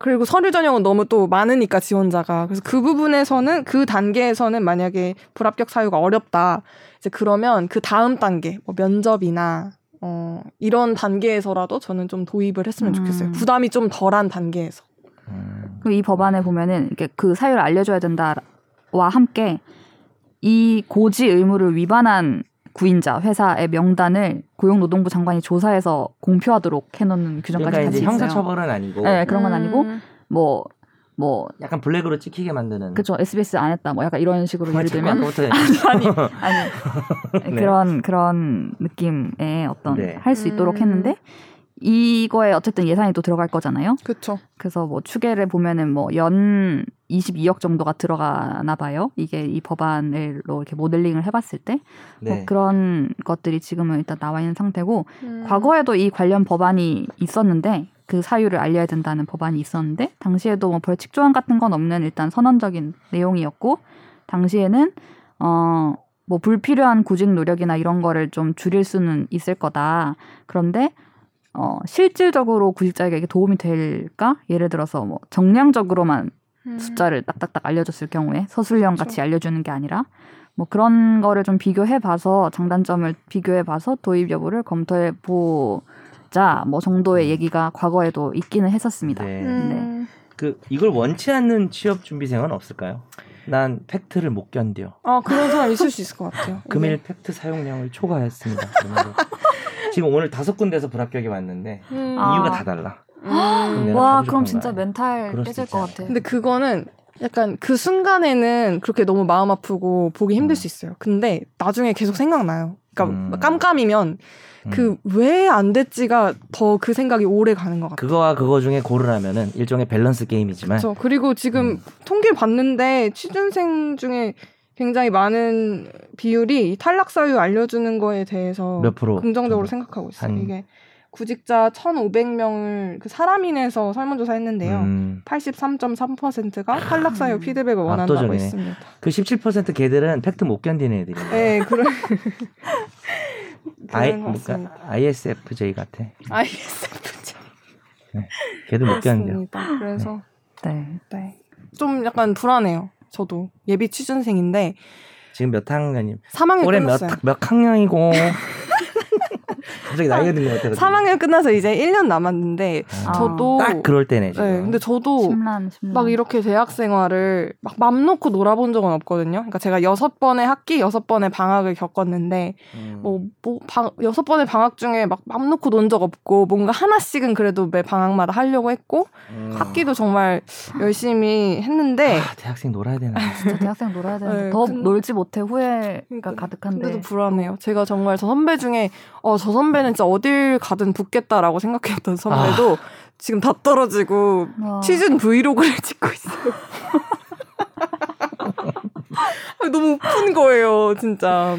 S2: 그리고 서류 전형은 너무 또 많으니까 지원자가 그래서 그 부분에서는 그 단계에서는 만약에 불합격 사유가 어렵다 이제 그러면 그 다음 단계 뭐 면접이나 어 이런 단계에서라도 저는 좀 도입을 했으면 좋겠어요
S1: 음.
S2: 부담이 좀 덜한 단계에서
S3: 음.
S1: 그리고 이 법안에 보면은 이렇게 그 사유를 알려줘야 된다와 함께 이 고지 의무를 위반한 구인자 회사의 명단을 고용노동부 장관이 조사해서 공표하도록 해놓는 규정까지
S3: 그러니까
S1: 같이
S3: 이제
S1: 있어요.
S3: 형사처벌은 아니고
S1: 네, 그런 건 아니고
S2: 음.
S3: 음.
S1: 뭐 뭐
S3: 약간 블랙으로 찍히게 만드는 그
S1: 그쵸 SBS 안 했다 뭐 약간 이런 식으로 예를 들면
S3: 아니
S1: 아니 그런 그런 느낌의 어떤
S3: 네.
S1: 할 수 있도록
S2: 음.
S1: 했는데 이거에 어쨌든 예산이 또 들어갈 거잖아요.
S2: 그렇죠
S1: 그래서 뭐 추계를 보면은 뭐 연 22억 정도가 들어가나 봐요. 이게 이 법안으로 이렇게 모델링을 해봤을 때
S3: 네.
S1: 뭐 그런 것들이 지금은 일단 나와 있는 상태고
S3: 음.
S1: 과거에도 이 관련 법안이 있었는데 그 사유를 알려야 된다는 법안이 있었는데 당시에도 뭐 벌칙 조항 같은 건 없는 일단 선언적인 내용이었고 당시에는 어. 뭐 불필요한 구직 노력이나 이런 거를 좀 줄일 수는 있을 거다. 그런데 어 실질적으로 구직자에게 이게 도움이 될까? 예를 들어서 뭐 정량적으로만
S3: 음.
S1: 숫자를 딱딱딱 알려줬을 경우에 서술형 같이
S2: 음. 그렇죠.
S1: 알려주는 게 아니라 뭐 그런 거를 좀 비교해 봐서 장단점을 비교해 봐서 도입 여부를 검토해 보자 뭐 정도의 얘기가 과거에도 있기는 했었습니다. 음.
S3: 그 이걸 원치 않는 취업 준비생은 없을까요? 난 팩트를 못 견뎌.
S2: 아 그런 사람 있을 수 있을 것 같아요
S3: 금일
S1: 네.
S3: 팩트 사용량을 초과했습니다. 그러면서 지금 오늘 다섯 군데서 불합격이 왔는데
S2: 음.
S1: 아.
S3: 이유가 다 달라.
S2: 음.
S3: 내가
S1: 와
S3: 가고 싶은
S1: 그럼 진짜
S3: 거야.
S1: 멘탈
S3: 그럴
S1: 깨질
S3: 수도
S1: 것
S3: 있지
S1: 같아.
S2: 근데 그거는 약간 그 순간에는 그렇게 너무 마음 아프고 보기 힘들 수 있어요. 근데 나중에 계속 생각나요. 그러니까
S3: 음.
S2: 깜깜이면
S3: 음.
S2: 그 왜 안 됐지가 더 그 생각이 오래 가는 것 같아요.
S3: 그거와 그거 중에 고르라면은 일종의 밸런스 게임이지만
S2: 그렇죠. 그리고 지금
S3: 네. 음.
S2: 통계 봤는데 취준생 중에 굉장히 많은 비율이 탈락 사유 알려주는 거에 대해서
S3: 몇 프로
S2: 어, 긍정적으로
S3: 정도?
S2: 생각하고 있어요.
S3: 한-
S2: 이게 구직자 1,500명을 그 사람인에서 설문조사 했는데요.
S3: 음.
S2: 83.3%가 탈락 사유 피드백을 원한다고
S3: 압도적이네.
S2: 했습니다.
S3: 그17% 걔들은 팩트 못 견디는 애들이.
S2: 네, 그런
S3: 아이,
S2: 그런 것 같습니다.
S3: 그러니까 ISFJ 같아.
S2: ISFJ
S3: 걔들 못 견뎌.
S2: 맞습니다. 그래서
S1: 네.
S2: 네. 좀 약간 불안해요. 저도 예비 취준생인데
S3: 지금 몇 학년이?
S2: 3학년
S3: 올해 몇,
S2: 끝났어요.
S3: 몇 학년이고? 갑자기 나이가 든것 같아. 가지고.
S2: 3학년 끝나서 이제 1년 남았는데
S3: 아,
S2: 저도
S3: 딱 음. 그럴 때네 지금.
S2: 네, 근데 저도
S1: 심란 심란.
S2: 막 이렇게 대학 생활을 막 맘 놓고 놀아본 적은 없거든요. 그러니까 제가 여섯 번의 학기, 여섯 번의 방학을 겪었는데
S3: 음.
S2: 뭐, 뭐 방, 여섯 번의 방학 중에 막 맘 놓고 논 적 없고 뭔가 하나씩은 그래도 매 방학마다 하려고 했고
S3: 음.
S2: 학기도 정말 열심히 했는데
S3: 아, 대학생 놀아야 되나?
S1: 진짜 대학생 놀아야 되는데
S2: 네,
S1: 더
S2: 근-
S1: 놀지 못해 후회가
S2: 그러니까,
S1: 가득한데.
S2: 근데도 불안해요. 제가 정말 저 선배 중에 어 저 선배는 진짜 어딜 가든 붙겠다라고 생각했던 선배도
S3: 아.
S2: 지금 다 떨어지고
S1: 와.
S2: 시즌 브이로그를 찍고 있어요. 아, 너무 웃픈 거예요, 진짜.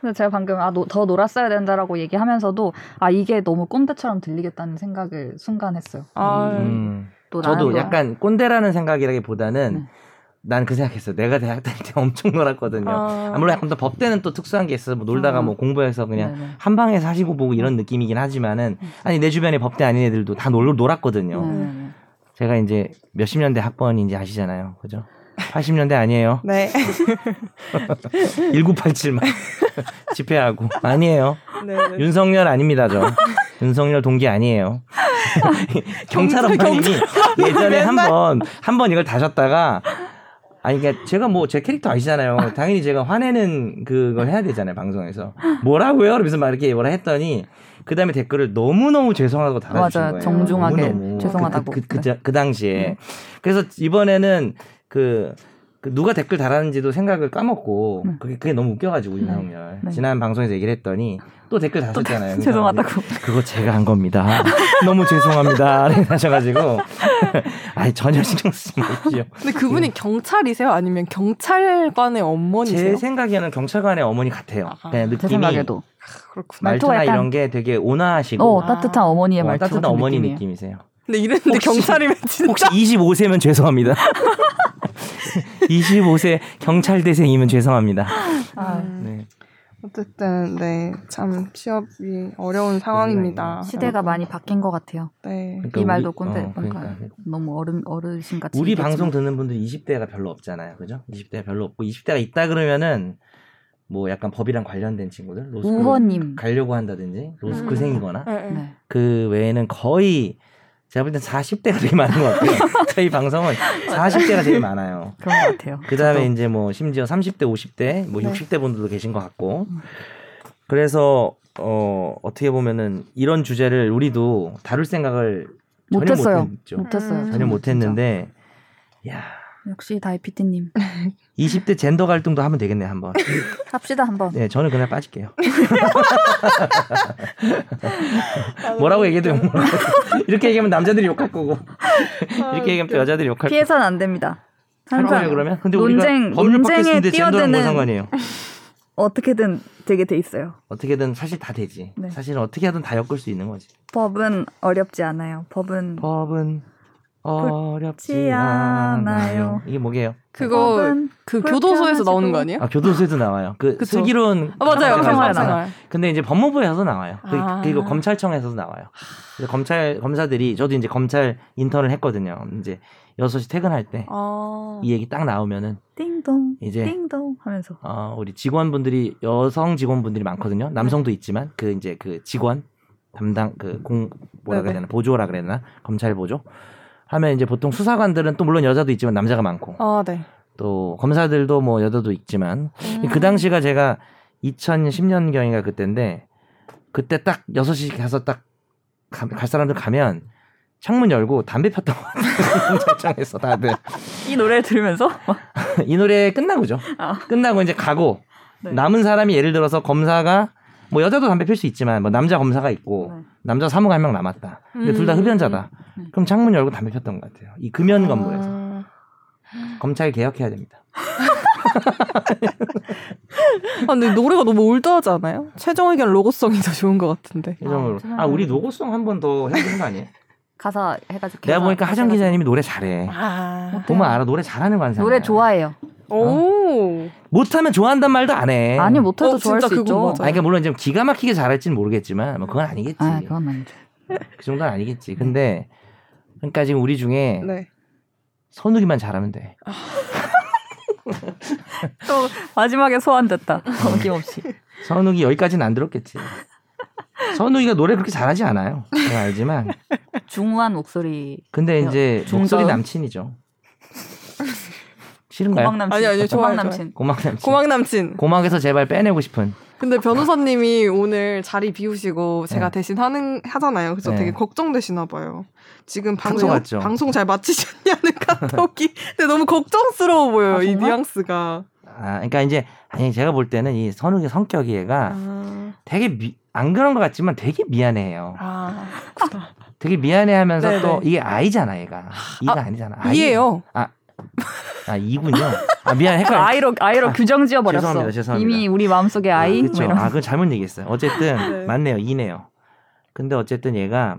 S1: 근데 제가 방금 아, 노- 더 놀았어야 된다라고 얘기하면서도 아 이게 너무 꼰대처럼 들리겠다는 생각을 순간 했어요.
S2: 아,
S3: 음.
S1: 또 나는
S3: 저도
S1: 또-
S3: 약간 꼰대라는 생각이라기보다는
S1: 네.
S3: 난 그 생각했어. 요 내가 대학 다닐 때 엄청 놀았거든요.
S2: 아.
S3: 아무래도 약간 더 법대는 또 특수한 게 있어서 뭐 놀다가
S1: 아.
S3: 뭐 공부해서 그냥
S1: 네네.
S3: 한 방에서 하시고 보고 이런 느낌이긴 하지만은 아니 내 주변에 법대 아닌 애들도 다 놀, 놀았거든요.
S1: 네네네.
S3: 제가 이제 몇십 년대 학번인지 아시잖아요. 그죠? 80년대 아니에요.
S2: 네.
S3: 1987만 집회하고 아니에요.
S2: 네, 네.
S3: 윤석열 아닙니다, 저. 윤석열 동기 아니에요. 경찰 어머님이 예전에 한번 한 번 이걸 다셨다가 아니 그러니까 제가 뭐 제 캐릭터 아시잖아요. 당연히 제가 화내는 그걸 해야 되잖아요, 방송에서. 뭐라고요? 그러면서 막 이렇게 뭐라 했더니 그다음에 댓글을 너무너무 죄송하다고 달아주신
S1: 맞아요.
S3: 거예요.
S1: 정중하게
S3: 너무너무.
S1: 죄송하다고.
S3: 그, 그, 그,
S1: 네.
S3: 자- 그 당시에.
S1: 네.
S3: 그래서 이번에는 그 그 누가 댓글 달았는지도 생각을 까먹고
S1: 네.
S3: 그게 그게 너무 웃겨가지고
S1: 네.
S3: 윤석열
S1: 네.
S3: 지난 방송에서 얘기를 했더니 또 댓글 달았잖아요.
S1: 죄송하다고.
S3: 그거 제가 한 겁니다. 너무 죄송합니다. 이렇게 하셔가지고 아니 전혀 신경 쓰지 마십시오.
S2: 근데 그분이 경찰이세요? 아니면 경찰관의
S3: 제
S2: 어머니세요?
S3: 생각에는 경찰관의 어머니 같아요.
S2: 아하.
S3: 그냥
S1: 제
S3: 느낌이
S1: 생각에도
S2: 그렇구나.
S3: 말투나
S1: 말투가 약간-
S3: 이런 게 되게 온화하시고
S1: 어
S3: 어,
S1: 따뜻한 어머니의 말투
S3: 따뜻한
S1: 같은
S3: 어머니
S1: 느낌이에요.
S3: 느낌이세요.
S2: 근데 이랬는데
S3: 혹시-
S2: 경찰이면 진짜
S3: 혹시 25세면 죄송합니다. 25세 경찰대생이면 죄송합니다.
S1: 아,
S2: 음.
S3: 네.
S2: 어쨌든 네 참 취업이 어려운 상황입니다.
S1: 시대가 많이 바뀐 것 같아요.
S2: 네.
S3: 그러니까
S1: 이
S3: 우리-
S1: 말도 꼰대
S3: 어,
S1: 뭔가
S3: 그러니까.
S1: 너무 어른 어르신 같이.
S3: 우리 방송 듣는 분들 20대가 별로 없잖아요. 그죠? 20대가 별로 없고 20대가 있다 그러면은 뭐 약간 법이랑 관련된 친구들 로스쿨
S1: 우호님.
S3: 가려고 한다든지
S1: 음.
S3: 로스쿨생이거나
S2: 네, 네.
S1: 네.
S3: 그 외에는 거의 제가 볼 땐 40대가 되게 많은 것 같아요. 저희 방송은 40대가 되게 많아요.
S1: 그런 것 같아요.
S3: 그 다음에
S1: 저도.
S3: 이제 뭐 심지어 30대, 50대, 뭐
S2: 네.
S3: 60대 분들도 계신 것 같고.
S1: 음.
S3: 그래서, 어, 어떻게 보면은 이런 주제를 우리도 다룰 생각을 전혀
S1: 못했어요.
S3: 못했죠.
S1: 못했어요.
S2: 음.
S3: 전혀
S1: 저는
S3: 못했는데, 야
S1: 진짜. 역시 다이피티님
S3: 20대 젠더 갈등도 하면 되겠네, 한번.
S1: 합시다 한번.
S3: 네, 저는 그냥 빠질게요. 뭐라고 얘기해도 욕 먹을 거예요. 이렇게 얘기하면 남자들이 욕할 거고, 이렇게 얘기하면 또 여자들이 욕할 거고.
S1: 아, 피해서는 안 됩니다.
S3: 할 거예요,
S1: 항상
S3: 그러면? 근데
S1: 논쟁-
S3: 우리가 법률
S1: 논쟁에
S3: 팟캐스트인데 젠더랑 뭔
S1: 뛰어드는-
S3: 상관이에요?
S1: 어떻게든 되게 돼 있어요.
S3: 어떻게든 사실 다 되지.
S1: 네.
S3: 사실은 어떻게 하든 다 엮을 수 있는 거지.
S1: 법은 어렵지 않아요. 법은
S3: 법은 어렵지
S1: 그렇지 않아요.
S3: 않아요. 이게 뭐게요?
S2: 그거
S1: 네. 법은
S2: 그
S1: 그렇게
S2: 교도소에서
S1: 해가지고-
S2: 나오는 거 아니에요?
S3: 아, 교도소에도 나와요. 그
S2: 그쵸.
S3: 슬기로운
S1: 어,
S2: 아 맞아요.
S1: 사회생활
S3: 검사가
S1: 나와요.
S3: 나와요.
S2: 사회생활.
S3: 근데 이제 법무부에서도 나와요. 그-
S2: 아.
S3: 그리고 검찰청에서도 나와요. 그래서 검찰 검사들이 저도 이제 검찰 인턴을 했거든요. 이제 6시 퇴근할 때 이
S2: 아.
S3: 얘기 딱 나오면은
S1: 띵동
S3: 이제
S1: 띵동 하면서
S3: 어, 우리 직원분들이 여성 직원분들이 많거든요. 남성도 있지만 그 이제 그 직원 담당 그 공 뭐라 그래야 되나 보조라 그래야 되나 검찰 보조 하면 이제 보통 수사관들은 또 물론 여자도 있지만 남자가 많고
S2: 아 네.
S3: 또 검사들도 뭐 여자도 있지만
S1: 음.
S3: 그 당시가 제가 2010년 경인가 그때인데 그때 딱 6시 가서 딱 갈 사람들 가면 창문 열고 담배 폈던 것 같아요. 검찰청에서 다들
S1: 이 노래를 들으면서
S3: 이 노래 끝나고죠.
S1: 아.
S3: 끝나고 이제 가고
S1: 네.
S3: 남은 사람이 예를 들어서 검사가 뭐 여자도 담배 필 수 있지만 뭐 남자 검사가 있고
S1: 네.
S3: 남자 사무가 한 명 남았다. 근데 둘 다
S2: 음.
S3: 흡연자다.
S1: 음.
S3: 그럼 창문 열고 담배 폈던 것 같아요. 이 금연 건물에서
S2: 아.
S3: 검찰 개혁해야 됩니다.
S2: 아, 근데 노래가 너무 올드하지 않아요? 최종 의견 로고송이 더 좋은 것 같은데.
S3: 이정으로
S1: 정말.
S3: 아, 우리 노고송 한 번 더 해야 되는 거 아니에요?
S1: 가사 해가지고
S3: 내가 보니까 하정
S1: 해가지고.
S3: 기자님이 노래 잘해.
S2: 아.
S3: 보면 알아 노래 잘하는 관상.
S1: 노래 좋아해요.
S2: 오.
S3: 못하면 좋아한단 말도 안 해.
S1: 아니 못해도
S2: 어,
S1: 좋아할
S2: 진짜
S1: 수
S2: 그거
S1: 있죠.
S2: 맞아.
S3: 아니, 그러니까 물론 이제 기가 막히게 잘할지는 모르겠지만 뭐 그건 아니겠지.
S1: 아 그건 아니죠.
S3: 그 정도는 아니겠지. 근데 그러니까 지금 우리 중에
S2: 네.
S3: 선욱이만 잘하면 돼.
S1: 또 마지막에 소환됐다. 어김없이.
S3: 선욱이 여기까지는 안 들었겠지. 선욱이가 노래 그렇게 잘하지 않아요. 제가 알지만.
S1: 중후한 목소리.
S3: 근데 이제
S1: 중저음?
S3: 목소리 남친이죠. 싫은가요?
S1: 고막 남친.
S2: 아니, 아니, 좋아요,
S1: 고막 남친.
S3: 고막 남친.
S2: 고막 남친.
S3: 고막에서 제발 빼내고 싶은.
S2: 근데 변호사님이 오늘 자리 비우시고 제가
S3: 네.
S2: 대신 하는 하잖아요. 그래서
S3: 네.
S2: 되게 걱정되시나 봐요. 지금
S3: 카톡
S2: 방송
S3: 왔죠?
S2: 방송 잘 마치셨냐는 카톡이. 근데 너무 걱정스러워 보여요.
S1: 아,
S2: 이
S1: 정말?
S2: 뉘앙스가.
S3: 아, 그러니까 이제 아니 제가 볼 때는 이 선욱의 성격이 얘가
S2: 아.
S3: 되게 미- 안 그런 것 같지만 되게 미안해해요.
S2: 아.
S3: 되게 미안해하면서
S2: 네네.
S3: 또 이게 아이잖아 얘가. 이가 아, 니잖아
S2: 이해요.
S3: 아 이군요. 아 미안 헷갈려.
S1: 아이로 아이로 규정 지어버렸어.
S3: 죄송합니다, 죄송합니다.
S1: 이미 우리 마음속에 아이.
S3: 그렇죠.
S1: 뭐 이런.
S3: 아, 그건 잘못 얘기했어요. 어쨌든
S2: 네.
S3: 맞네요. 이네요. 근데 어쨌든 얘가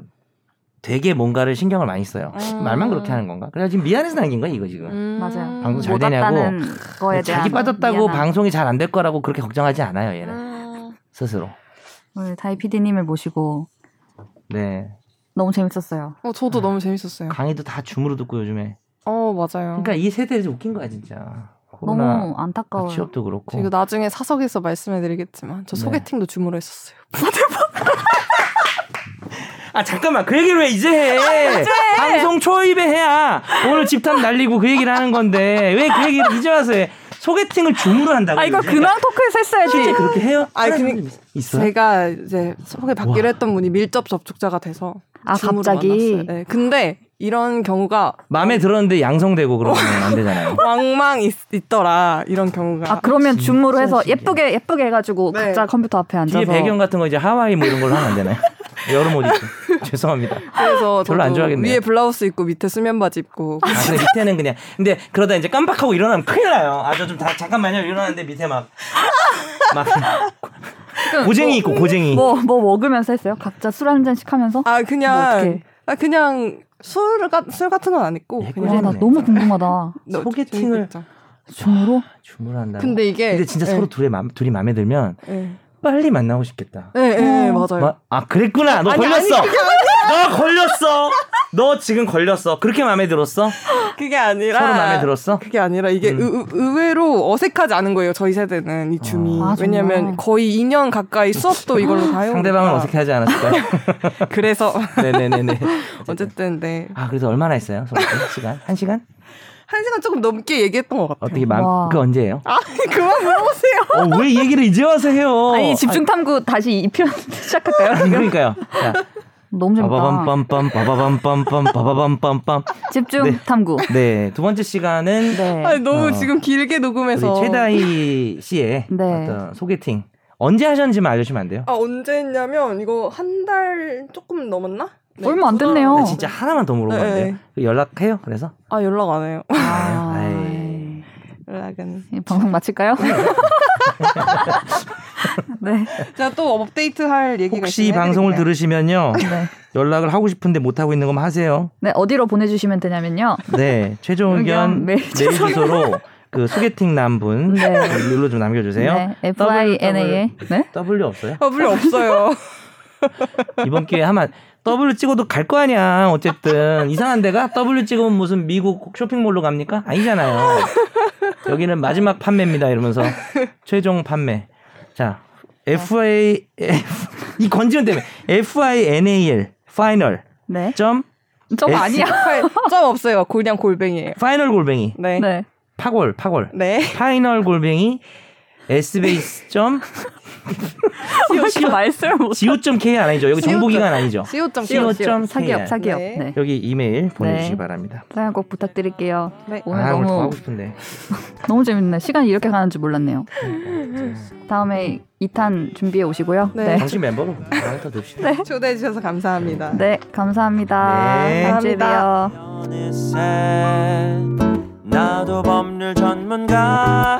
S3: 되게 뭔가를 신경을 많이 써요.
S2: 음.
S3: 말만 그렇게 하는 건가? 그래 지금 미안해서 남긴 거야 이거 지금.
S2: 음.
S1: 맞아요.
S3: 방송 잘
S1: 못
S3: 되냐고. 네,
S1: 왔다는 거에 대한
S3: 자기 빠졌다고
S1: 미안함.
S3: 방송이 잘 안 될 거라고 그렇게 걱정하지 않아요 얘는
S2: 음.
S3: 스스로.
S1: 오늘 다이 PD님을 모시고
S3: 네.
S1: 너무 재밌었어요.
S2: 어,
S3: 아.
S2: 저도 너무 재밌었어요.
S3: 강의도 다 줌으로 듣고 요즘에.
S2: 어, 맞아요.
S3: 그러니까 이 세대 이제 웃긴 거야 진짜. 코로나
S1: 음. 너무 안타까워요.
S3: 취업도
S2: 제가
S3: 그렇고.
S2: 나중에 사석에서 말씀해드리겠지만 저
S3: 네.
S2: 소개팅도 줌으로 했었어요.
S3: 아 잠깐만 그 얘기를 왜 이제 해? 방송 초입에 해야 오늘 집탐 날리고 그 얘기를 하는 건데 왜 그 얘기를 이제 와서 해? 소개팅을 줌으로 한다고.
S1: 아 이거
S3: 이제?
S1: 근황 토크에서
S3: 실제
S1: 했어야지.
S3: 그렇게 해요?
S2: 아니,
S3: 사람이
S2: 그니-
S3: 있어요?
S2: 제가 이제 소개받기로 했던 분이 밀접 접촉자가 돼서
S1: 아,
S2: 줌으로
S1: 갑자기?
S2: 만났어요. 네. 근데 이런 경우가
S3: 마음에 들었는데 양성되고 그러면 안 되잖아요.
S2: 왕망 있, 있더라 이런 경우가
S1: 아 그러면 줌으로 해서
S3: 신기해.
S1: 예쁘게 예쁘게 해가지고
S2: 네.
S1: 각자 컴퓨터 앞에 앉아서
S3: 뒤에 배경 같은 거 이제 하와이 뭐 이런 걸로 하면 안 되나요? 여름 옷 입고. 죄송합니다.
S2: 그래서
S3: 별로 안
S2: 저도
S3: 좋아하겠네요.
S2: 위에 블라우스 입고 밑에 수면 바지 입고
S3: 아, 근데 밑에는 그냥. 근데 그러다 이제 깜빡하고 일어나면 큰일 나요. 아, 저 좀 다, 잠깐만요. 일어나는데 밑에 막. 막.
S2: 그러니까
S3: 고쟁이 있고, 고쟁이.
S1: 뭐 뭐 먹으면서 했어요? 각자 술 한 잔씩 하면서
S2: 아
S1: 뭐
S2: 그냥
S1: 어떡해.
S2: 아 그냥 술, 같- 술 같은 건 안 입고
S3: 예,
S1: 와,
S2: 그냥
S1: 나
S3: 고생했네.
S1: 너무 궁금하다.
S2: 너-
S3: 소개팅을
S2: 재밌겠죠.
S1: 줌으로
S3: 주문한다.
S2: 근데 이게
S3: 근데 진짜
S2: 예,
S3: 서로 둘이 마, 둘이 마음에 들면
S2: 예.
S3: 빨리 만나고 싶겠다.
S2: 예, 예,
S1: 어.
S2: 맞아요.
S3: 마- 아 그랬구나. 너
S2: 아니,
S3: 걸렸어.
S2: 아니, 그게
S3: 너 걸렸어. 너 지금 걸렸어. 그렇게 마음에 들었어?
S2: 그게 아니라
S3: 서로 마음에 들었어?
S2: 그게 아니라 이게
S3: 음.
S2: 의, 의외로 어색하지 않은 거예요. 저희 세대는 이 줌이
S1: 아, 정말?
S2: 왜냐면 거의 2년 가까이 수업도 이걸로 다해
S3: 상대방은 어색해하지 않았을까요?
S2: 그래서
S3: 네네네네.
S2: 어쨌든 네.
S3: 아 그래서 얼마나 했어요? 소개팅 시간? 한 시간?
S2: 한 시간 조금 넘게 얘기했던 것 같아요.
S3: 어떻게 마음?
S1: 와.
S3: 그 언제예요?
S2: 아 그만 물어보세요.
S3: 어, 왜 얘기를 이제 와서 해요?
S1: 아니 집중 탐구 다시 이 표현 시작할까요?
S3: 아, 그러니까요. 자,
S1: 너무 재밌다.
S3: 아, 바바밤빰빰 바바밤빰빰 바바밤빰빰.
S1: 집중
S3: 네.
S1: 탐구.
S3: 네, 두 번째 시간은
S1: 네.
S2: 아니, 너무
S3: 어.
S2: 지금 길게 녹음해서
S3: 우리 최다희 씨의
S1: 네.
S3: 어떤 소개팅 언제 하셨는지만 알려주시면 안 돼요?
S2: 아 언제 했냐면 이거 한 달 조금 넘었나? 네,
S1: 얼마 안 됐네요.
S2: 두
S3: 근데
S2: 달.
S3: 아, 진짜 하나만 더 물어보면 안
S2: 네.
S3: 돼요? 그 연락해요? 그래서?
S2: 아 연락 안 해요.
S1: 아,
S3: 아이.
S2: 연락은
S1: 이 방송 마칠까요? 네.
S2: 제가 또 업데이트 할 얘기가
S3: 혹시 이 방송을 들으시면요
S1: 네.
S3: 연락을 하고 싶은데 못 하고 있는 거면 하세요.
S1: 네, 어디로 보내주시면 되냐면요.
S3: 네, 최종 의견
S1: 의견
S3: 메일
S1: 메일
S3: 주소로 그 소개팅 남분
S1: 네.
S3: 일로 좀 남겨주세요.
S1: 네, F I N A A. 네.
S3: W 없어요?
S2: 아 물이 없어요.
S3: 이번 기회에 하면 W 찍어도 갈 거 아니야. 어쨌든 이상한 데가 W 찍으면 무슨 미국 쇼핑몰로 갑니까? 아니잖아요. 여기는 마지막 판매입니다. 이러면서 최종 판매. 자, F A F 이 건지는 때문에 F I N A L final
S1: 네.
S3: 점
S1: 저거
S3: S.
S1: 아니야.
S2: 점 없어요. 그냥 골뱅이에요.
S3: 파이널 골뱅이
S2: 네. 네.
S1: 네.
S3: 파골 파골 파이널 골뱅이 sbase 점
S1: 왜 이렇게 말씀을 못.
S3: co 점 k 아니죠 여기 정보기관 아니죠
S2: CO 점
S3: CO 점
S1: 사기업
S3: KR.
S1: 사기업.
S2: 네.
S1: 네.
S3: 여기 이메일 보내주시기
S1: 네.
S3: 바랍니다.
S1: 사연 꼭 부탁드릴게요.
S2: 네.
S1: 오늘
S3: 아, 오늘 더
S1: 너무
S3: 하고 싶은데.
S1: 너무 재밌네. 시간이 이렇게 가는 줄 몰랐네요. 다음에 2탄 준비해 오시고요.
S2: 네.
S3: 당신 멤버로 하나 더 듭시다.
S2: 초대해 주셔서 감사합니다.
S1: 네, 감사합니다.
S3: 네.
S1: 다음 주에
S2: 감사합니다.
S1: 봬요.
S5: 어느새 나도 법률 전문가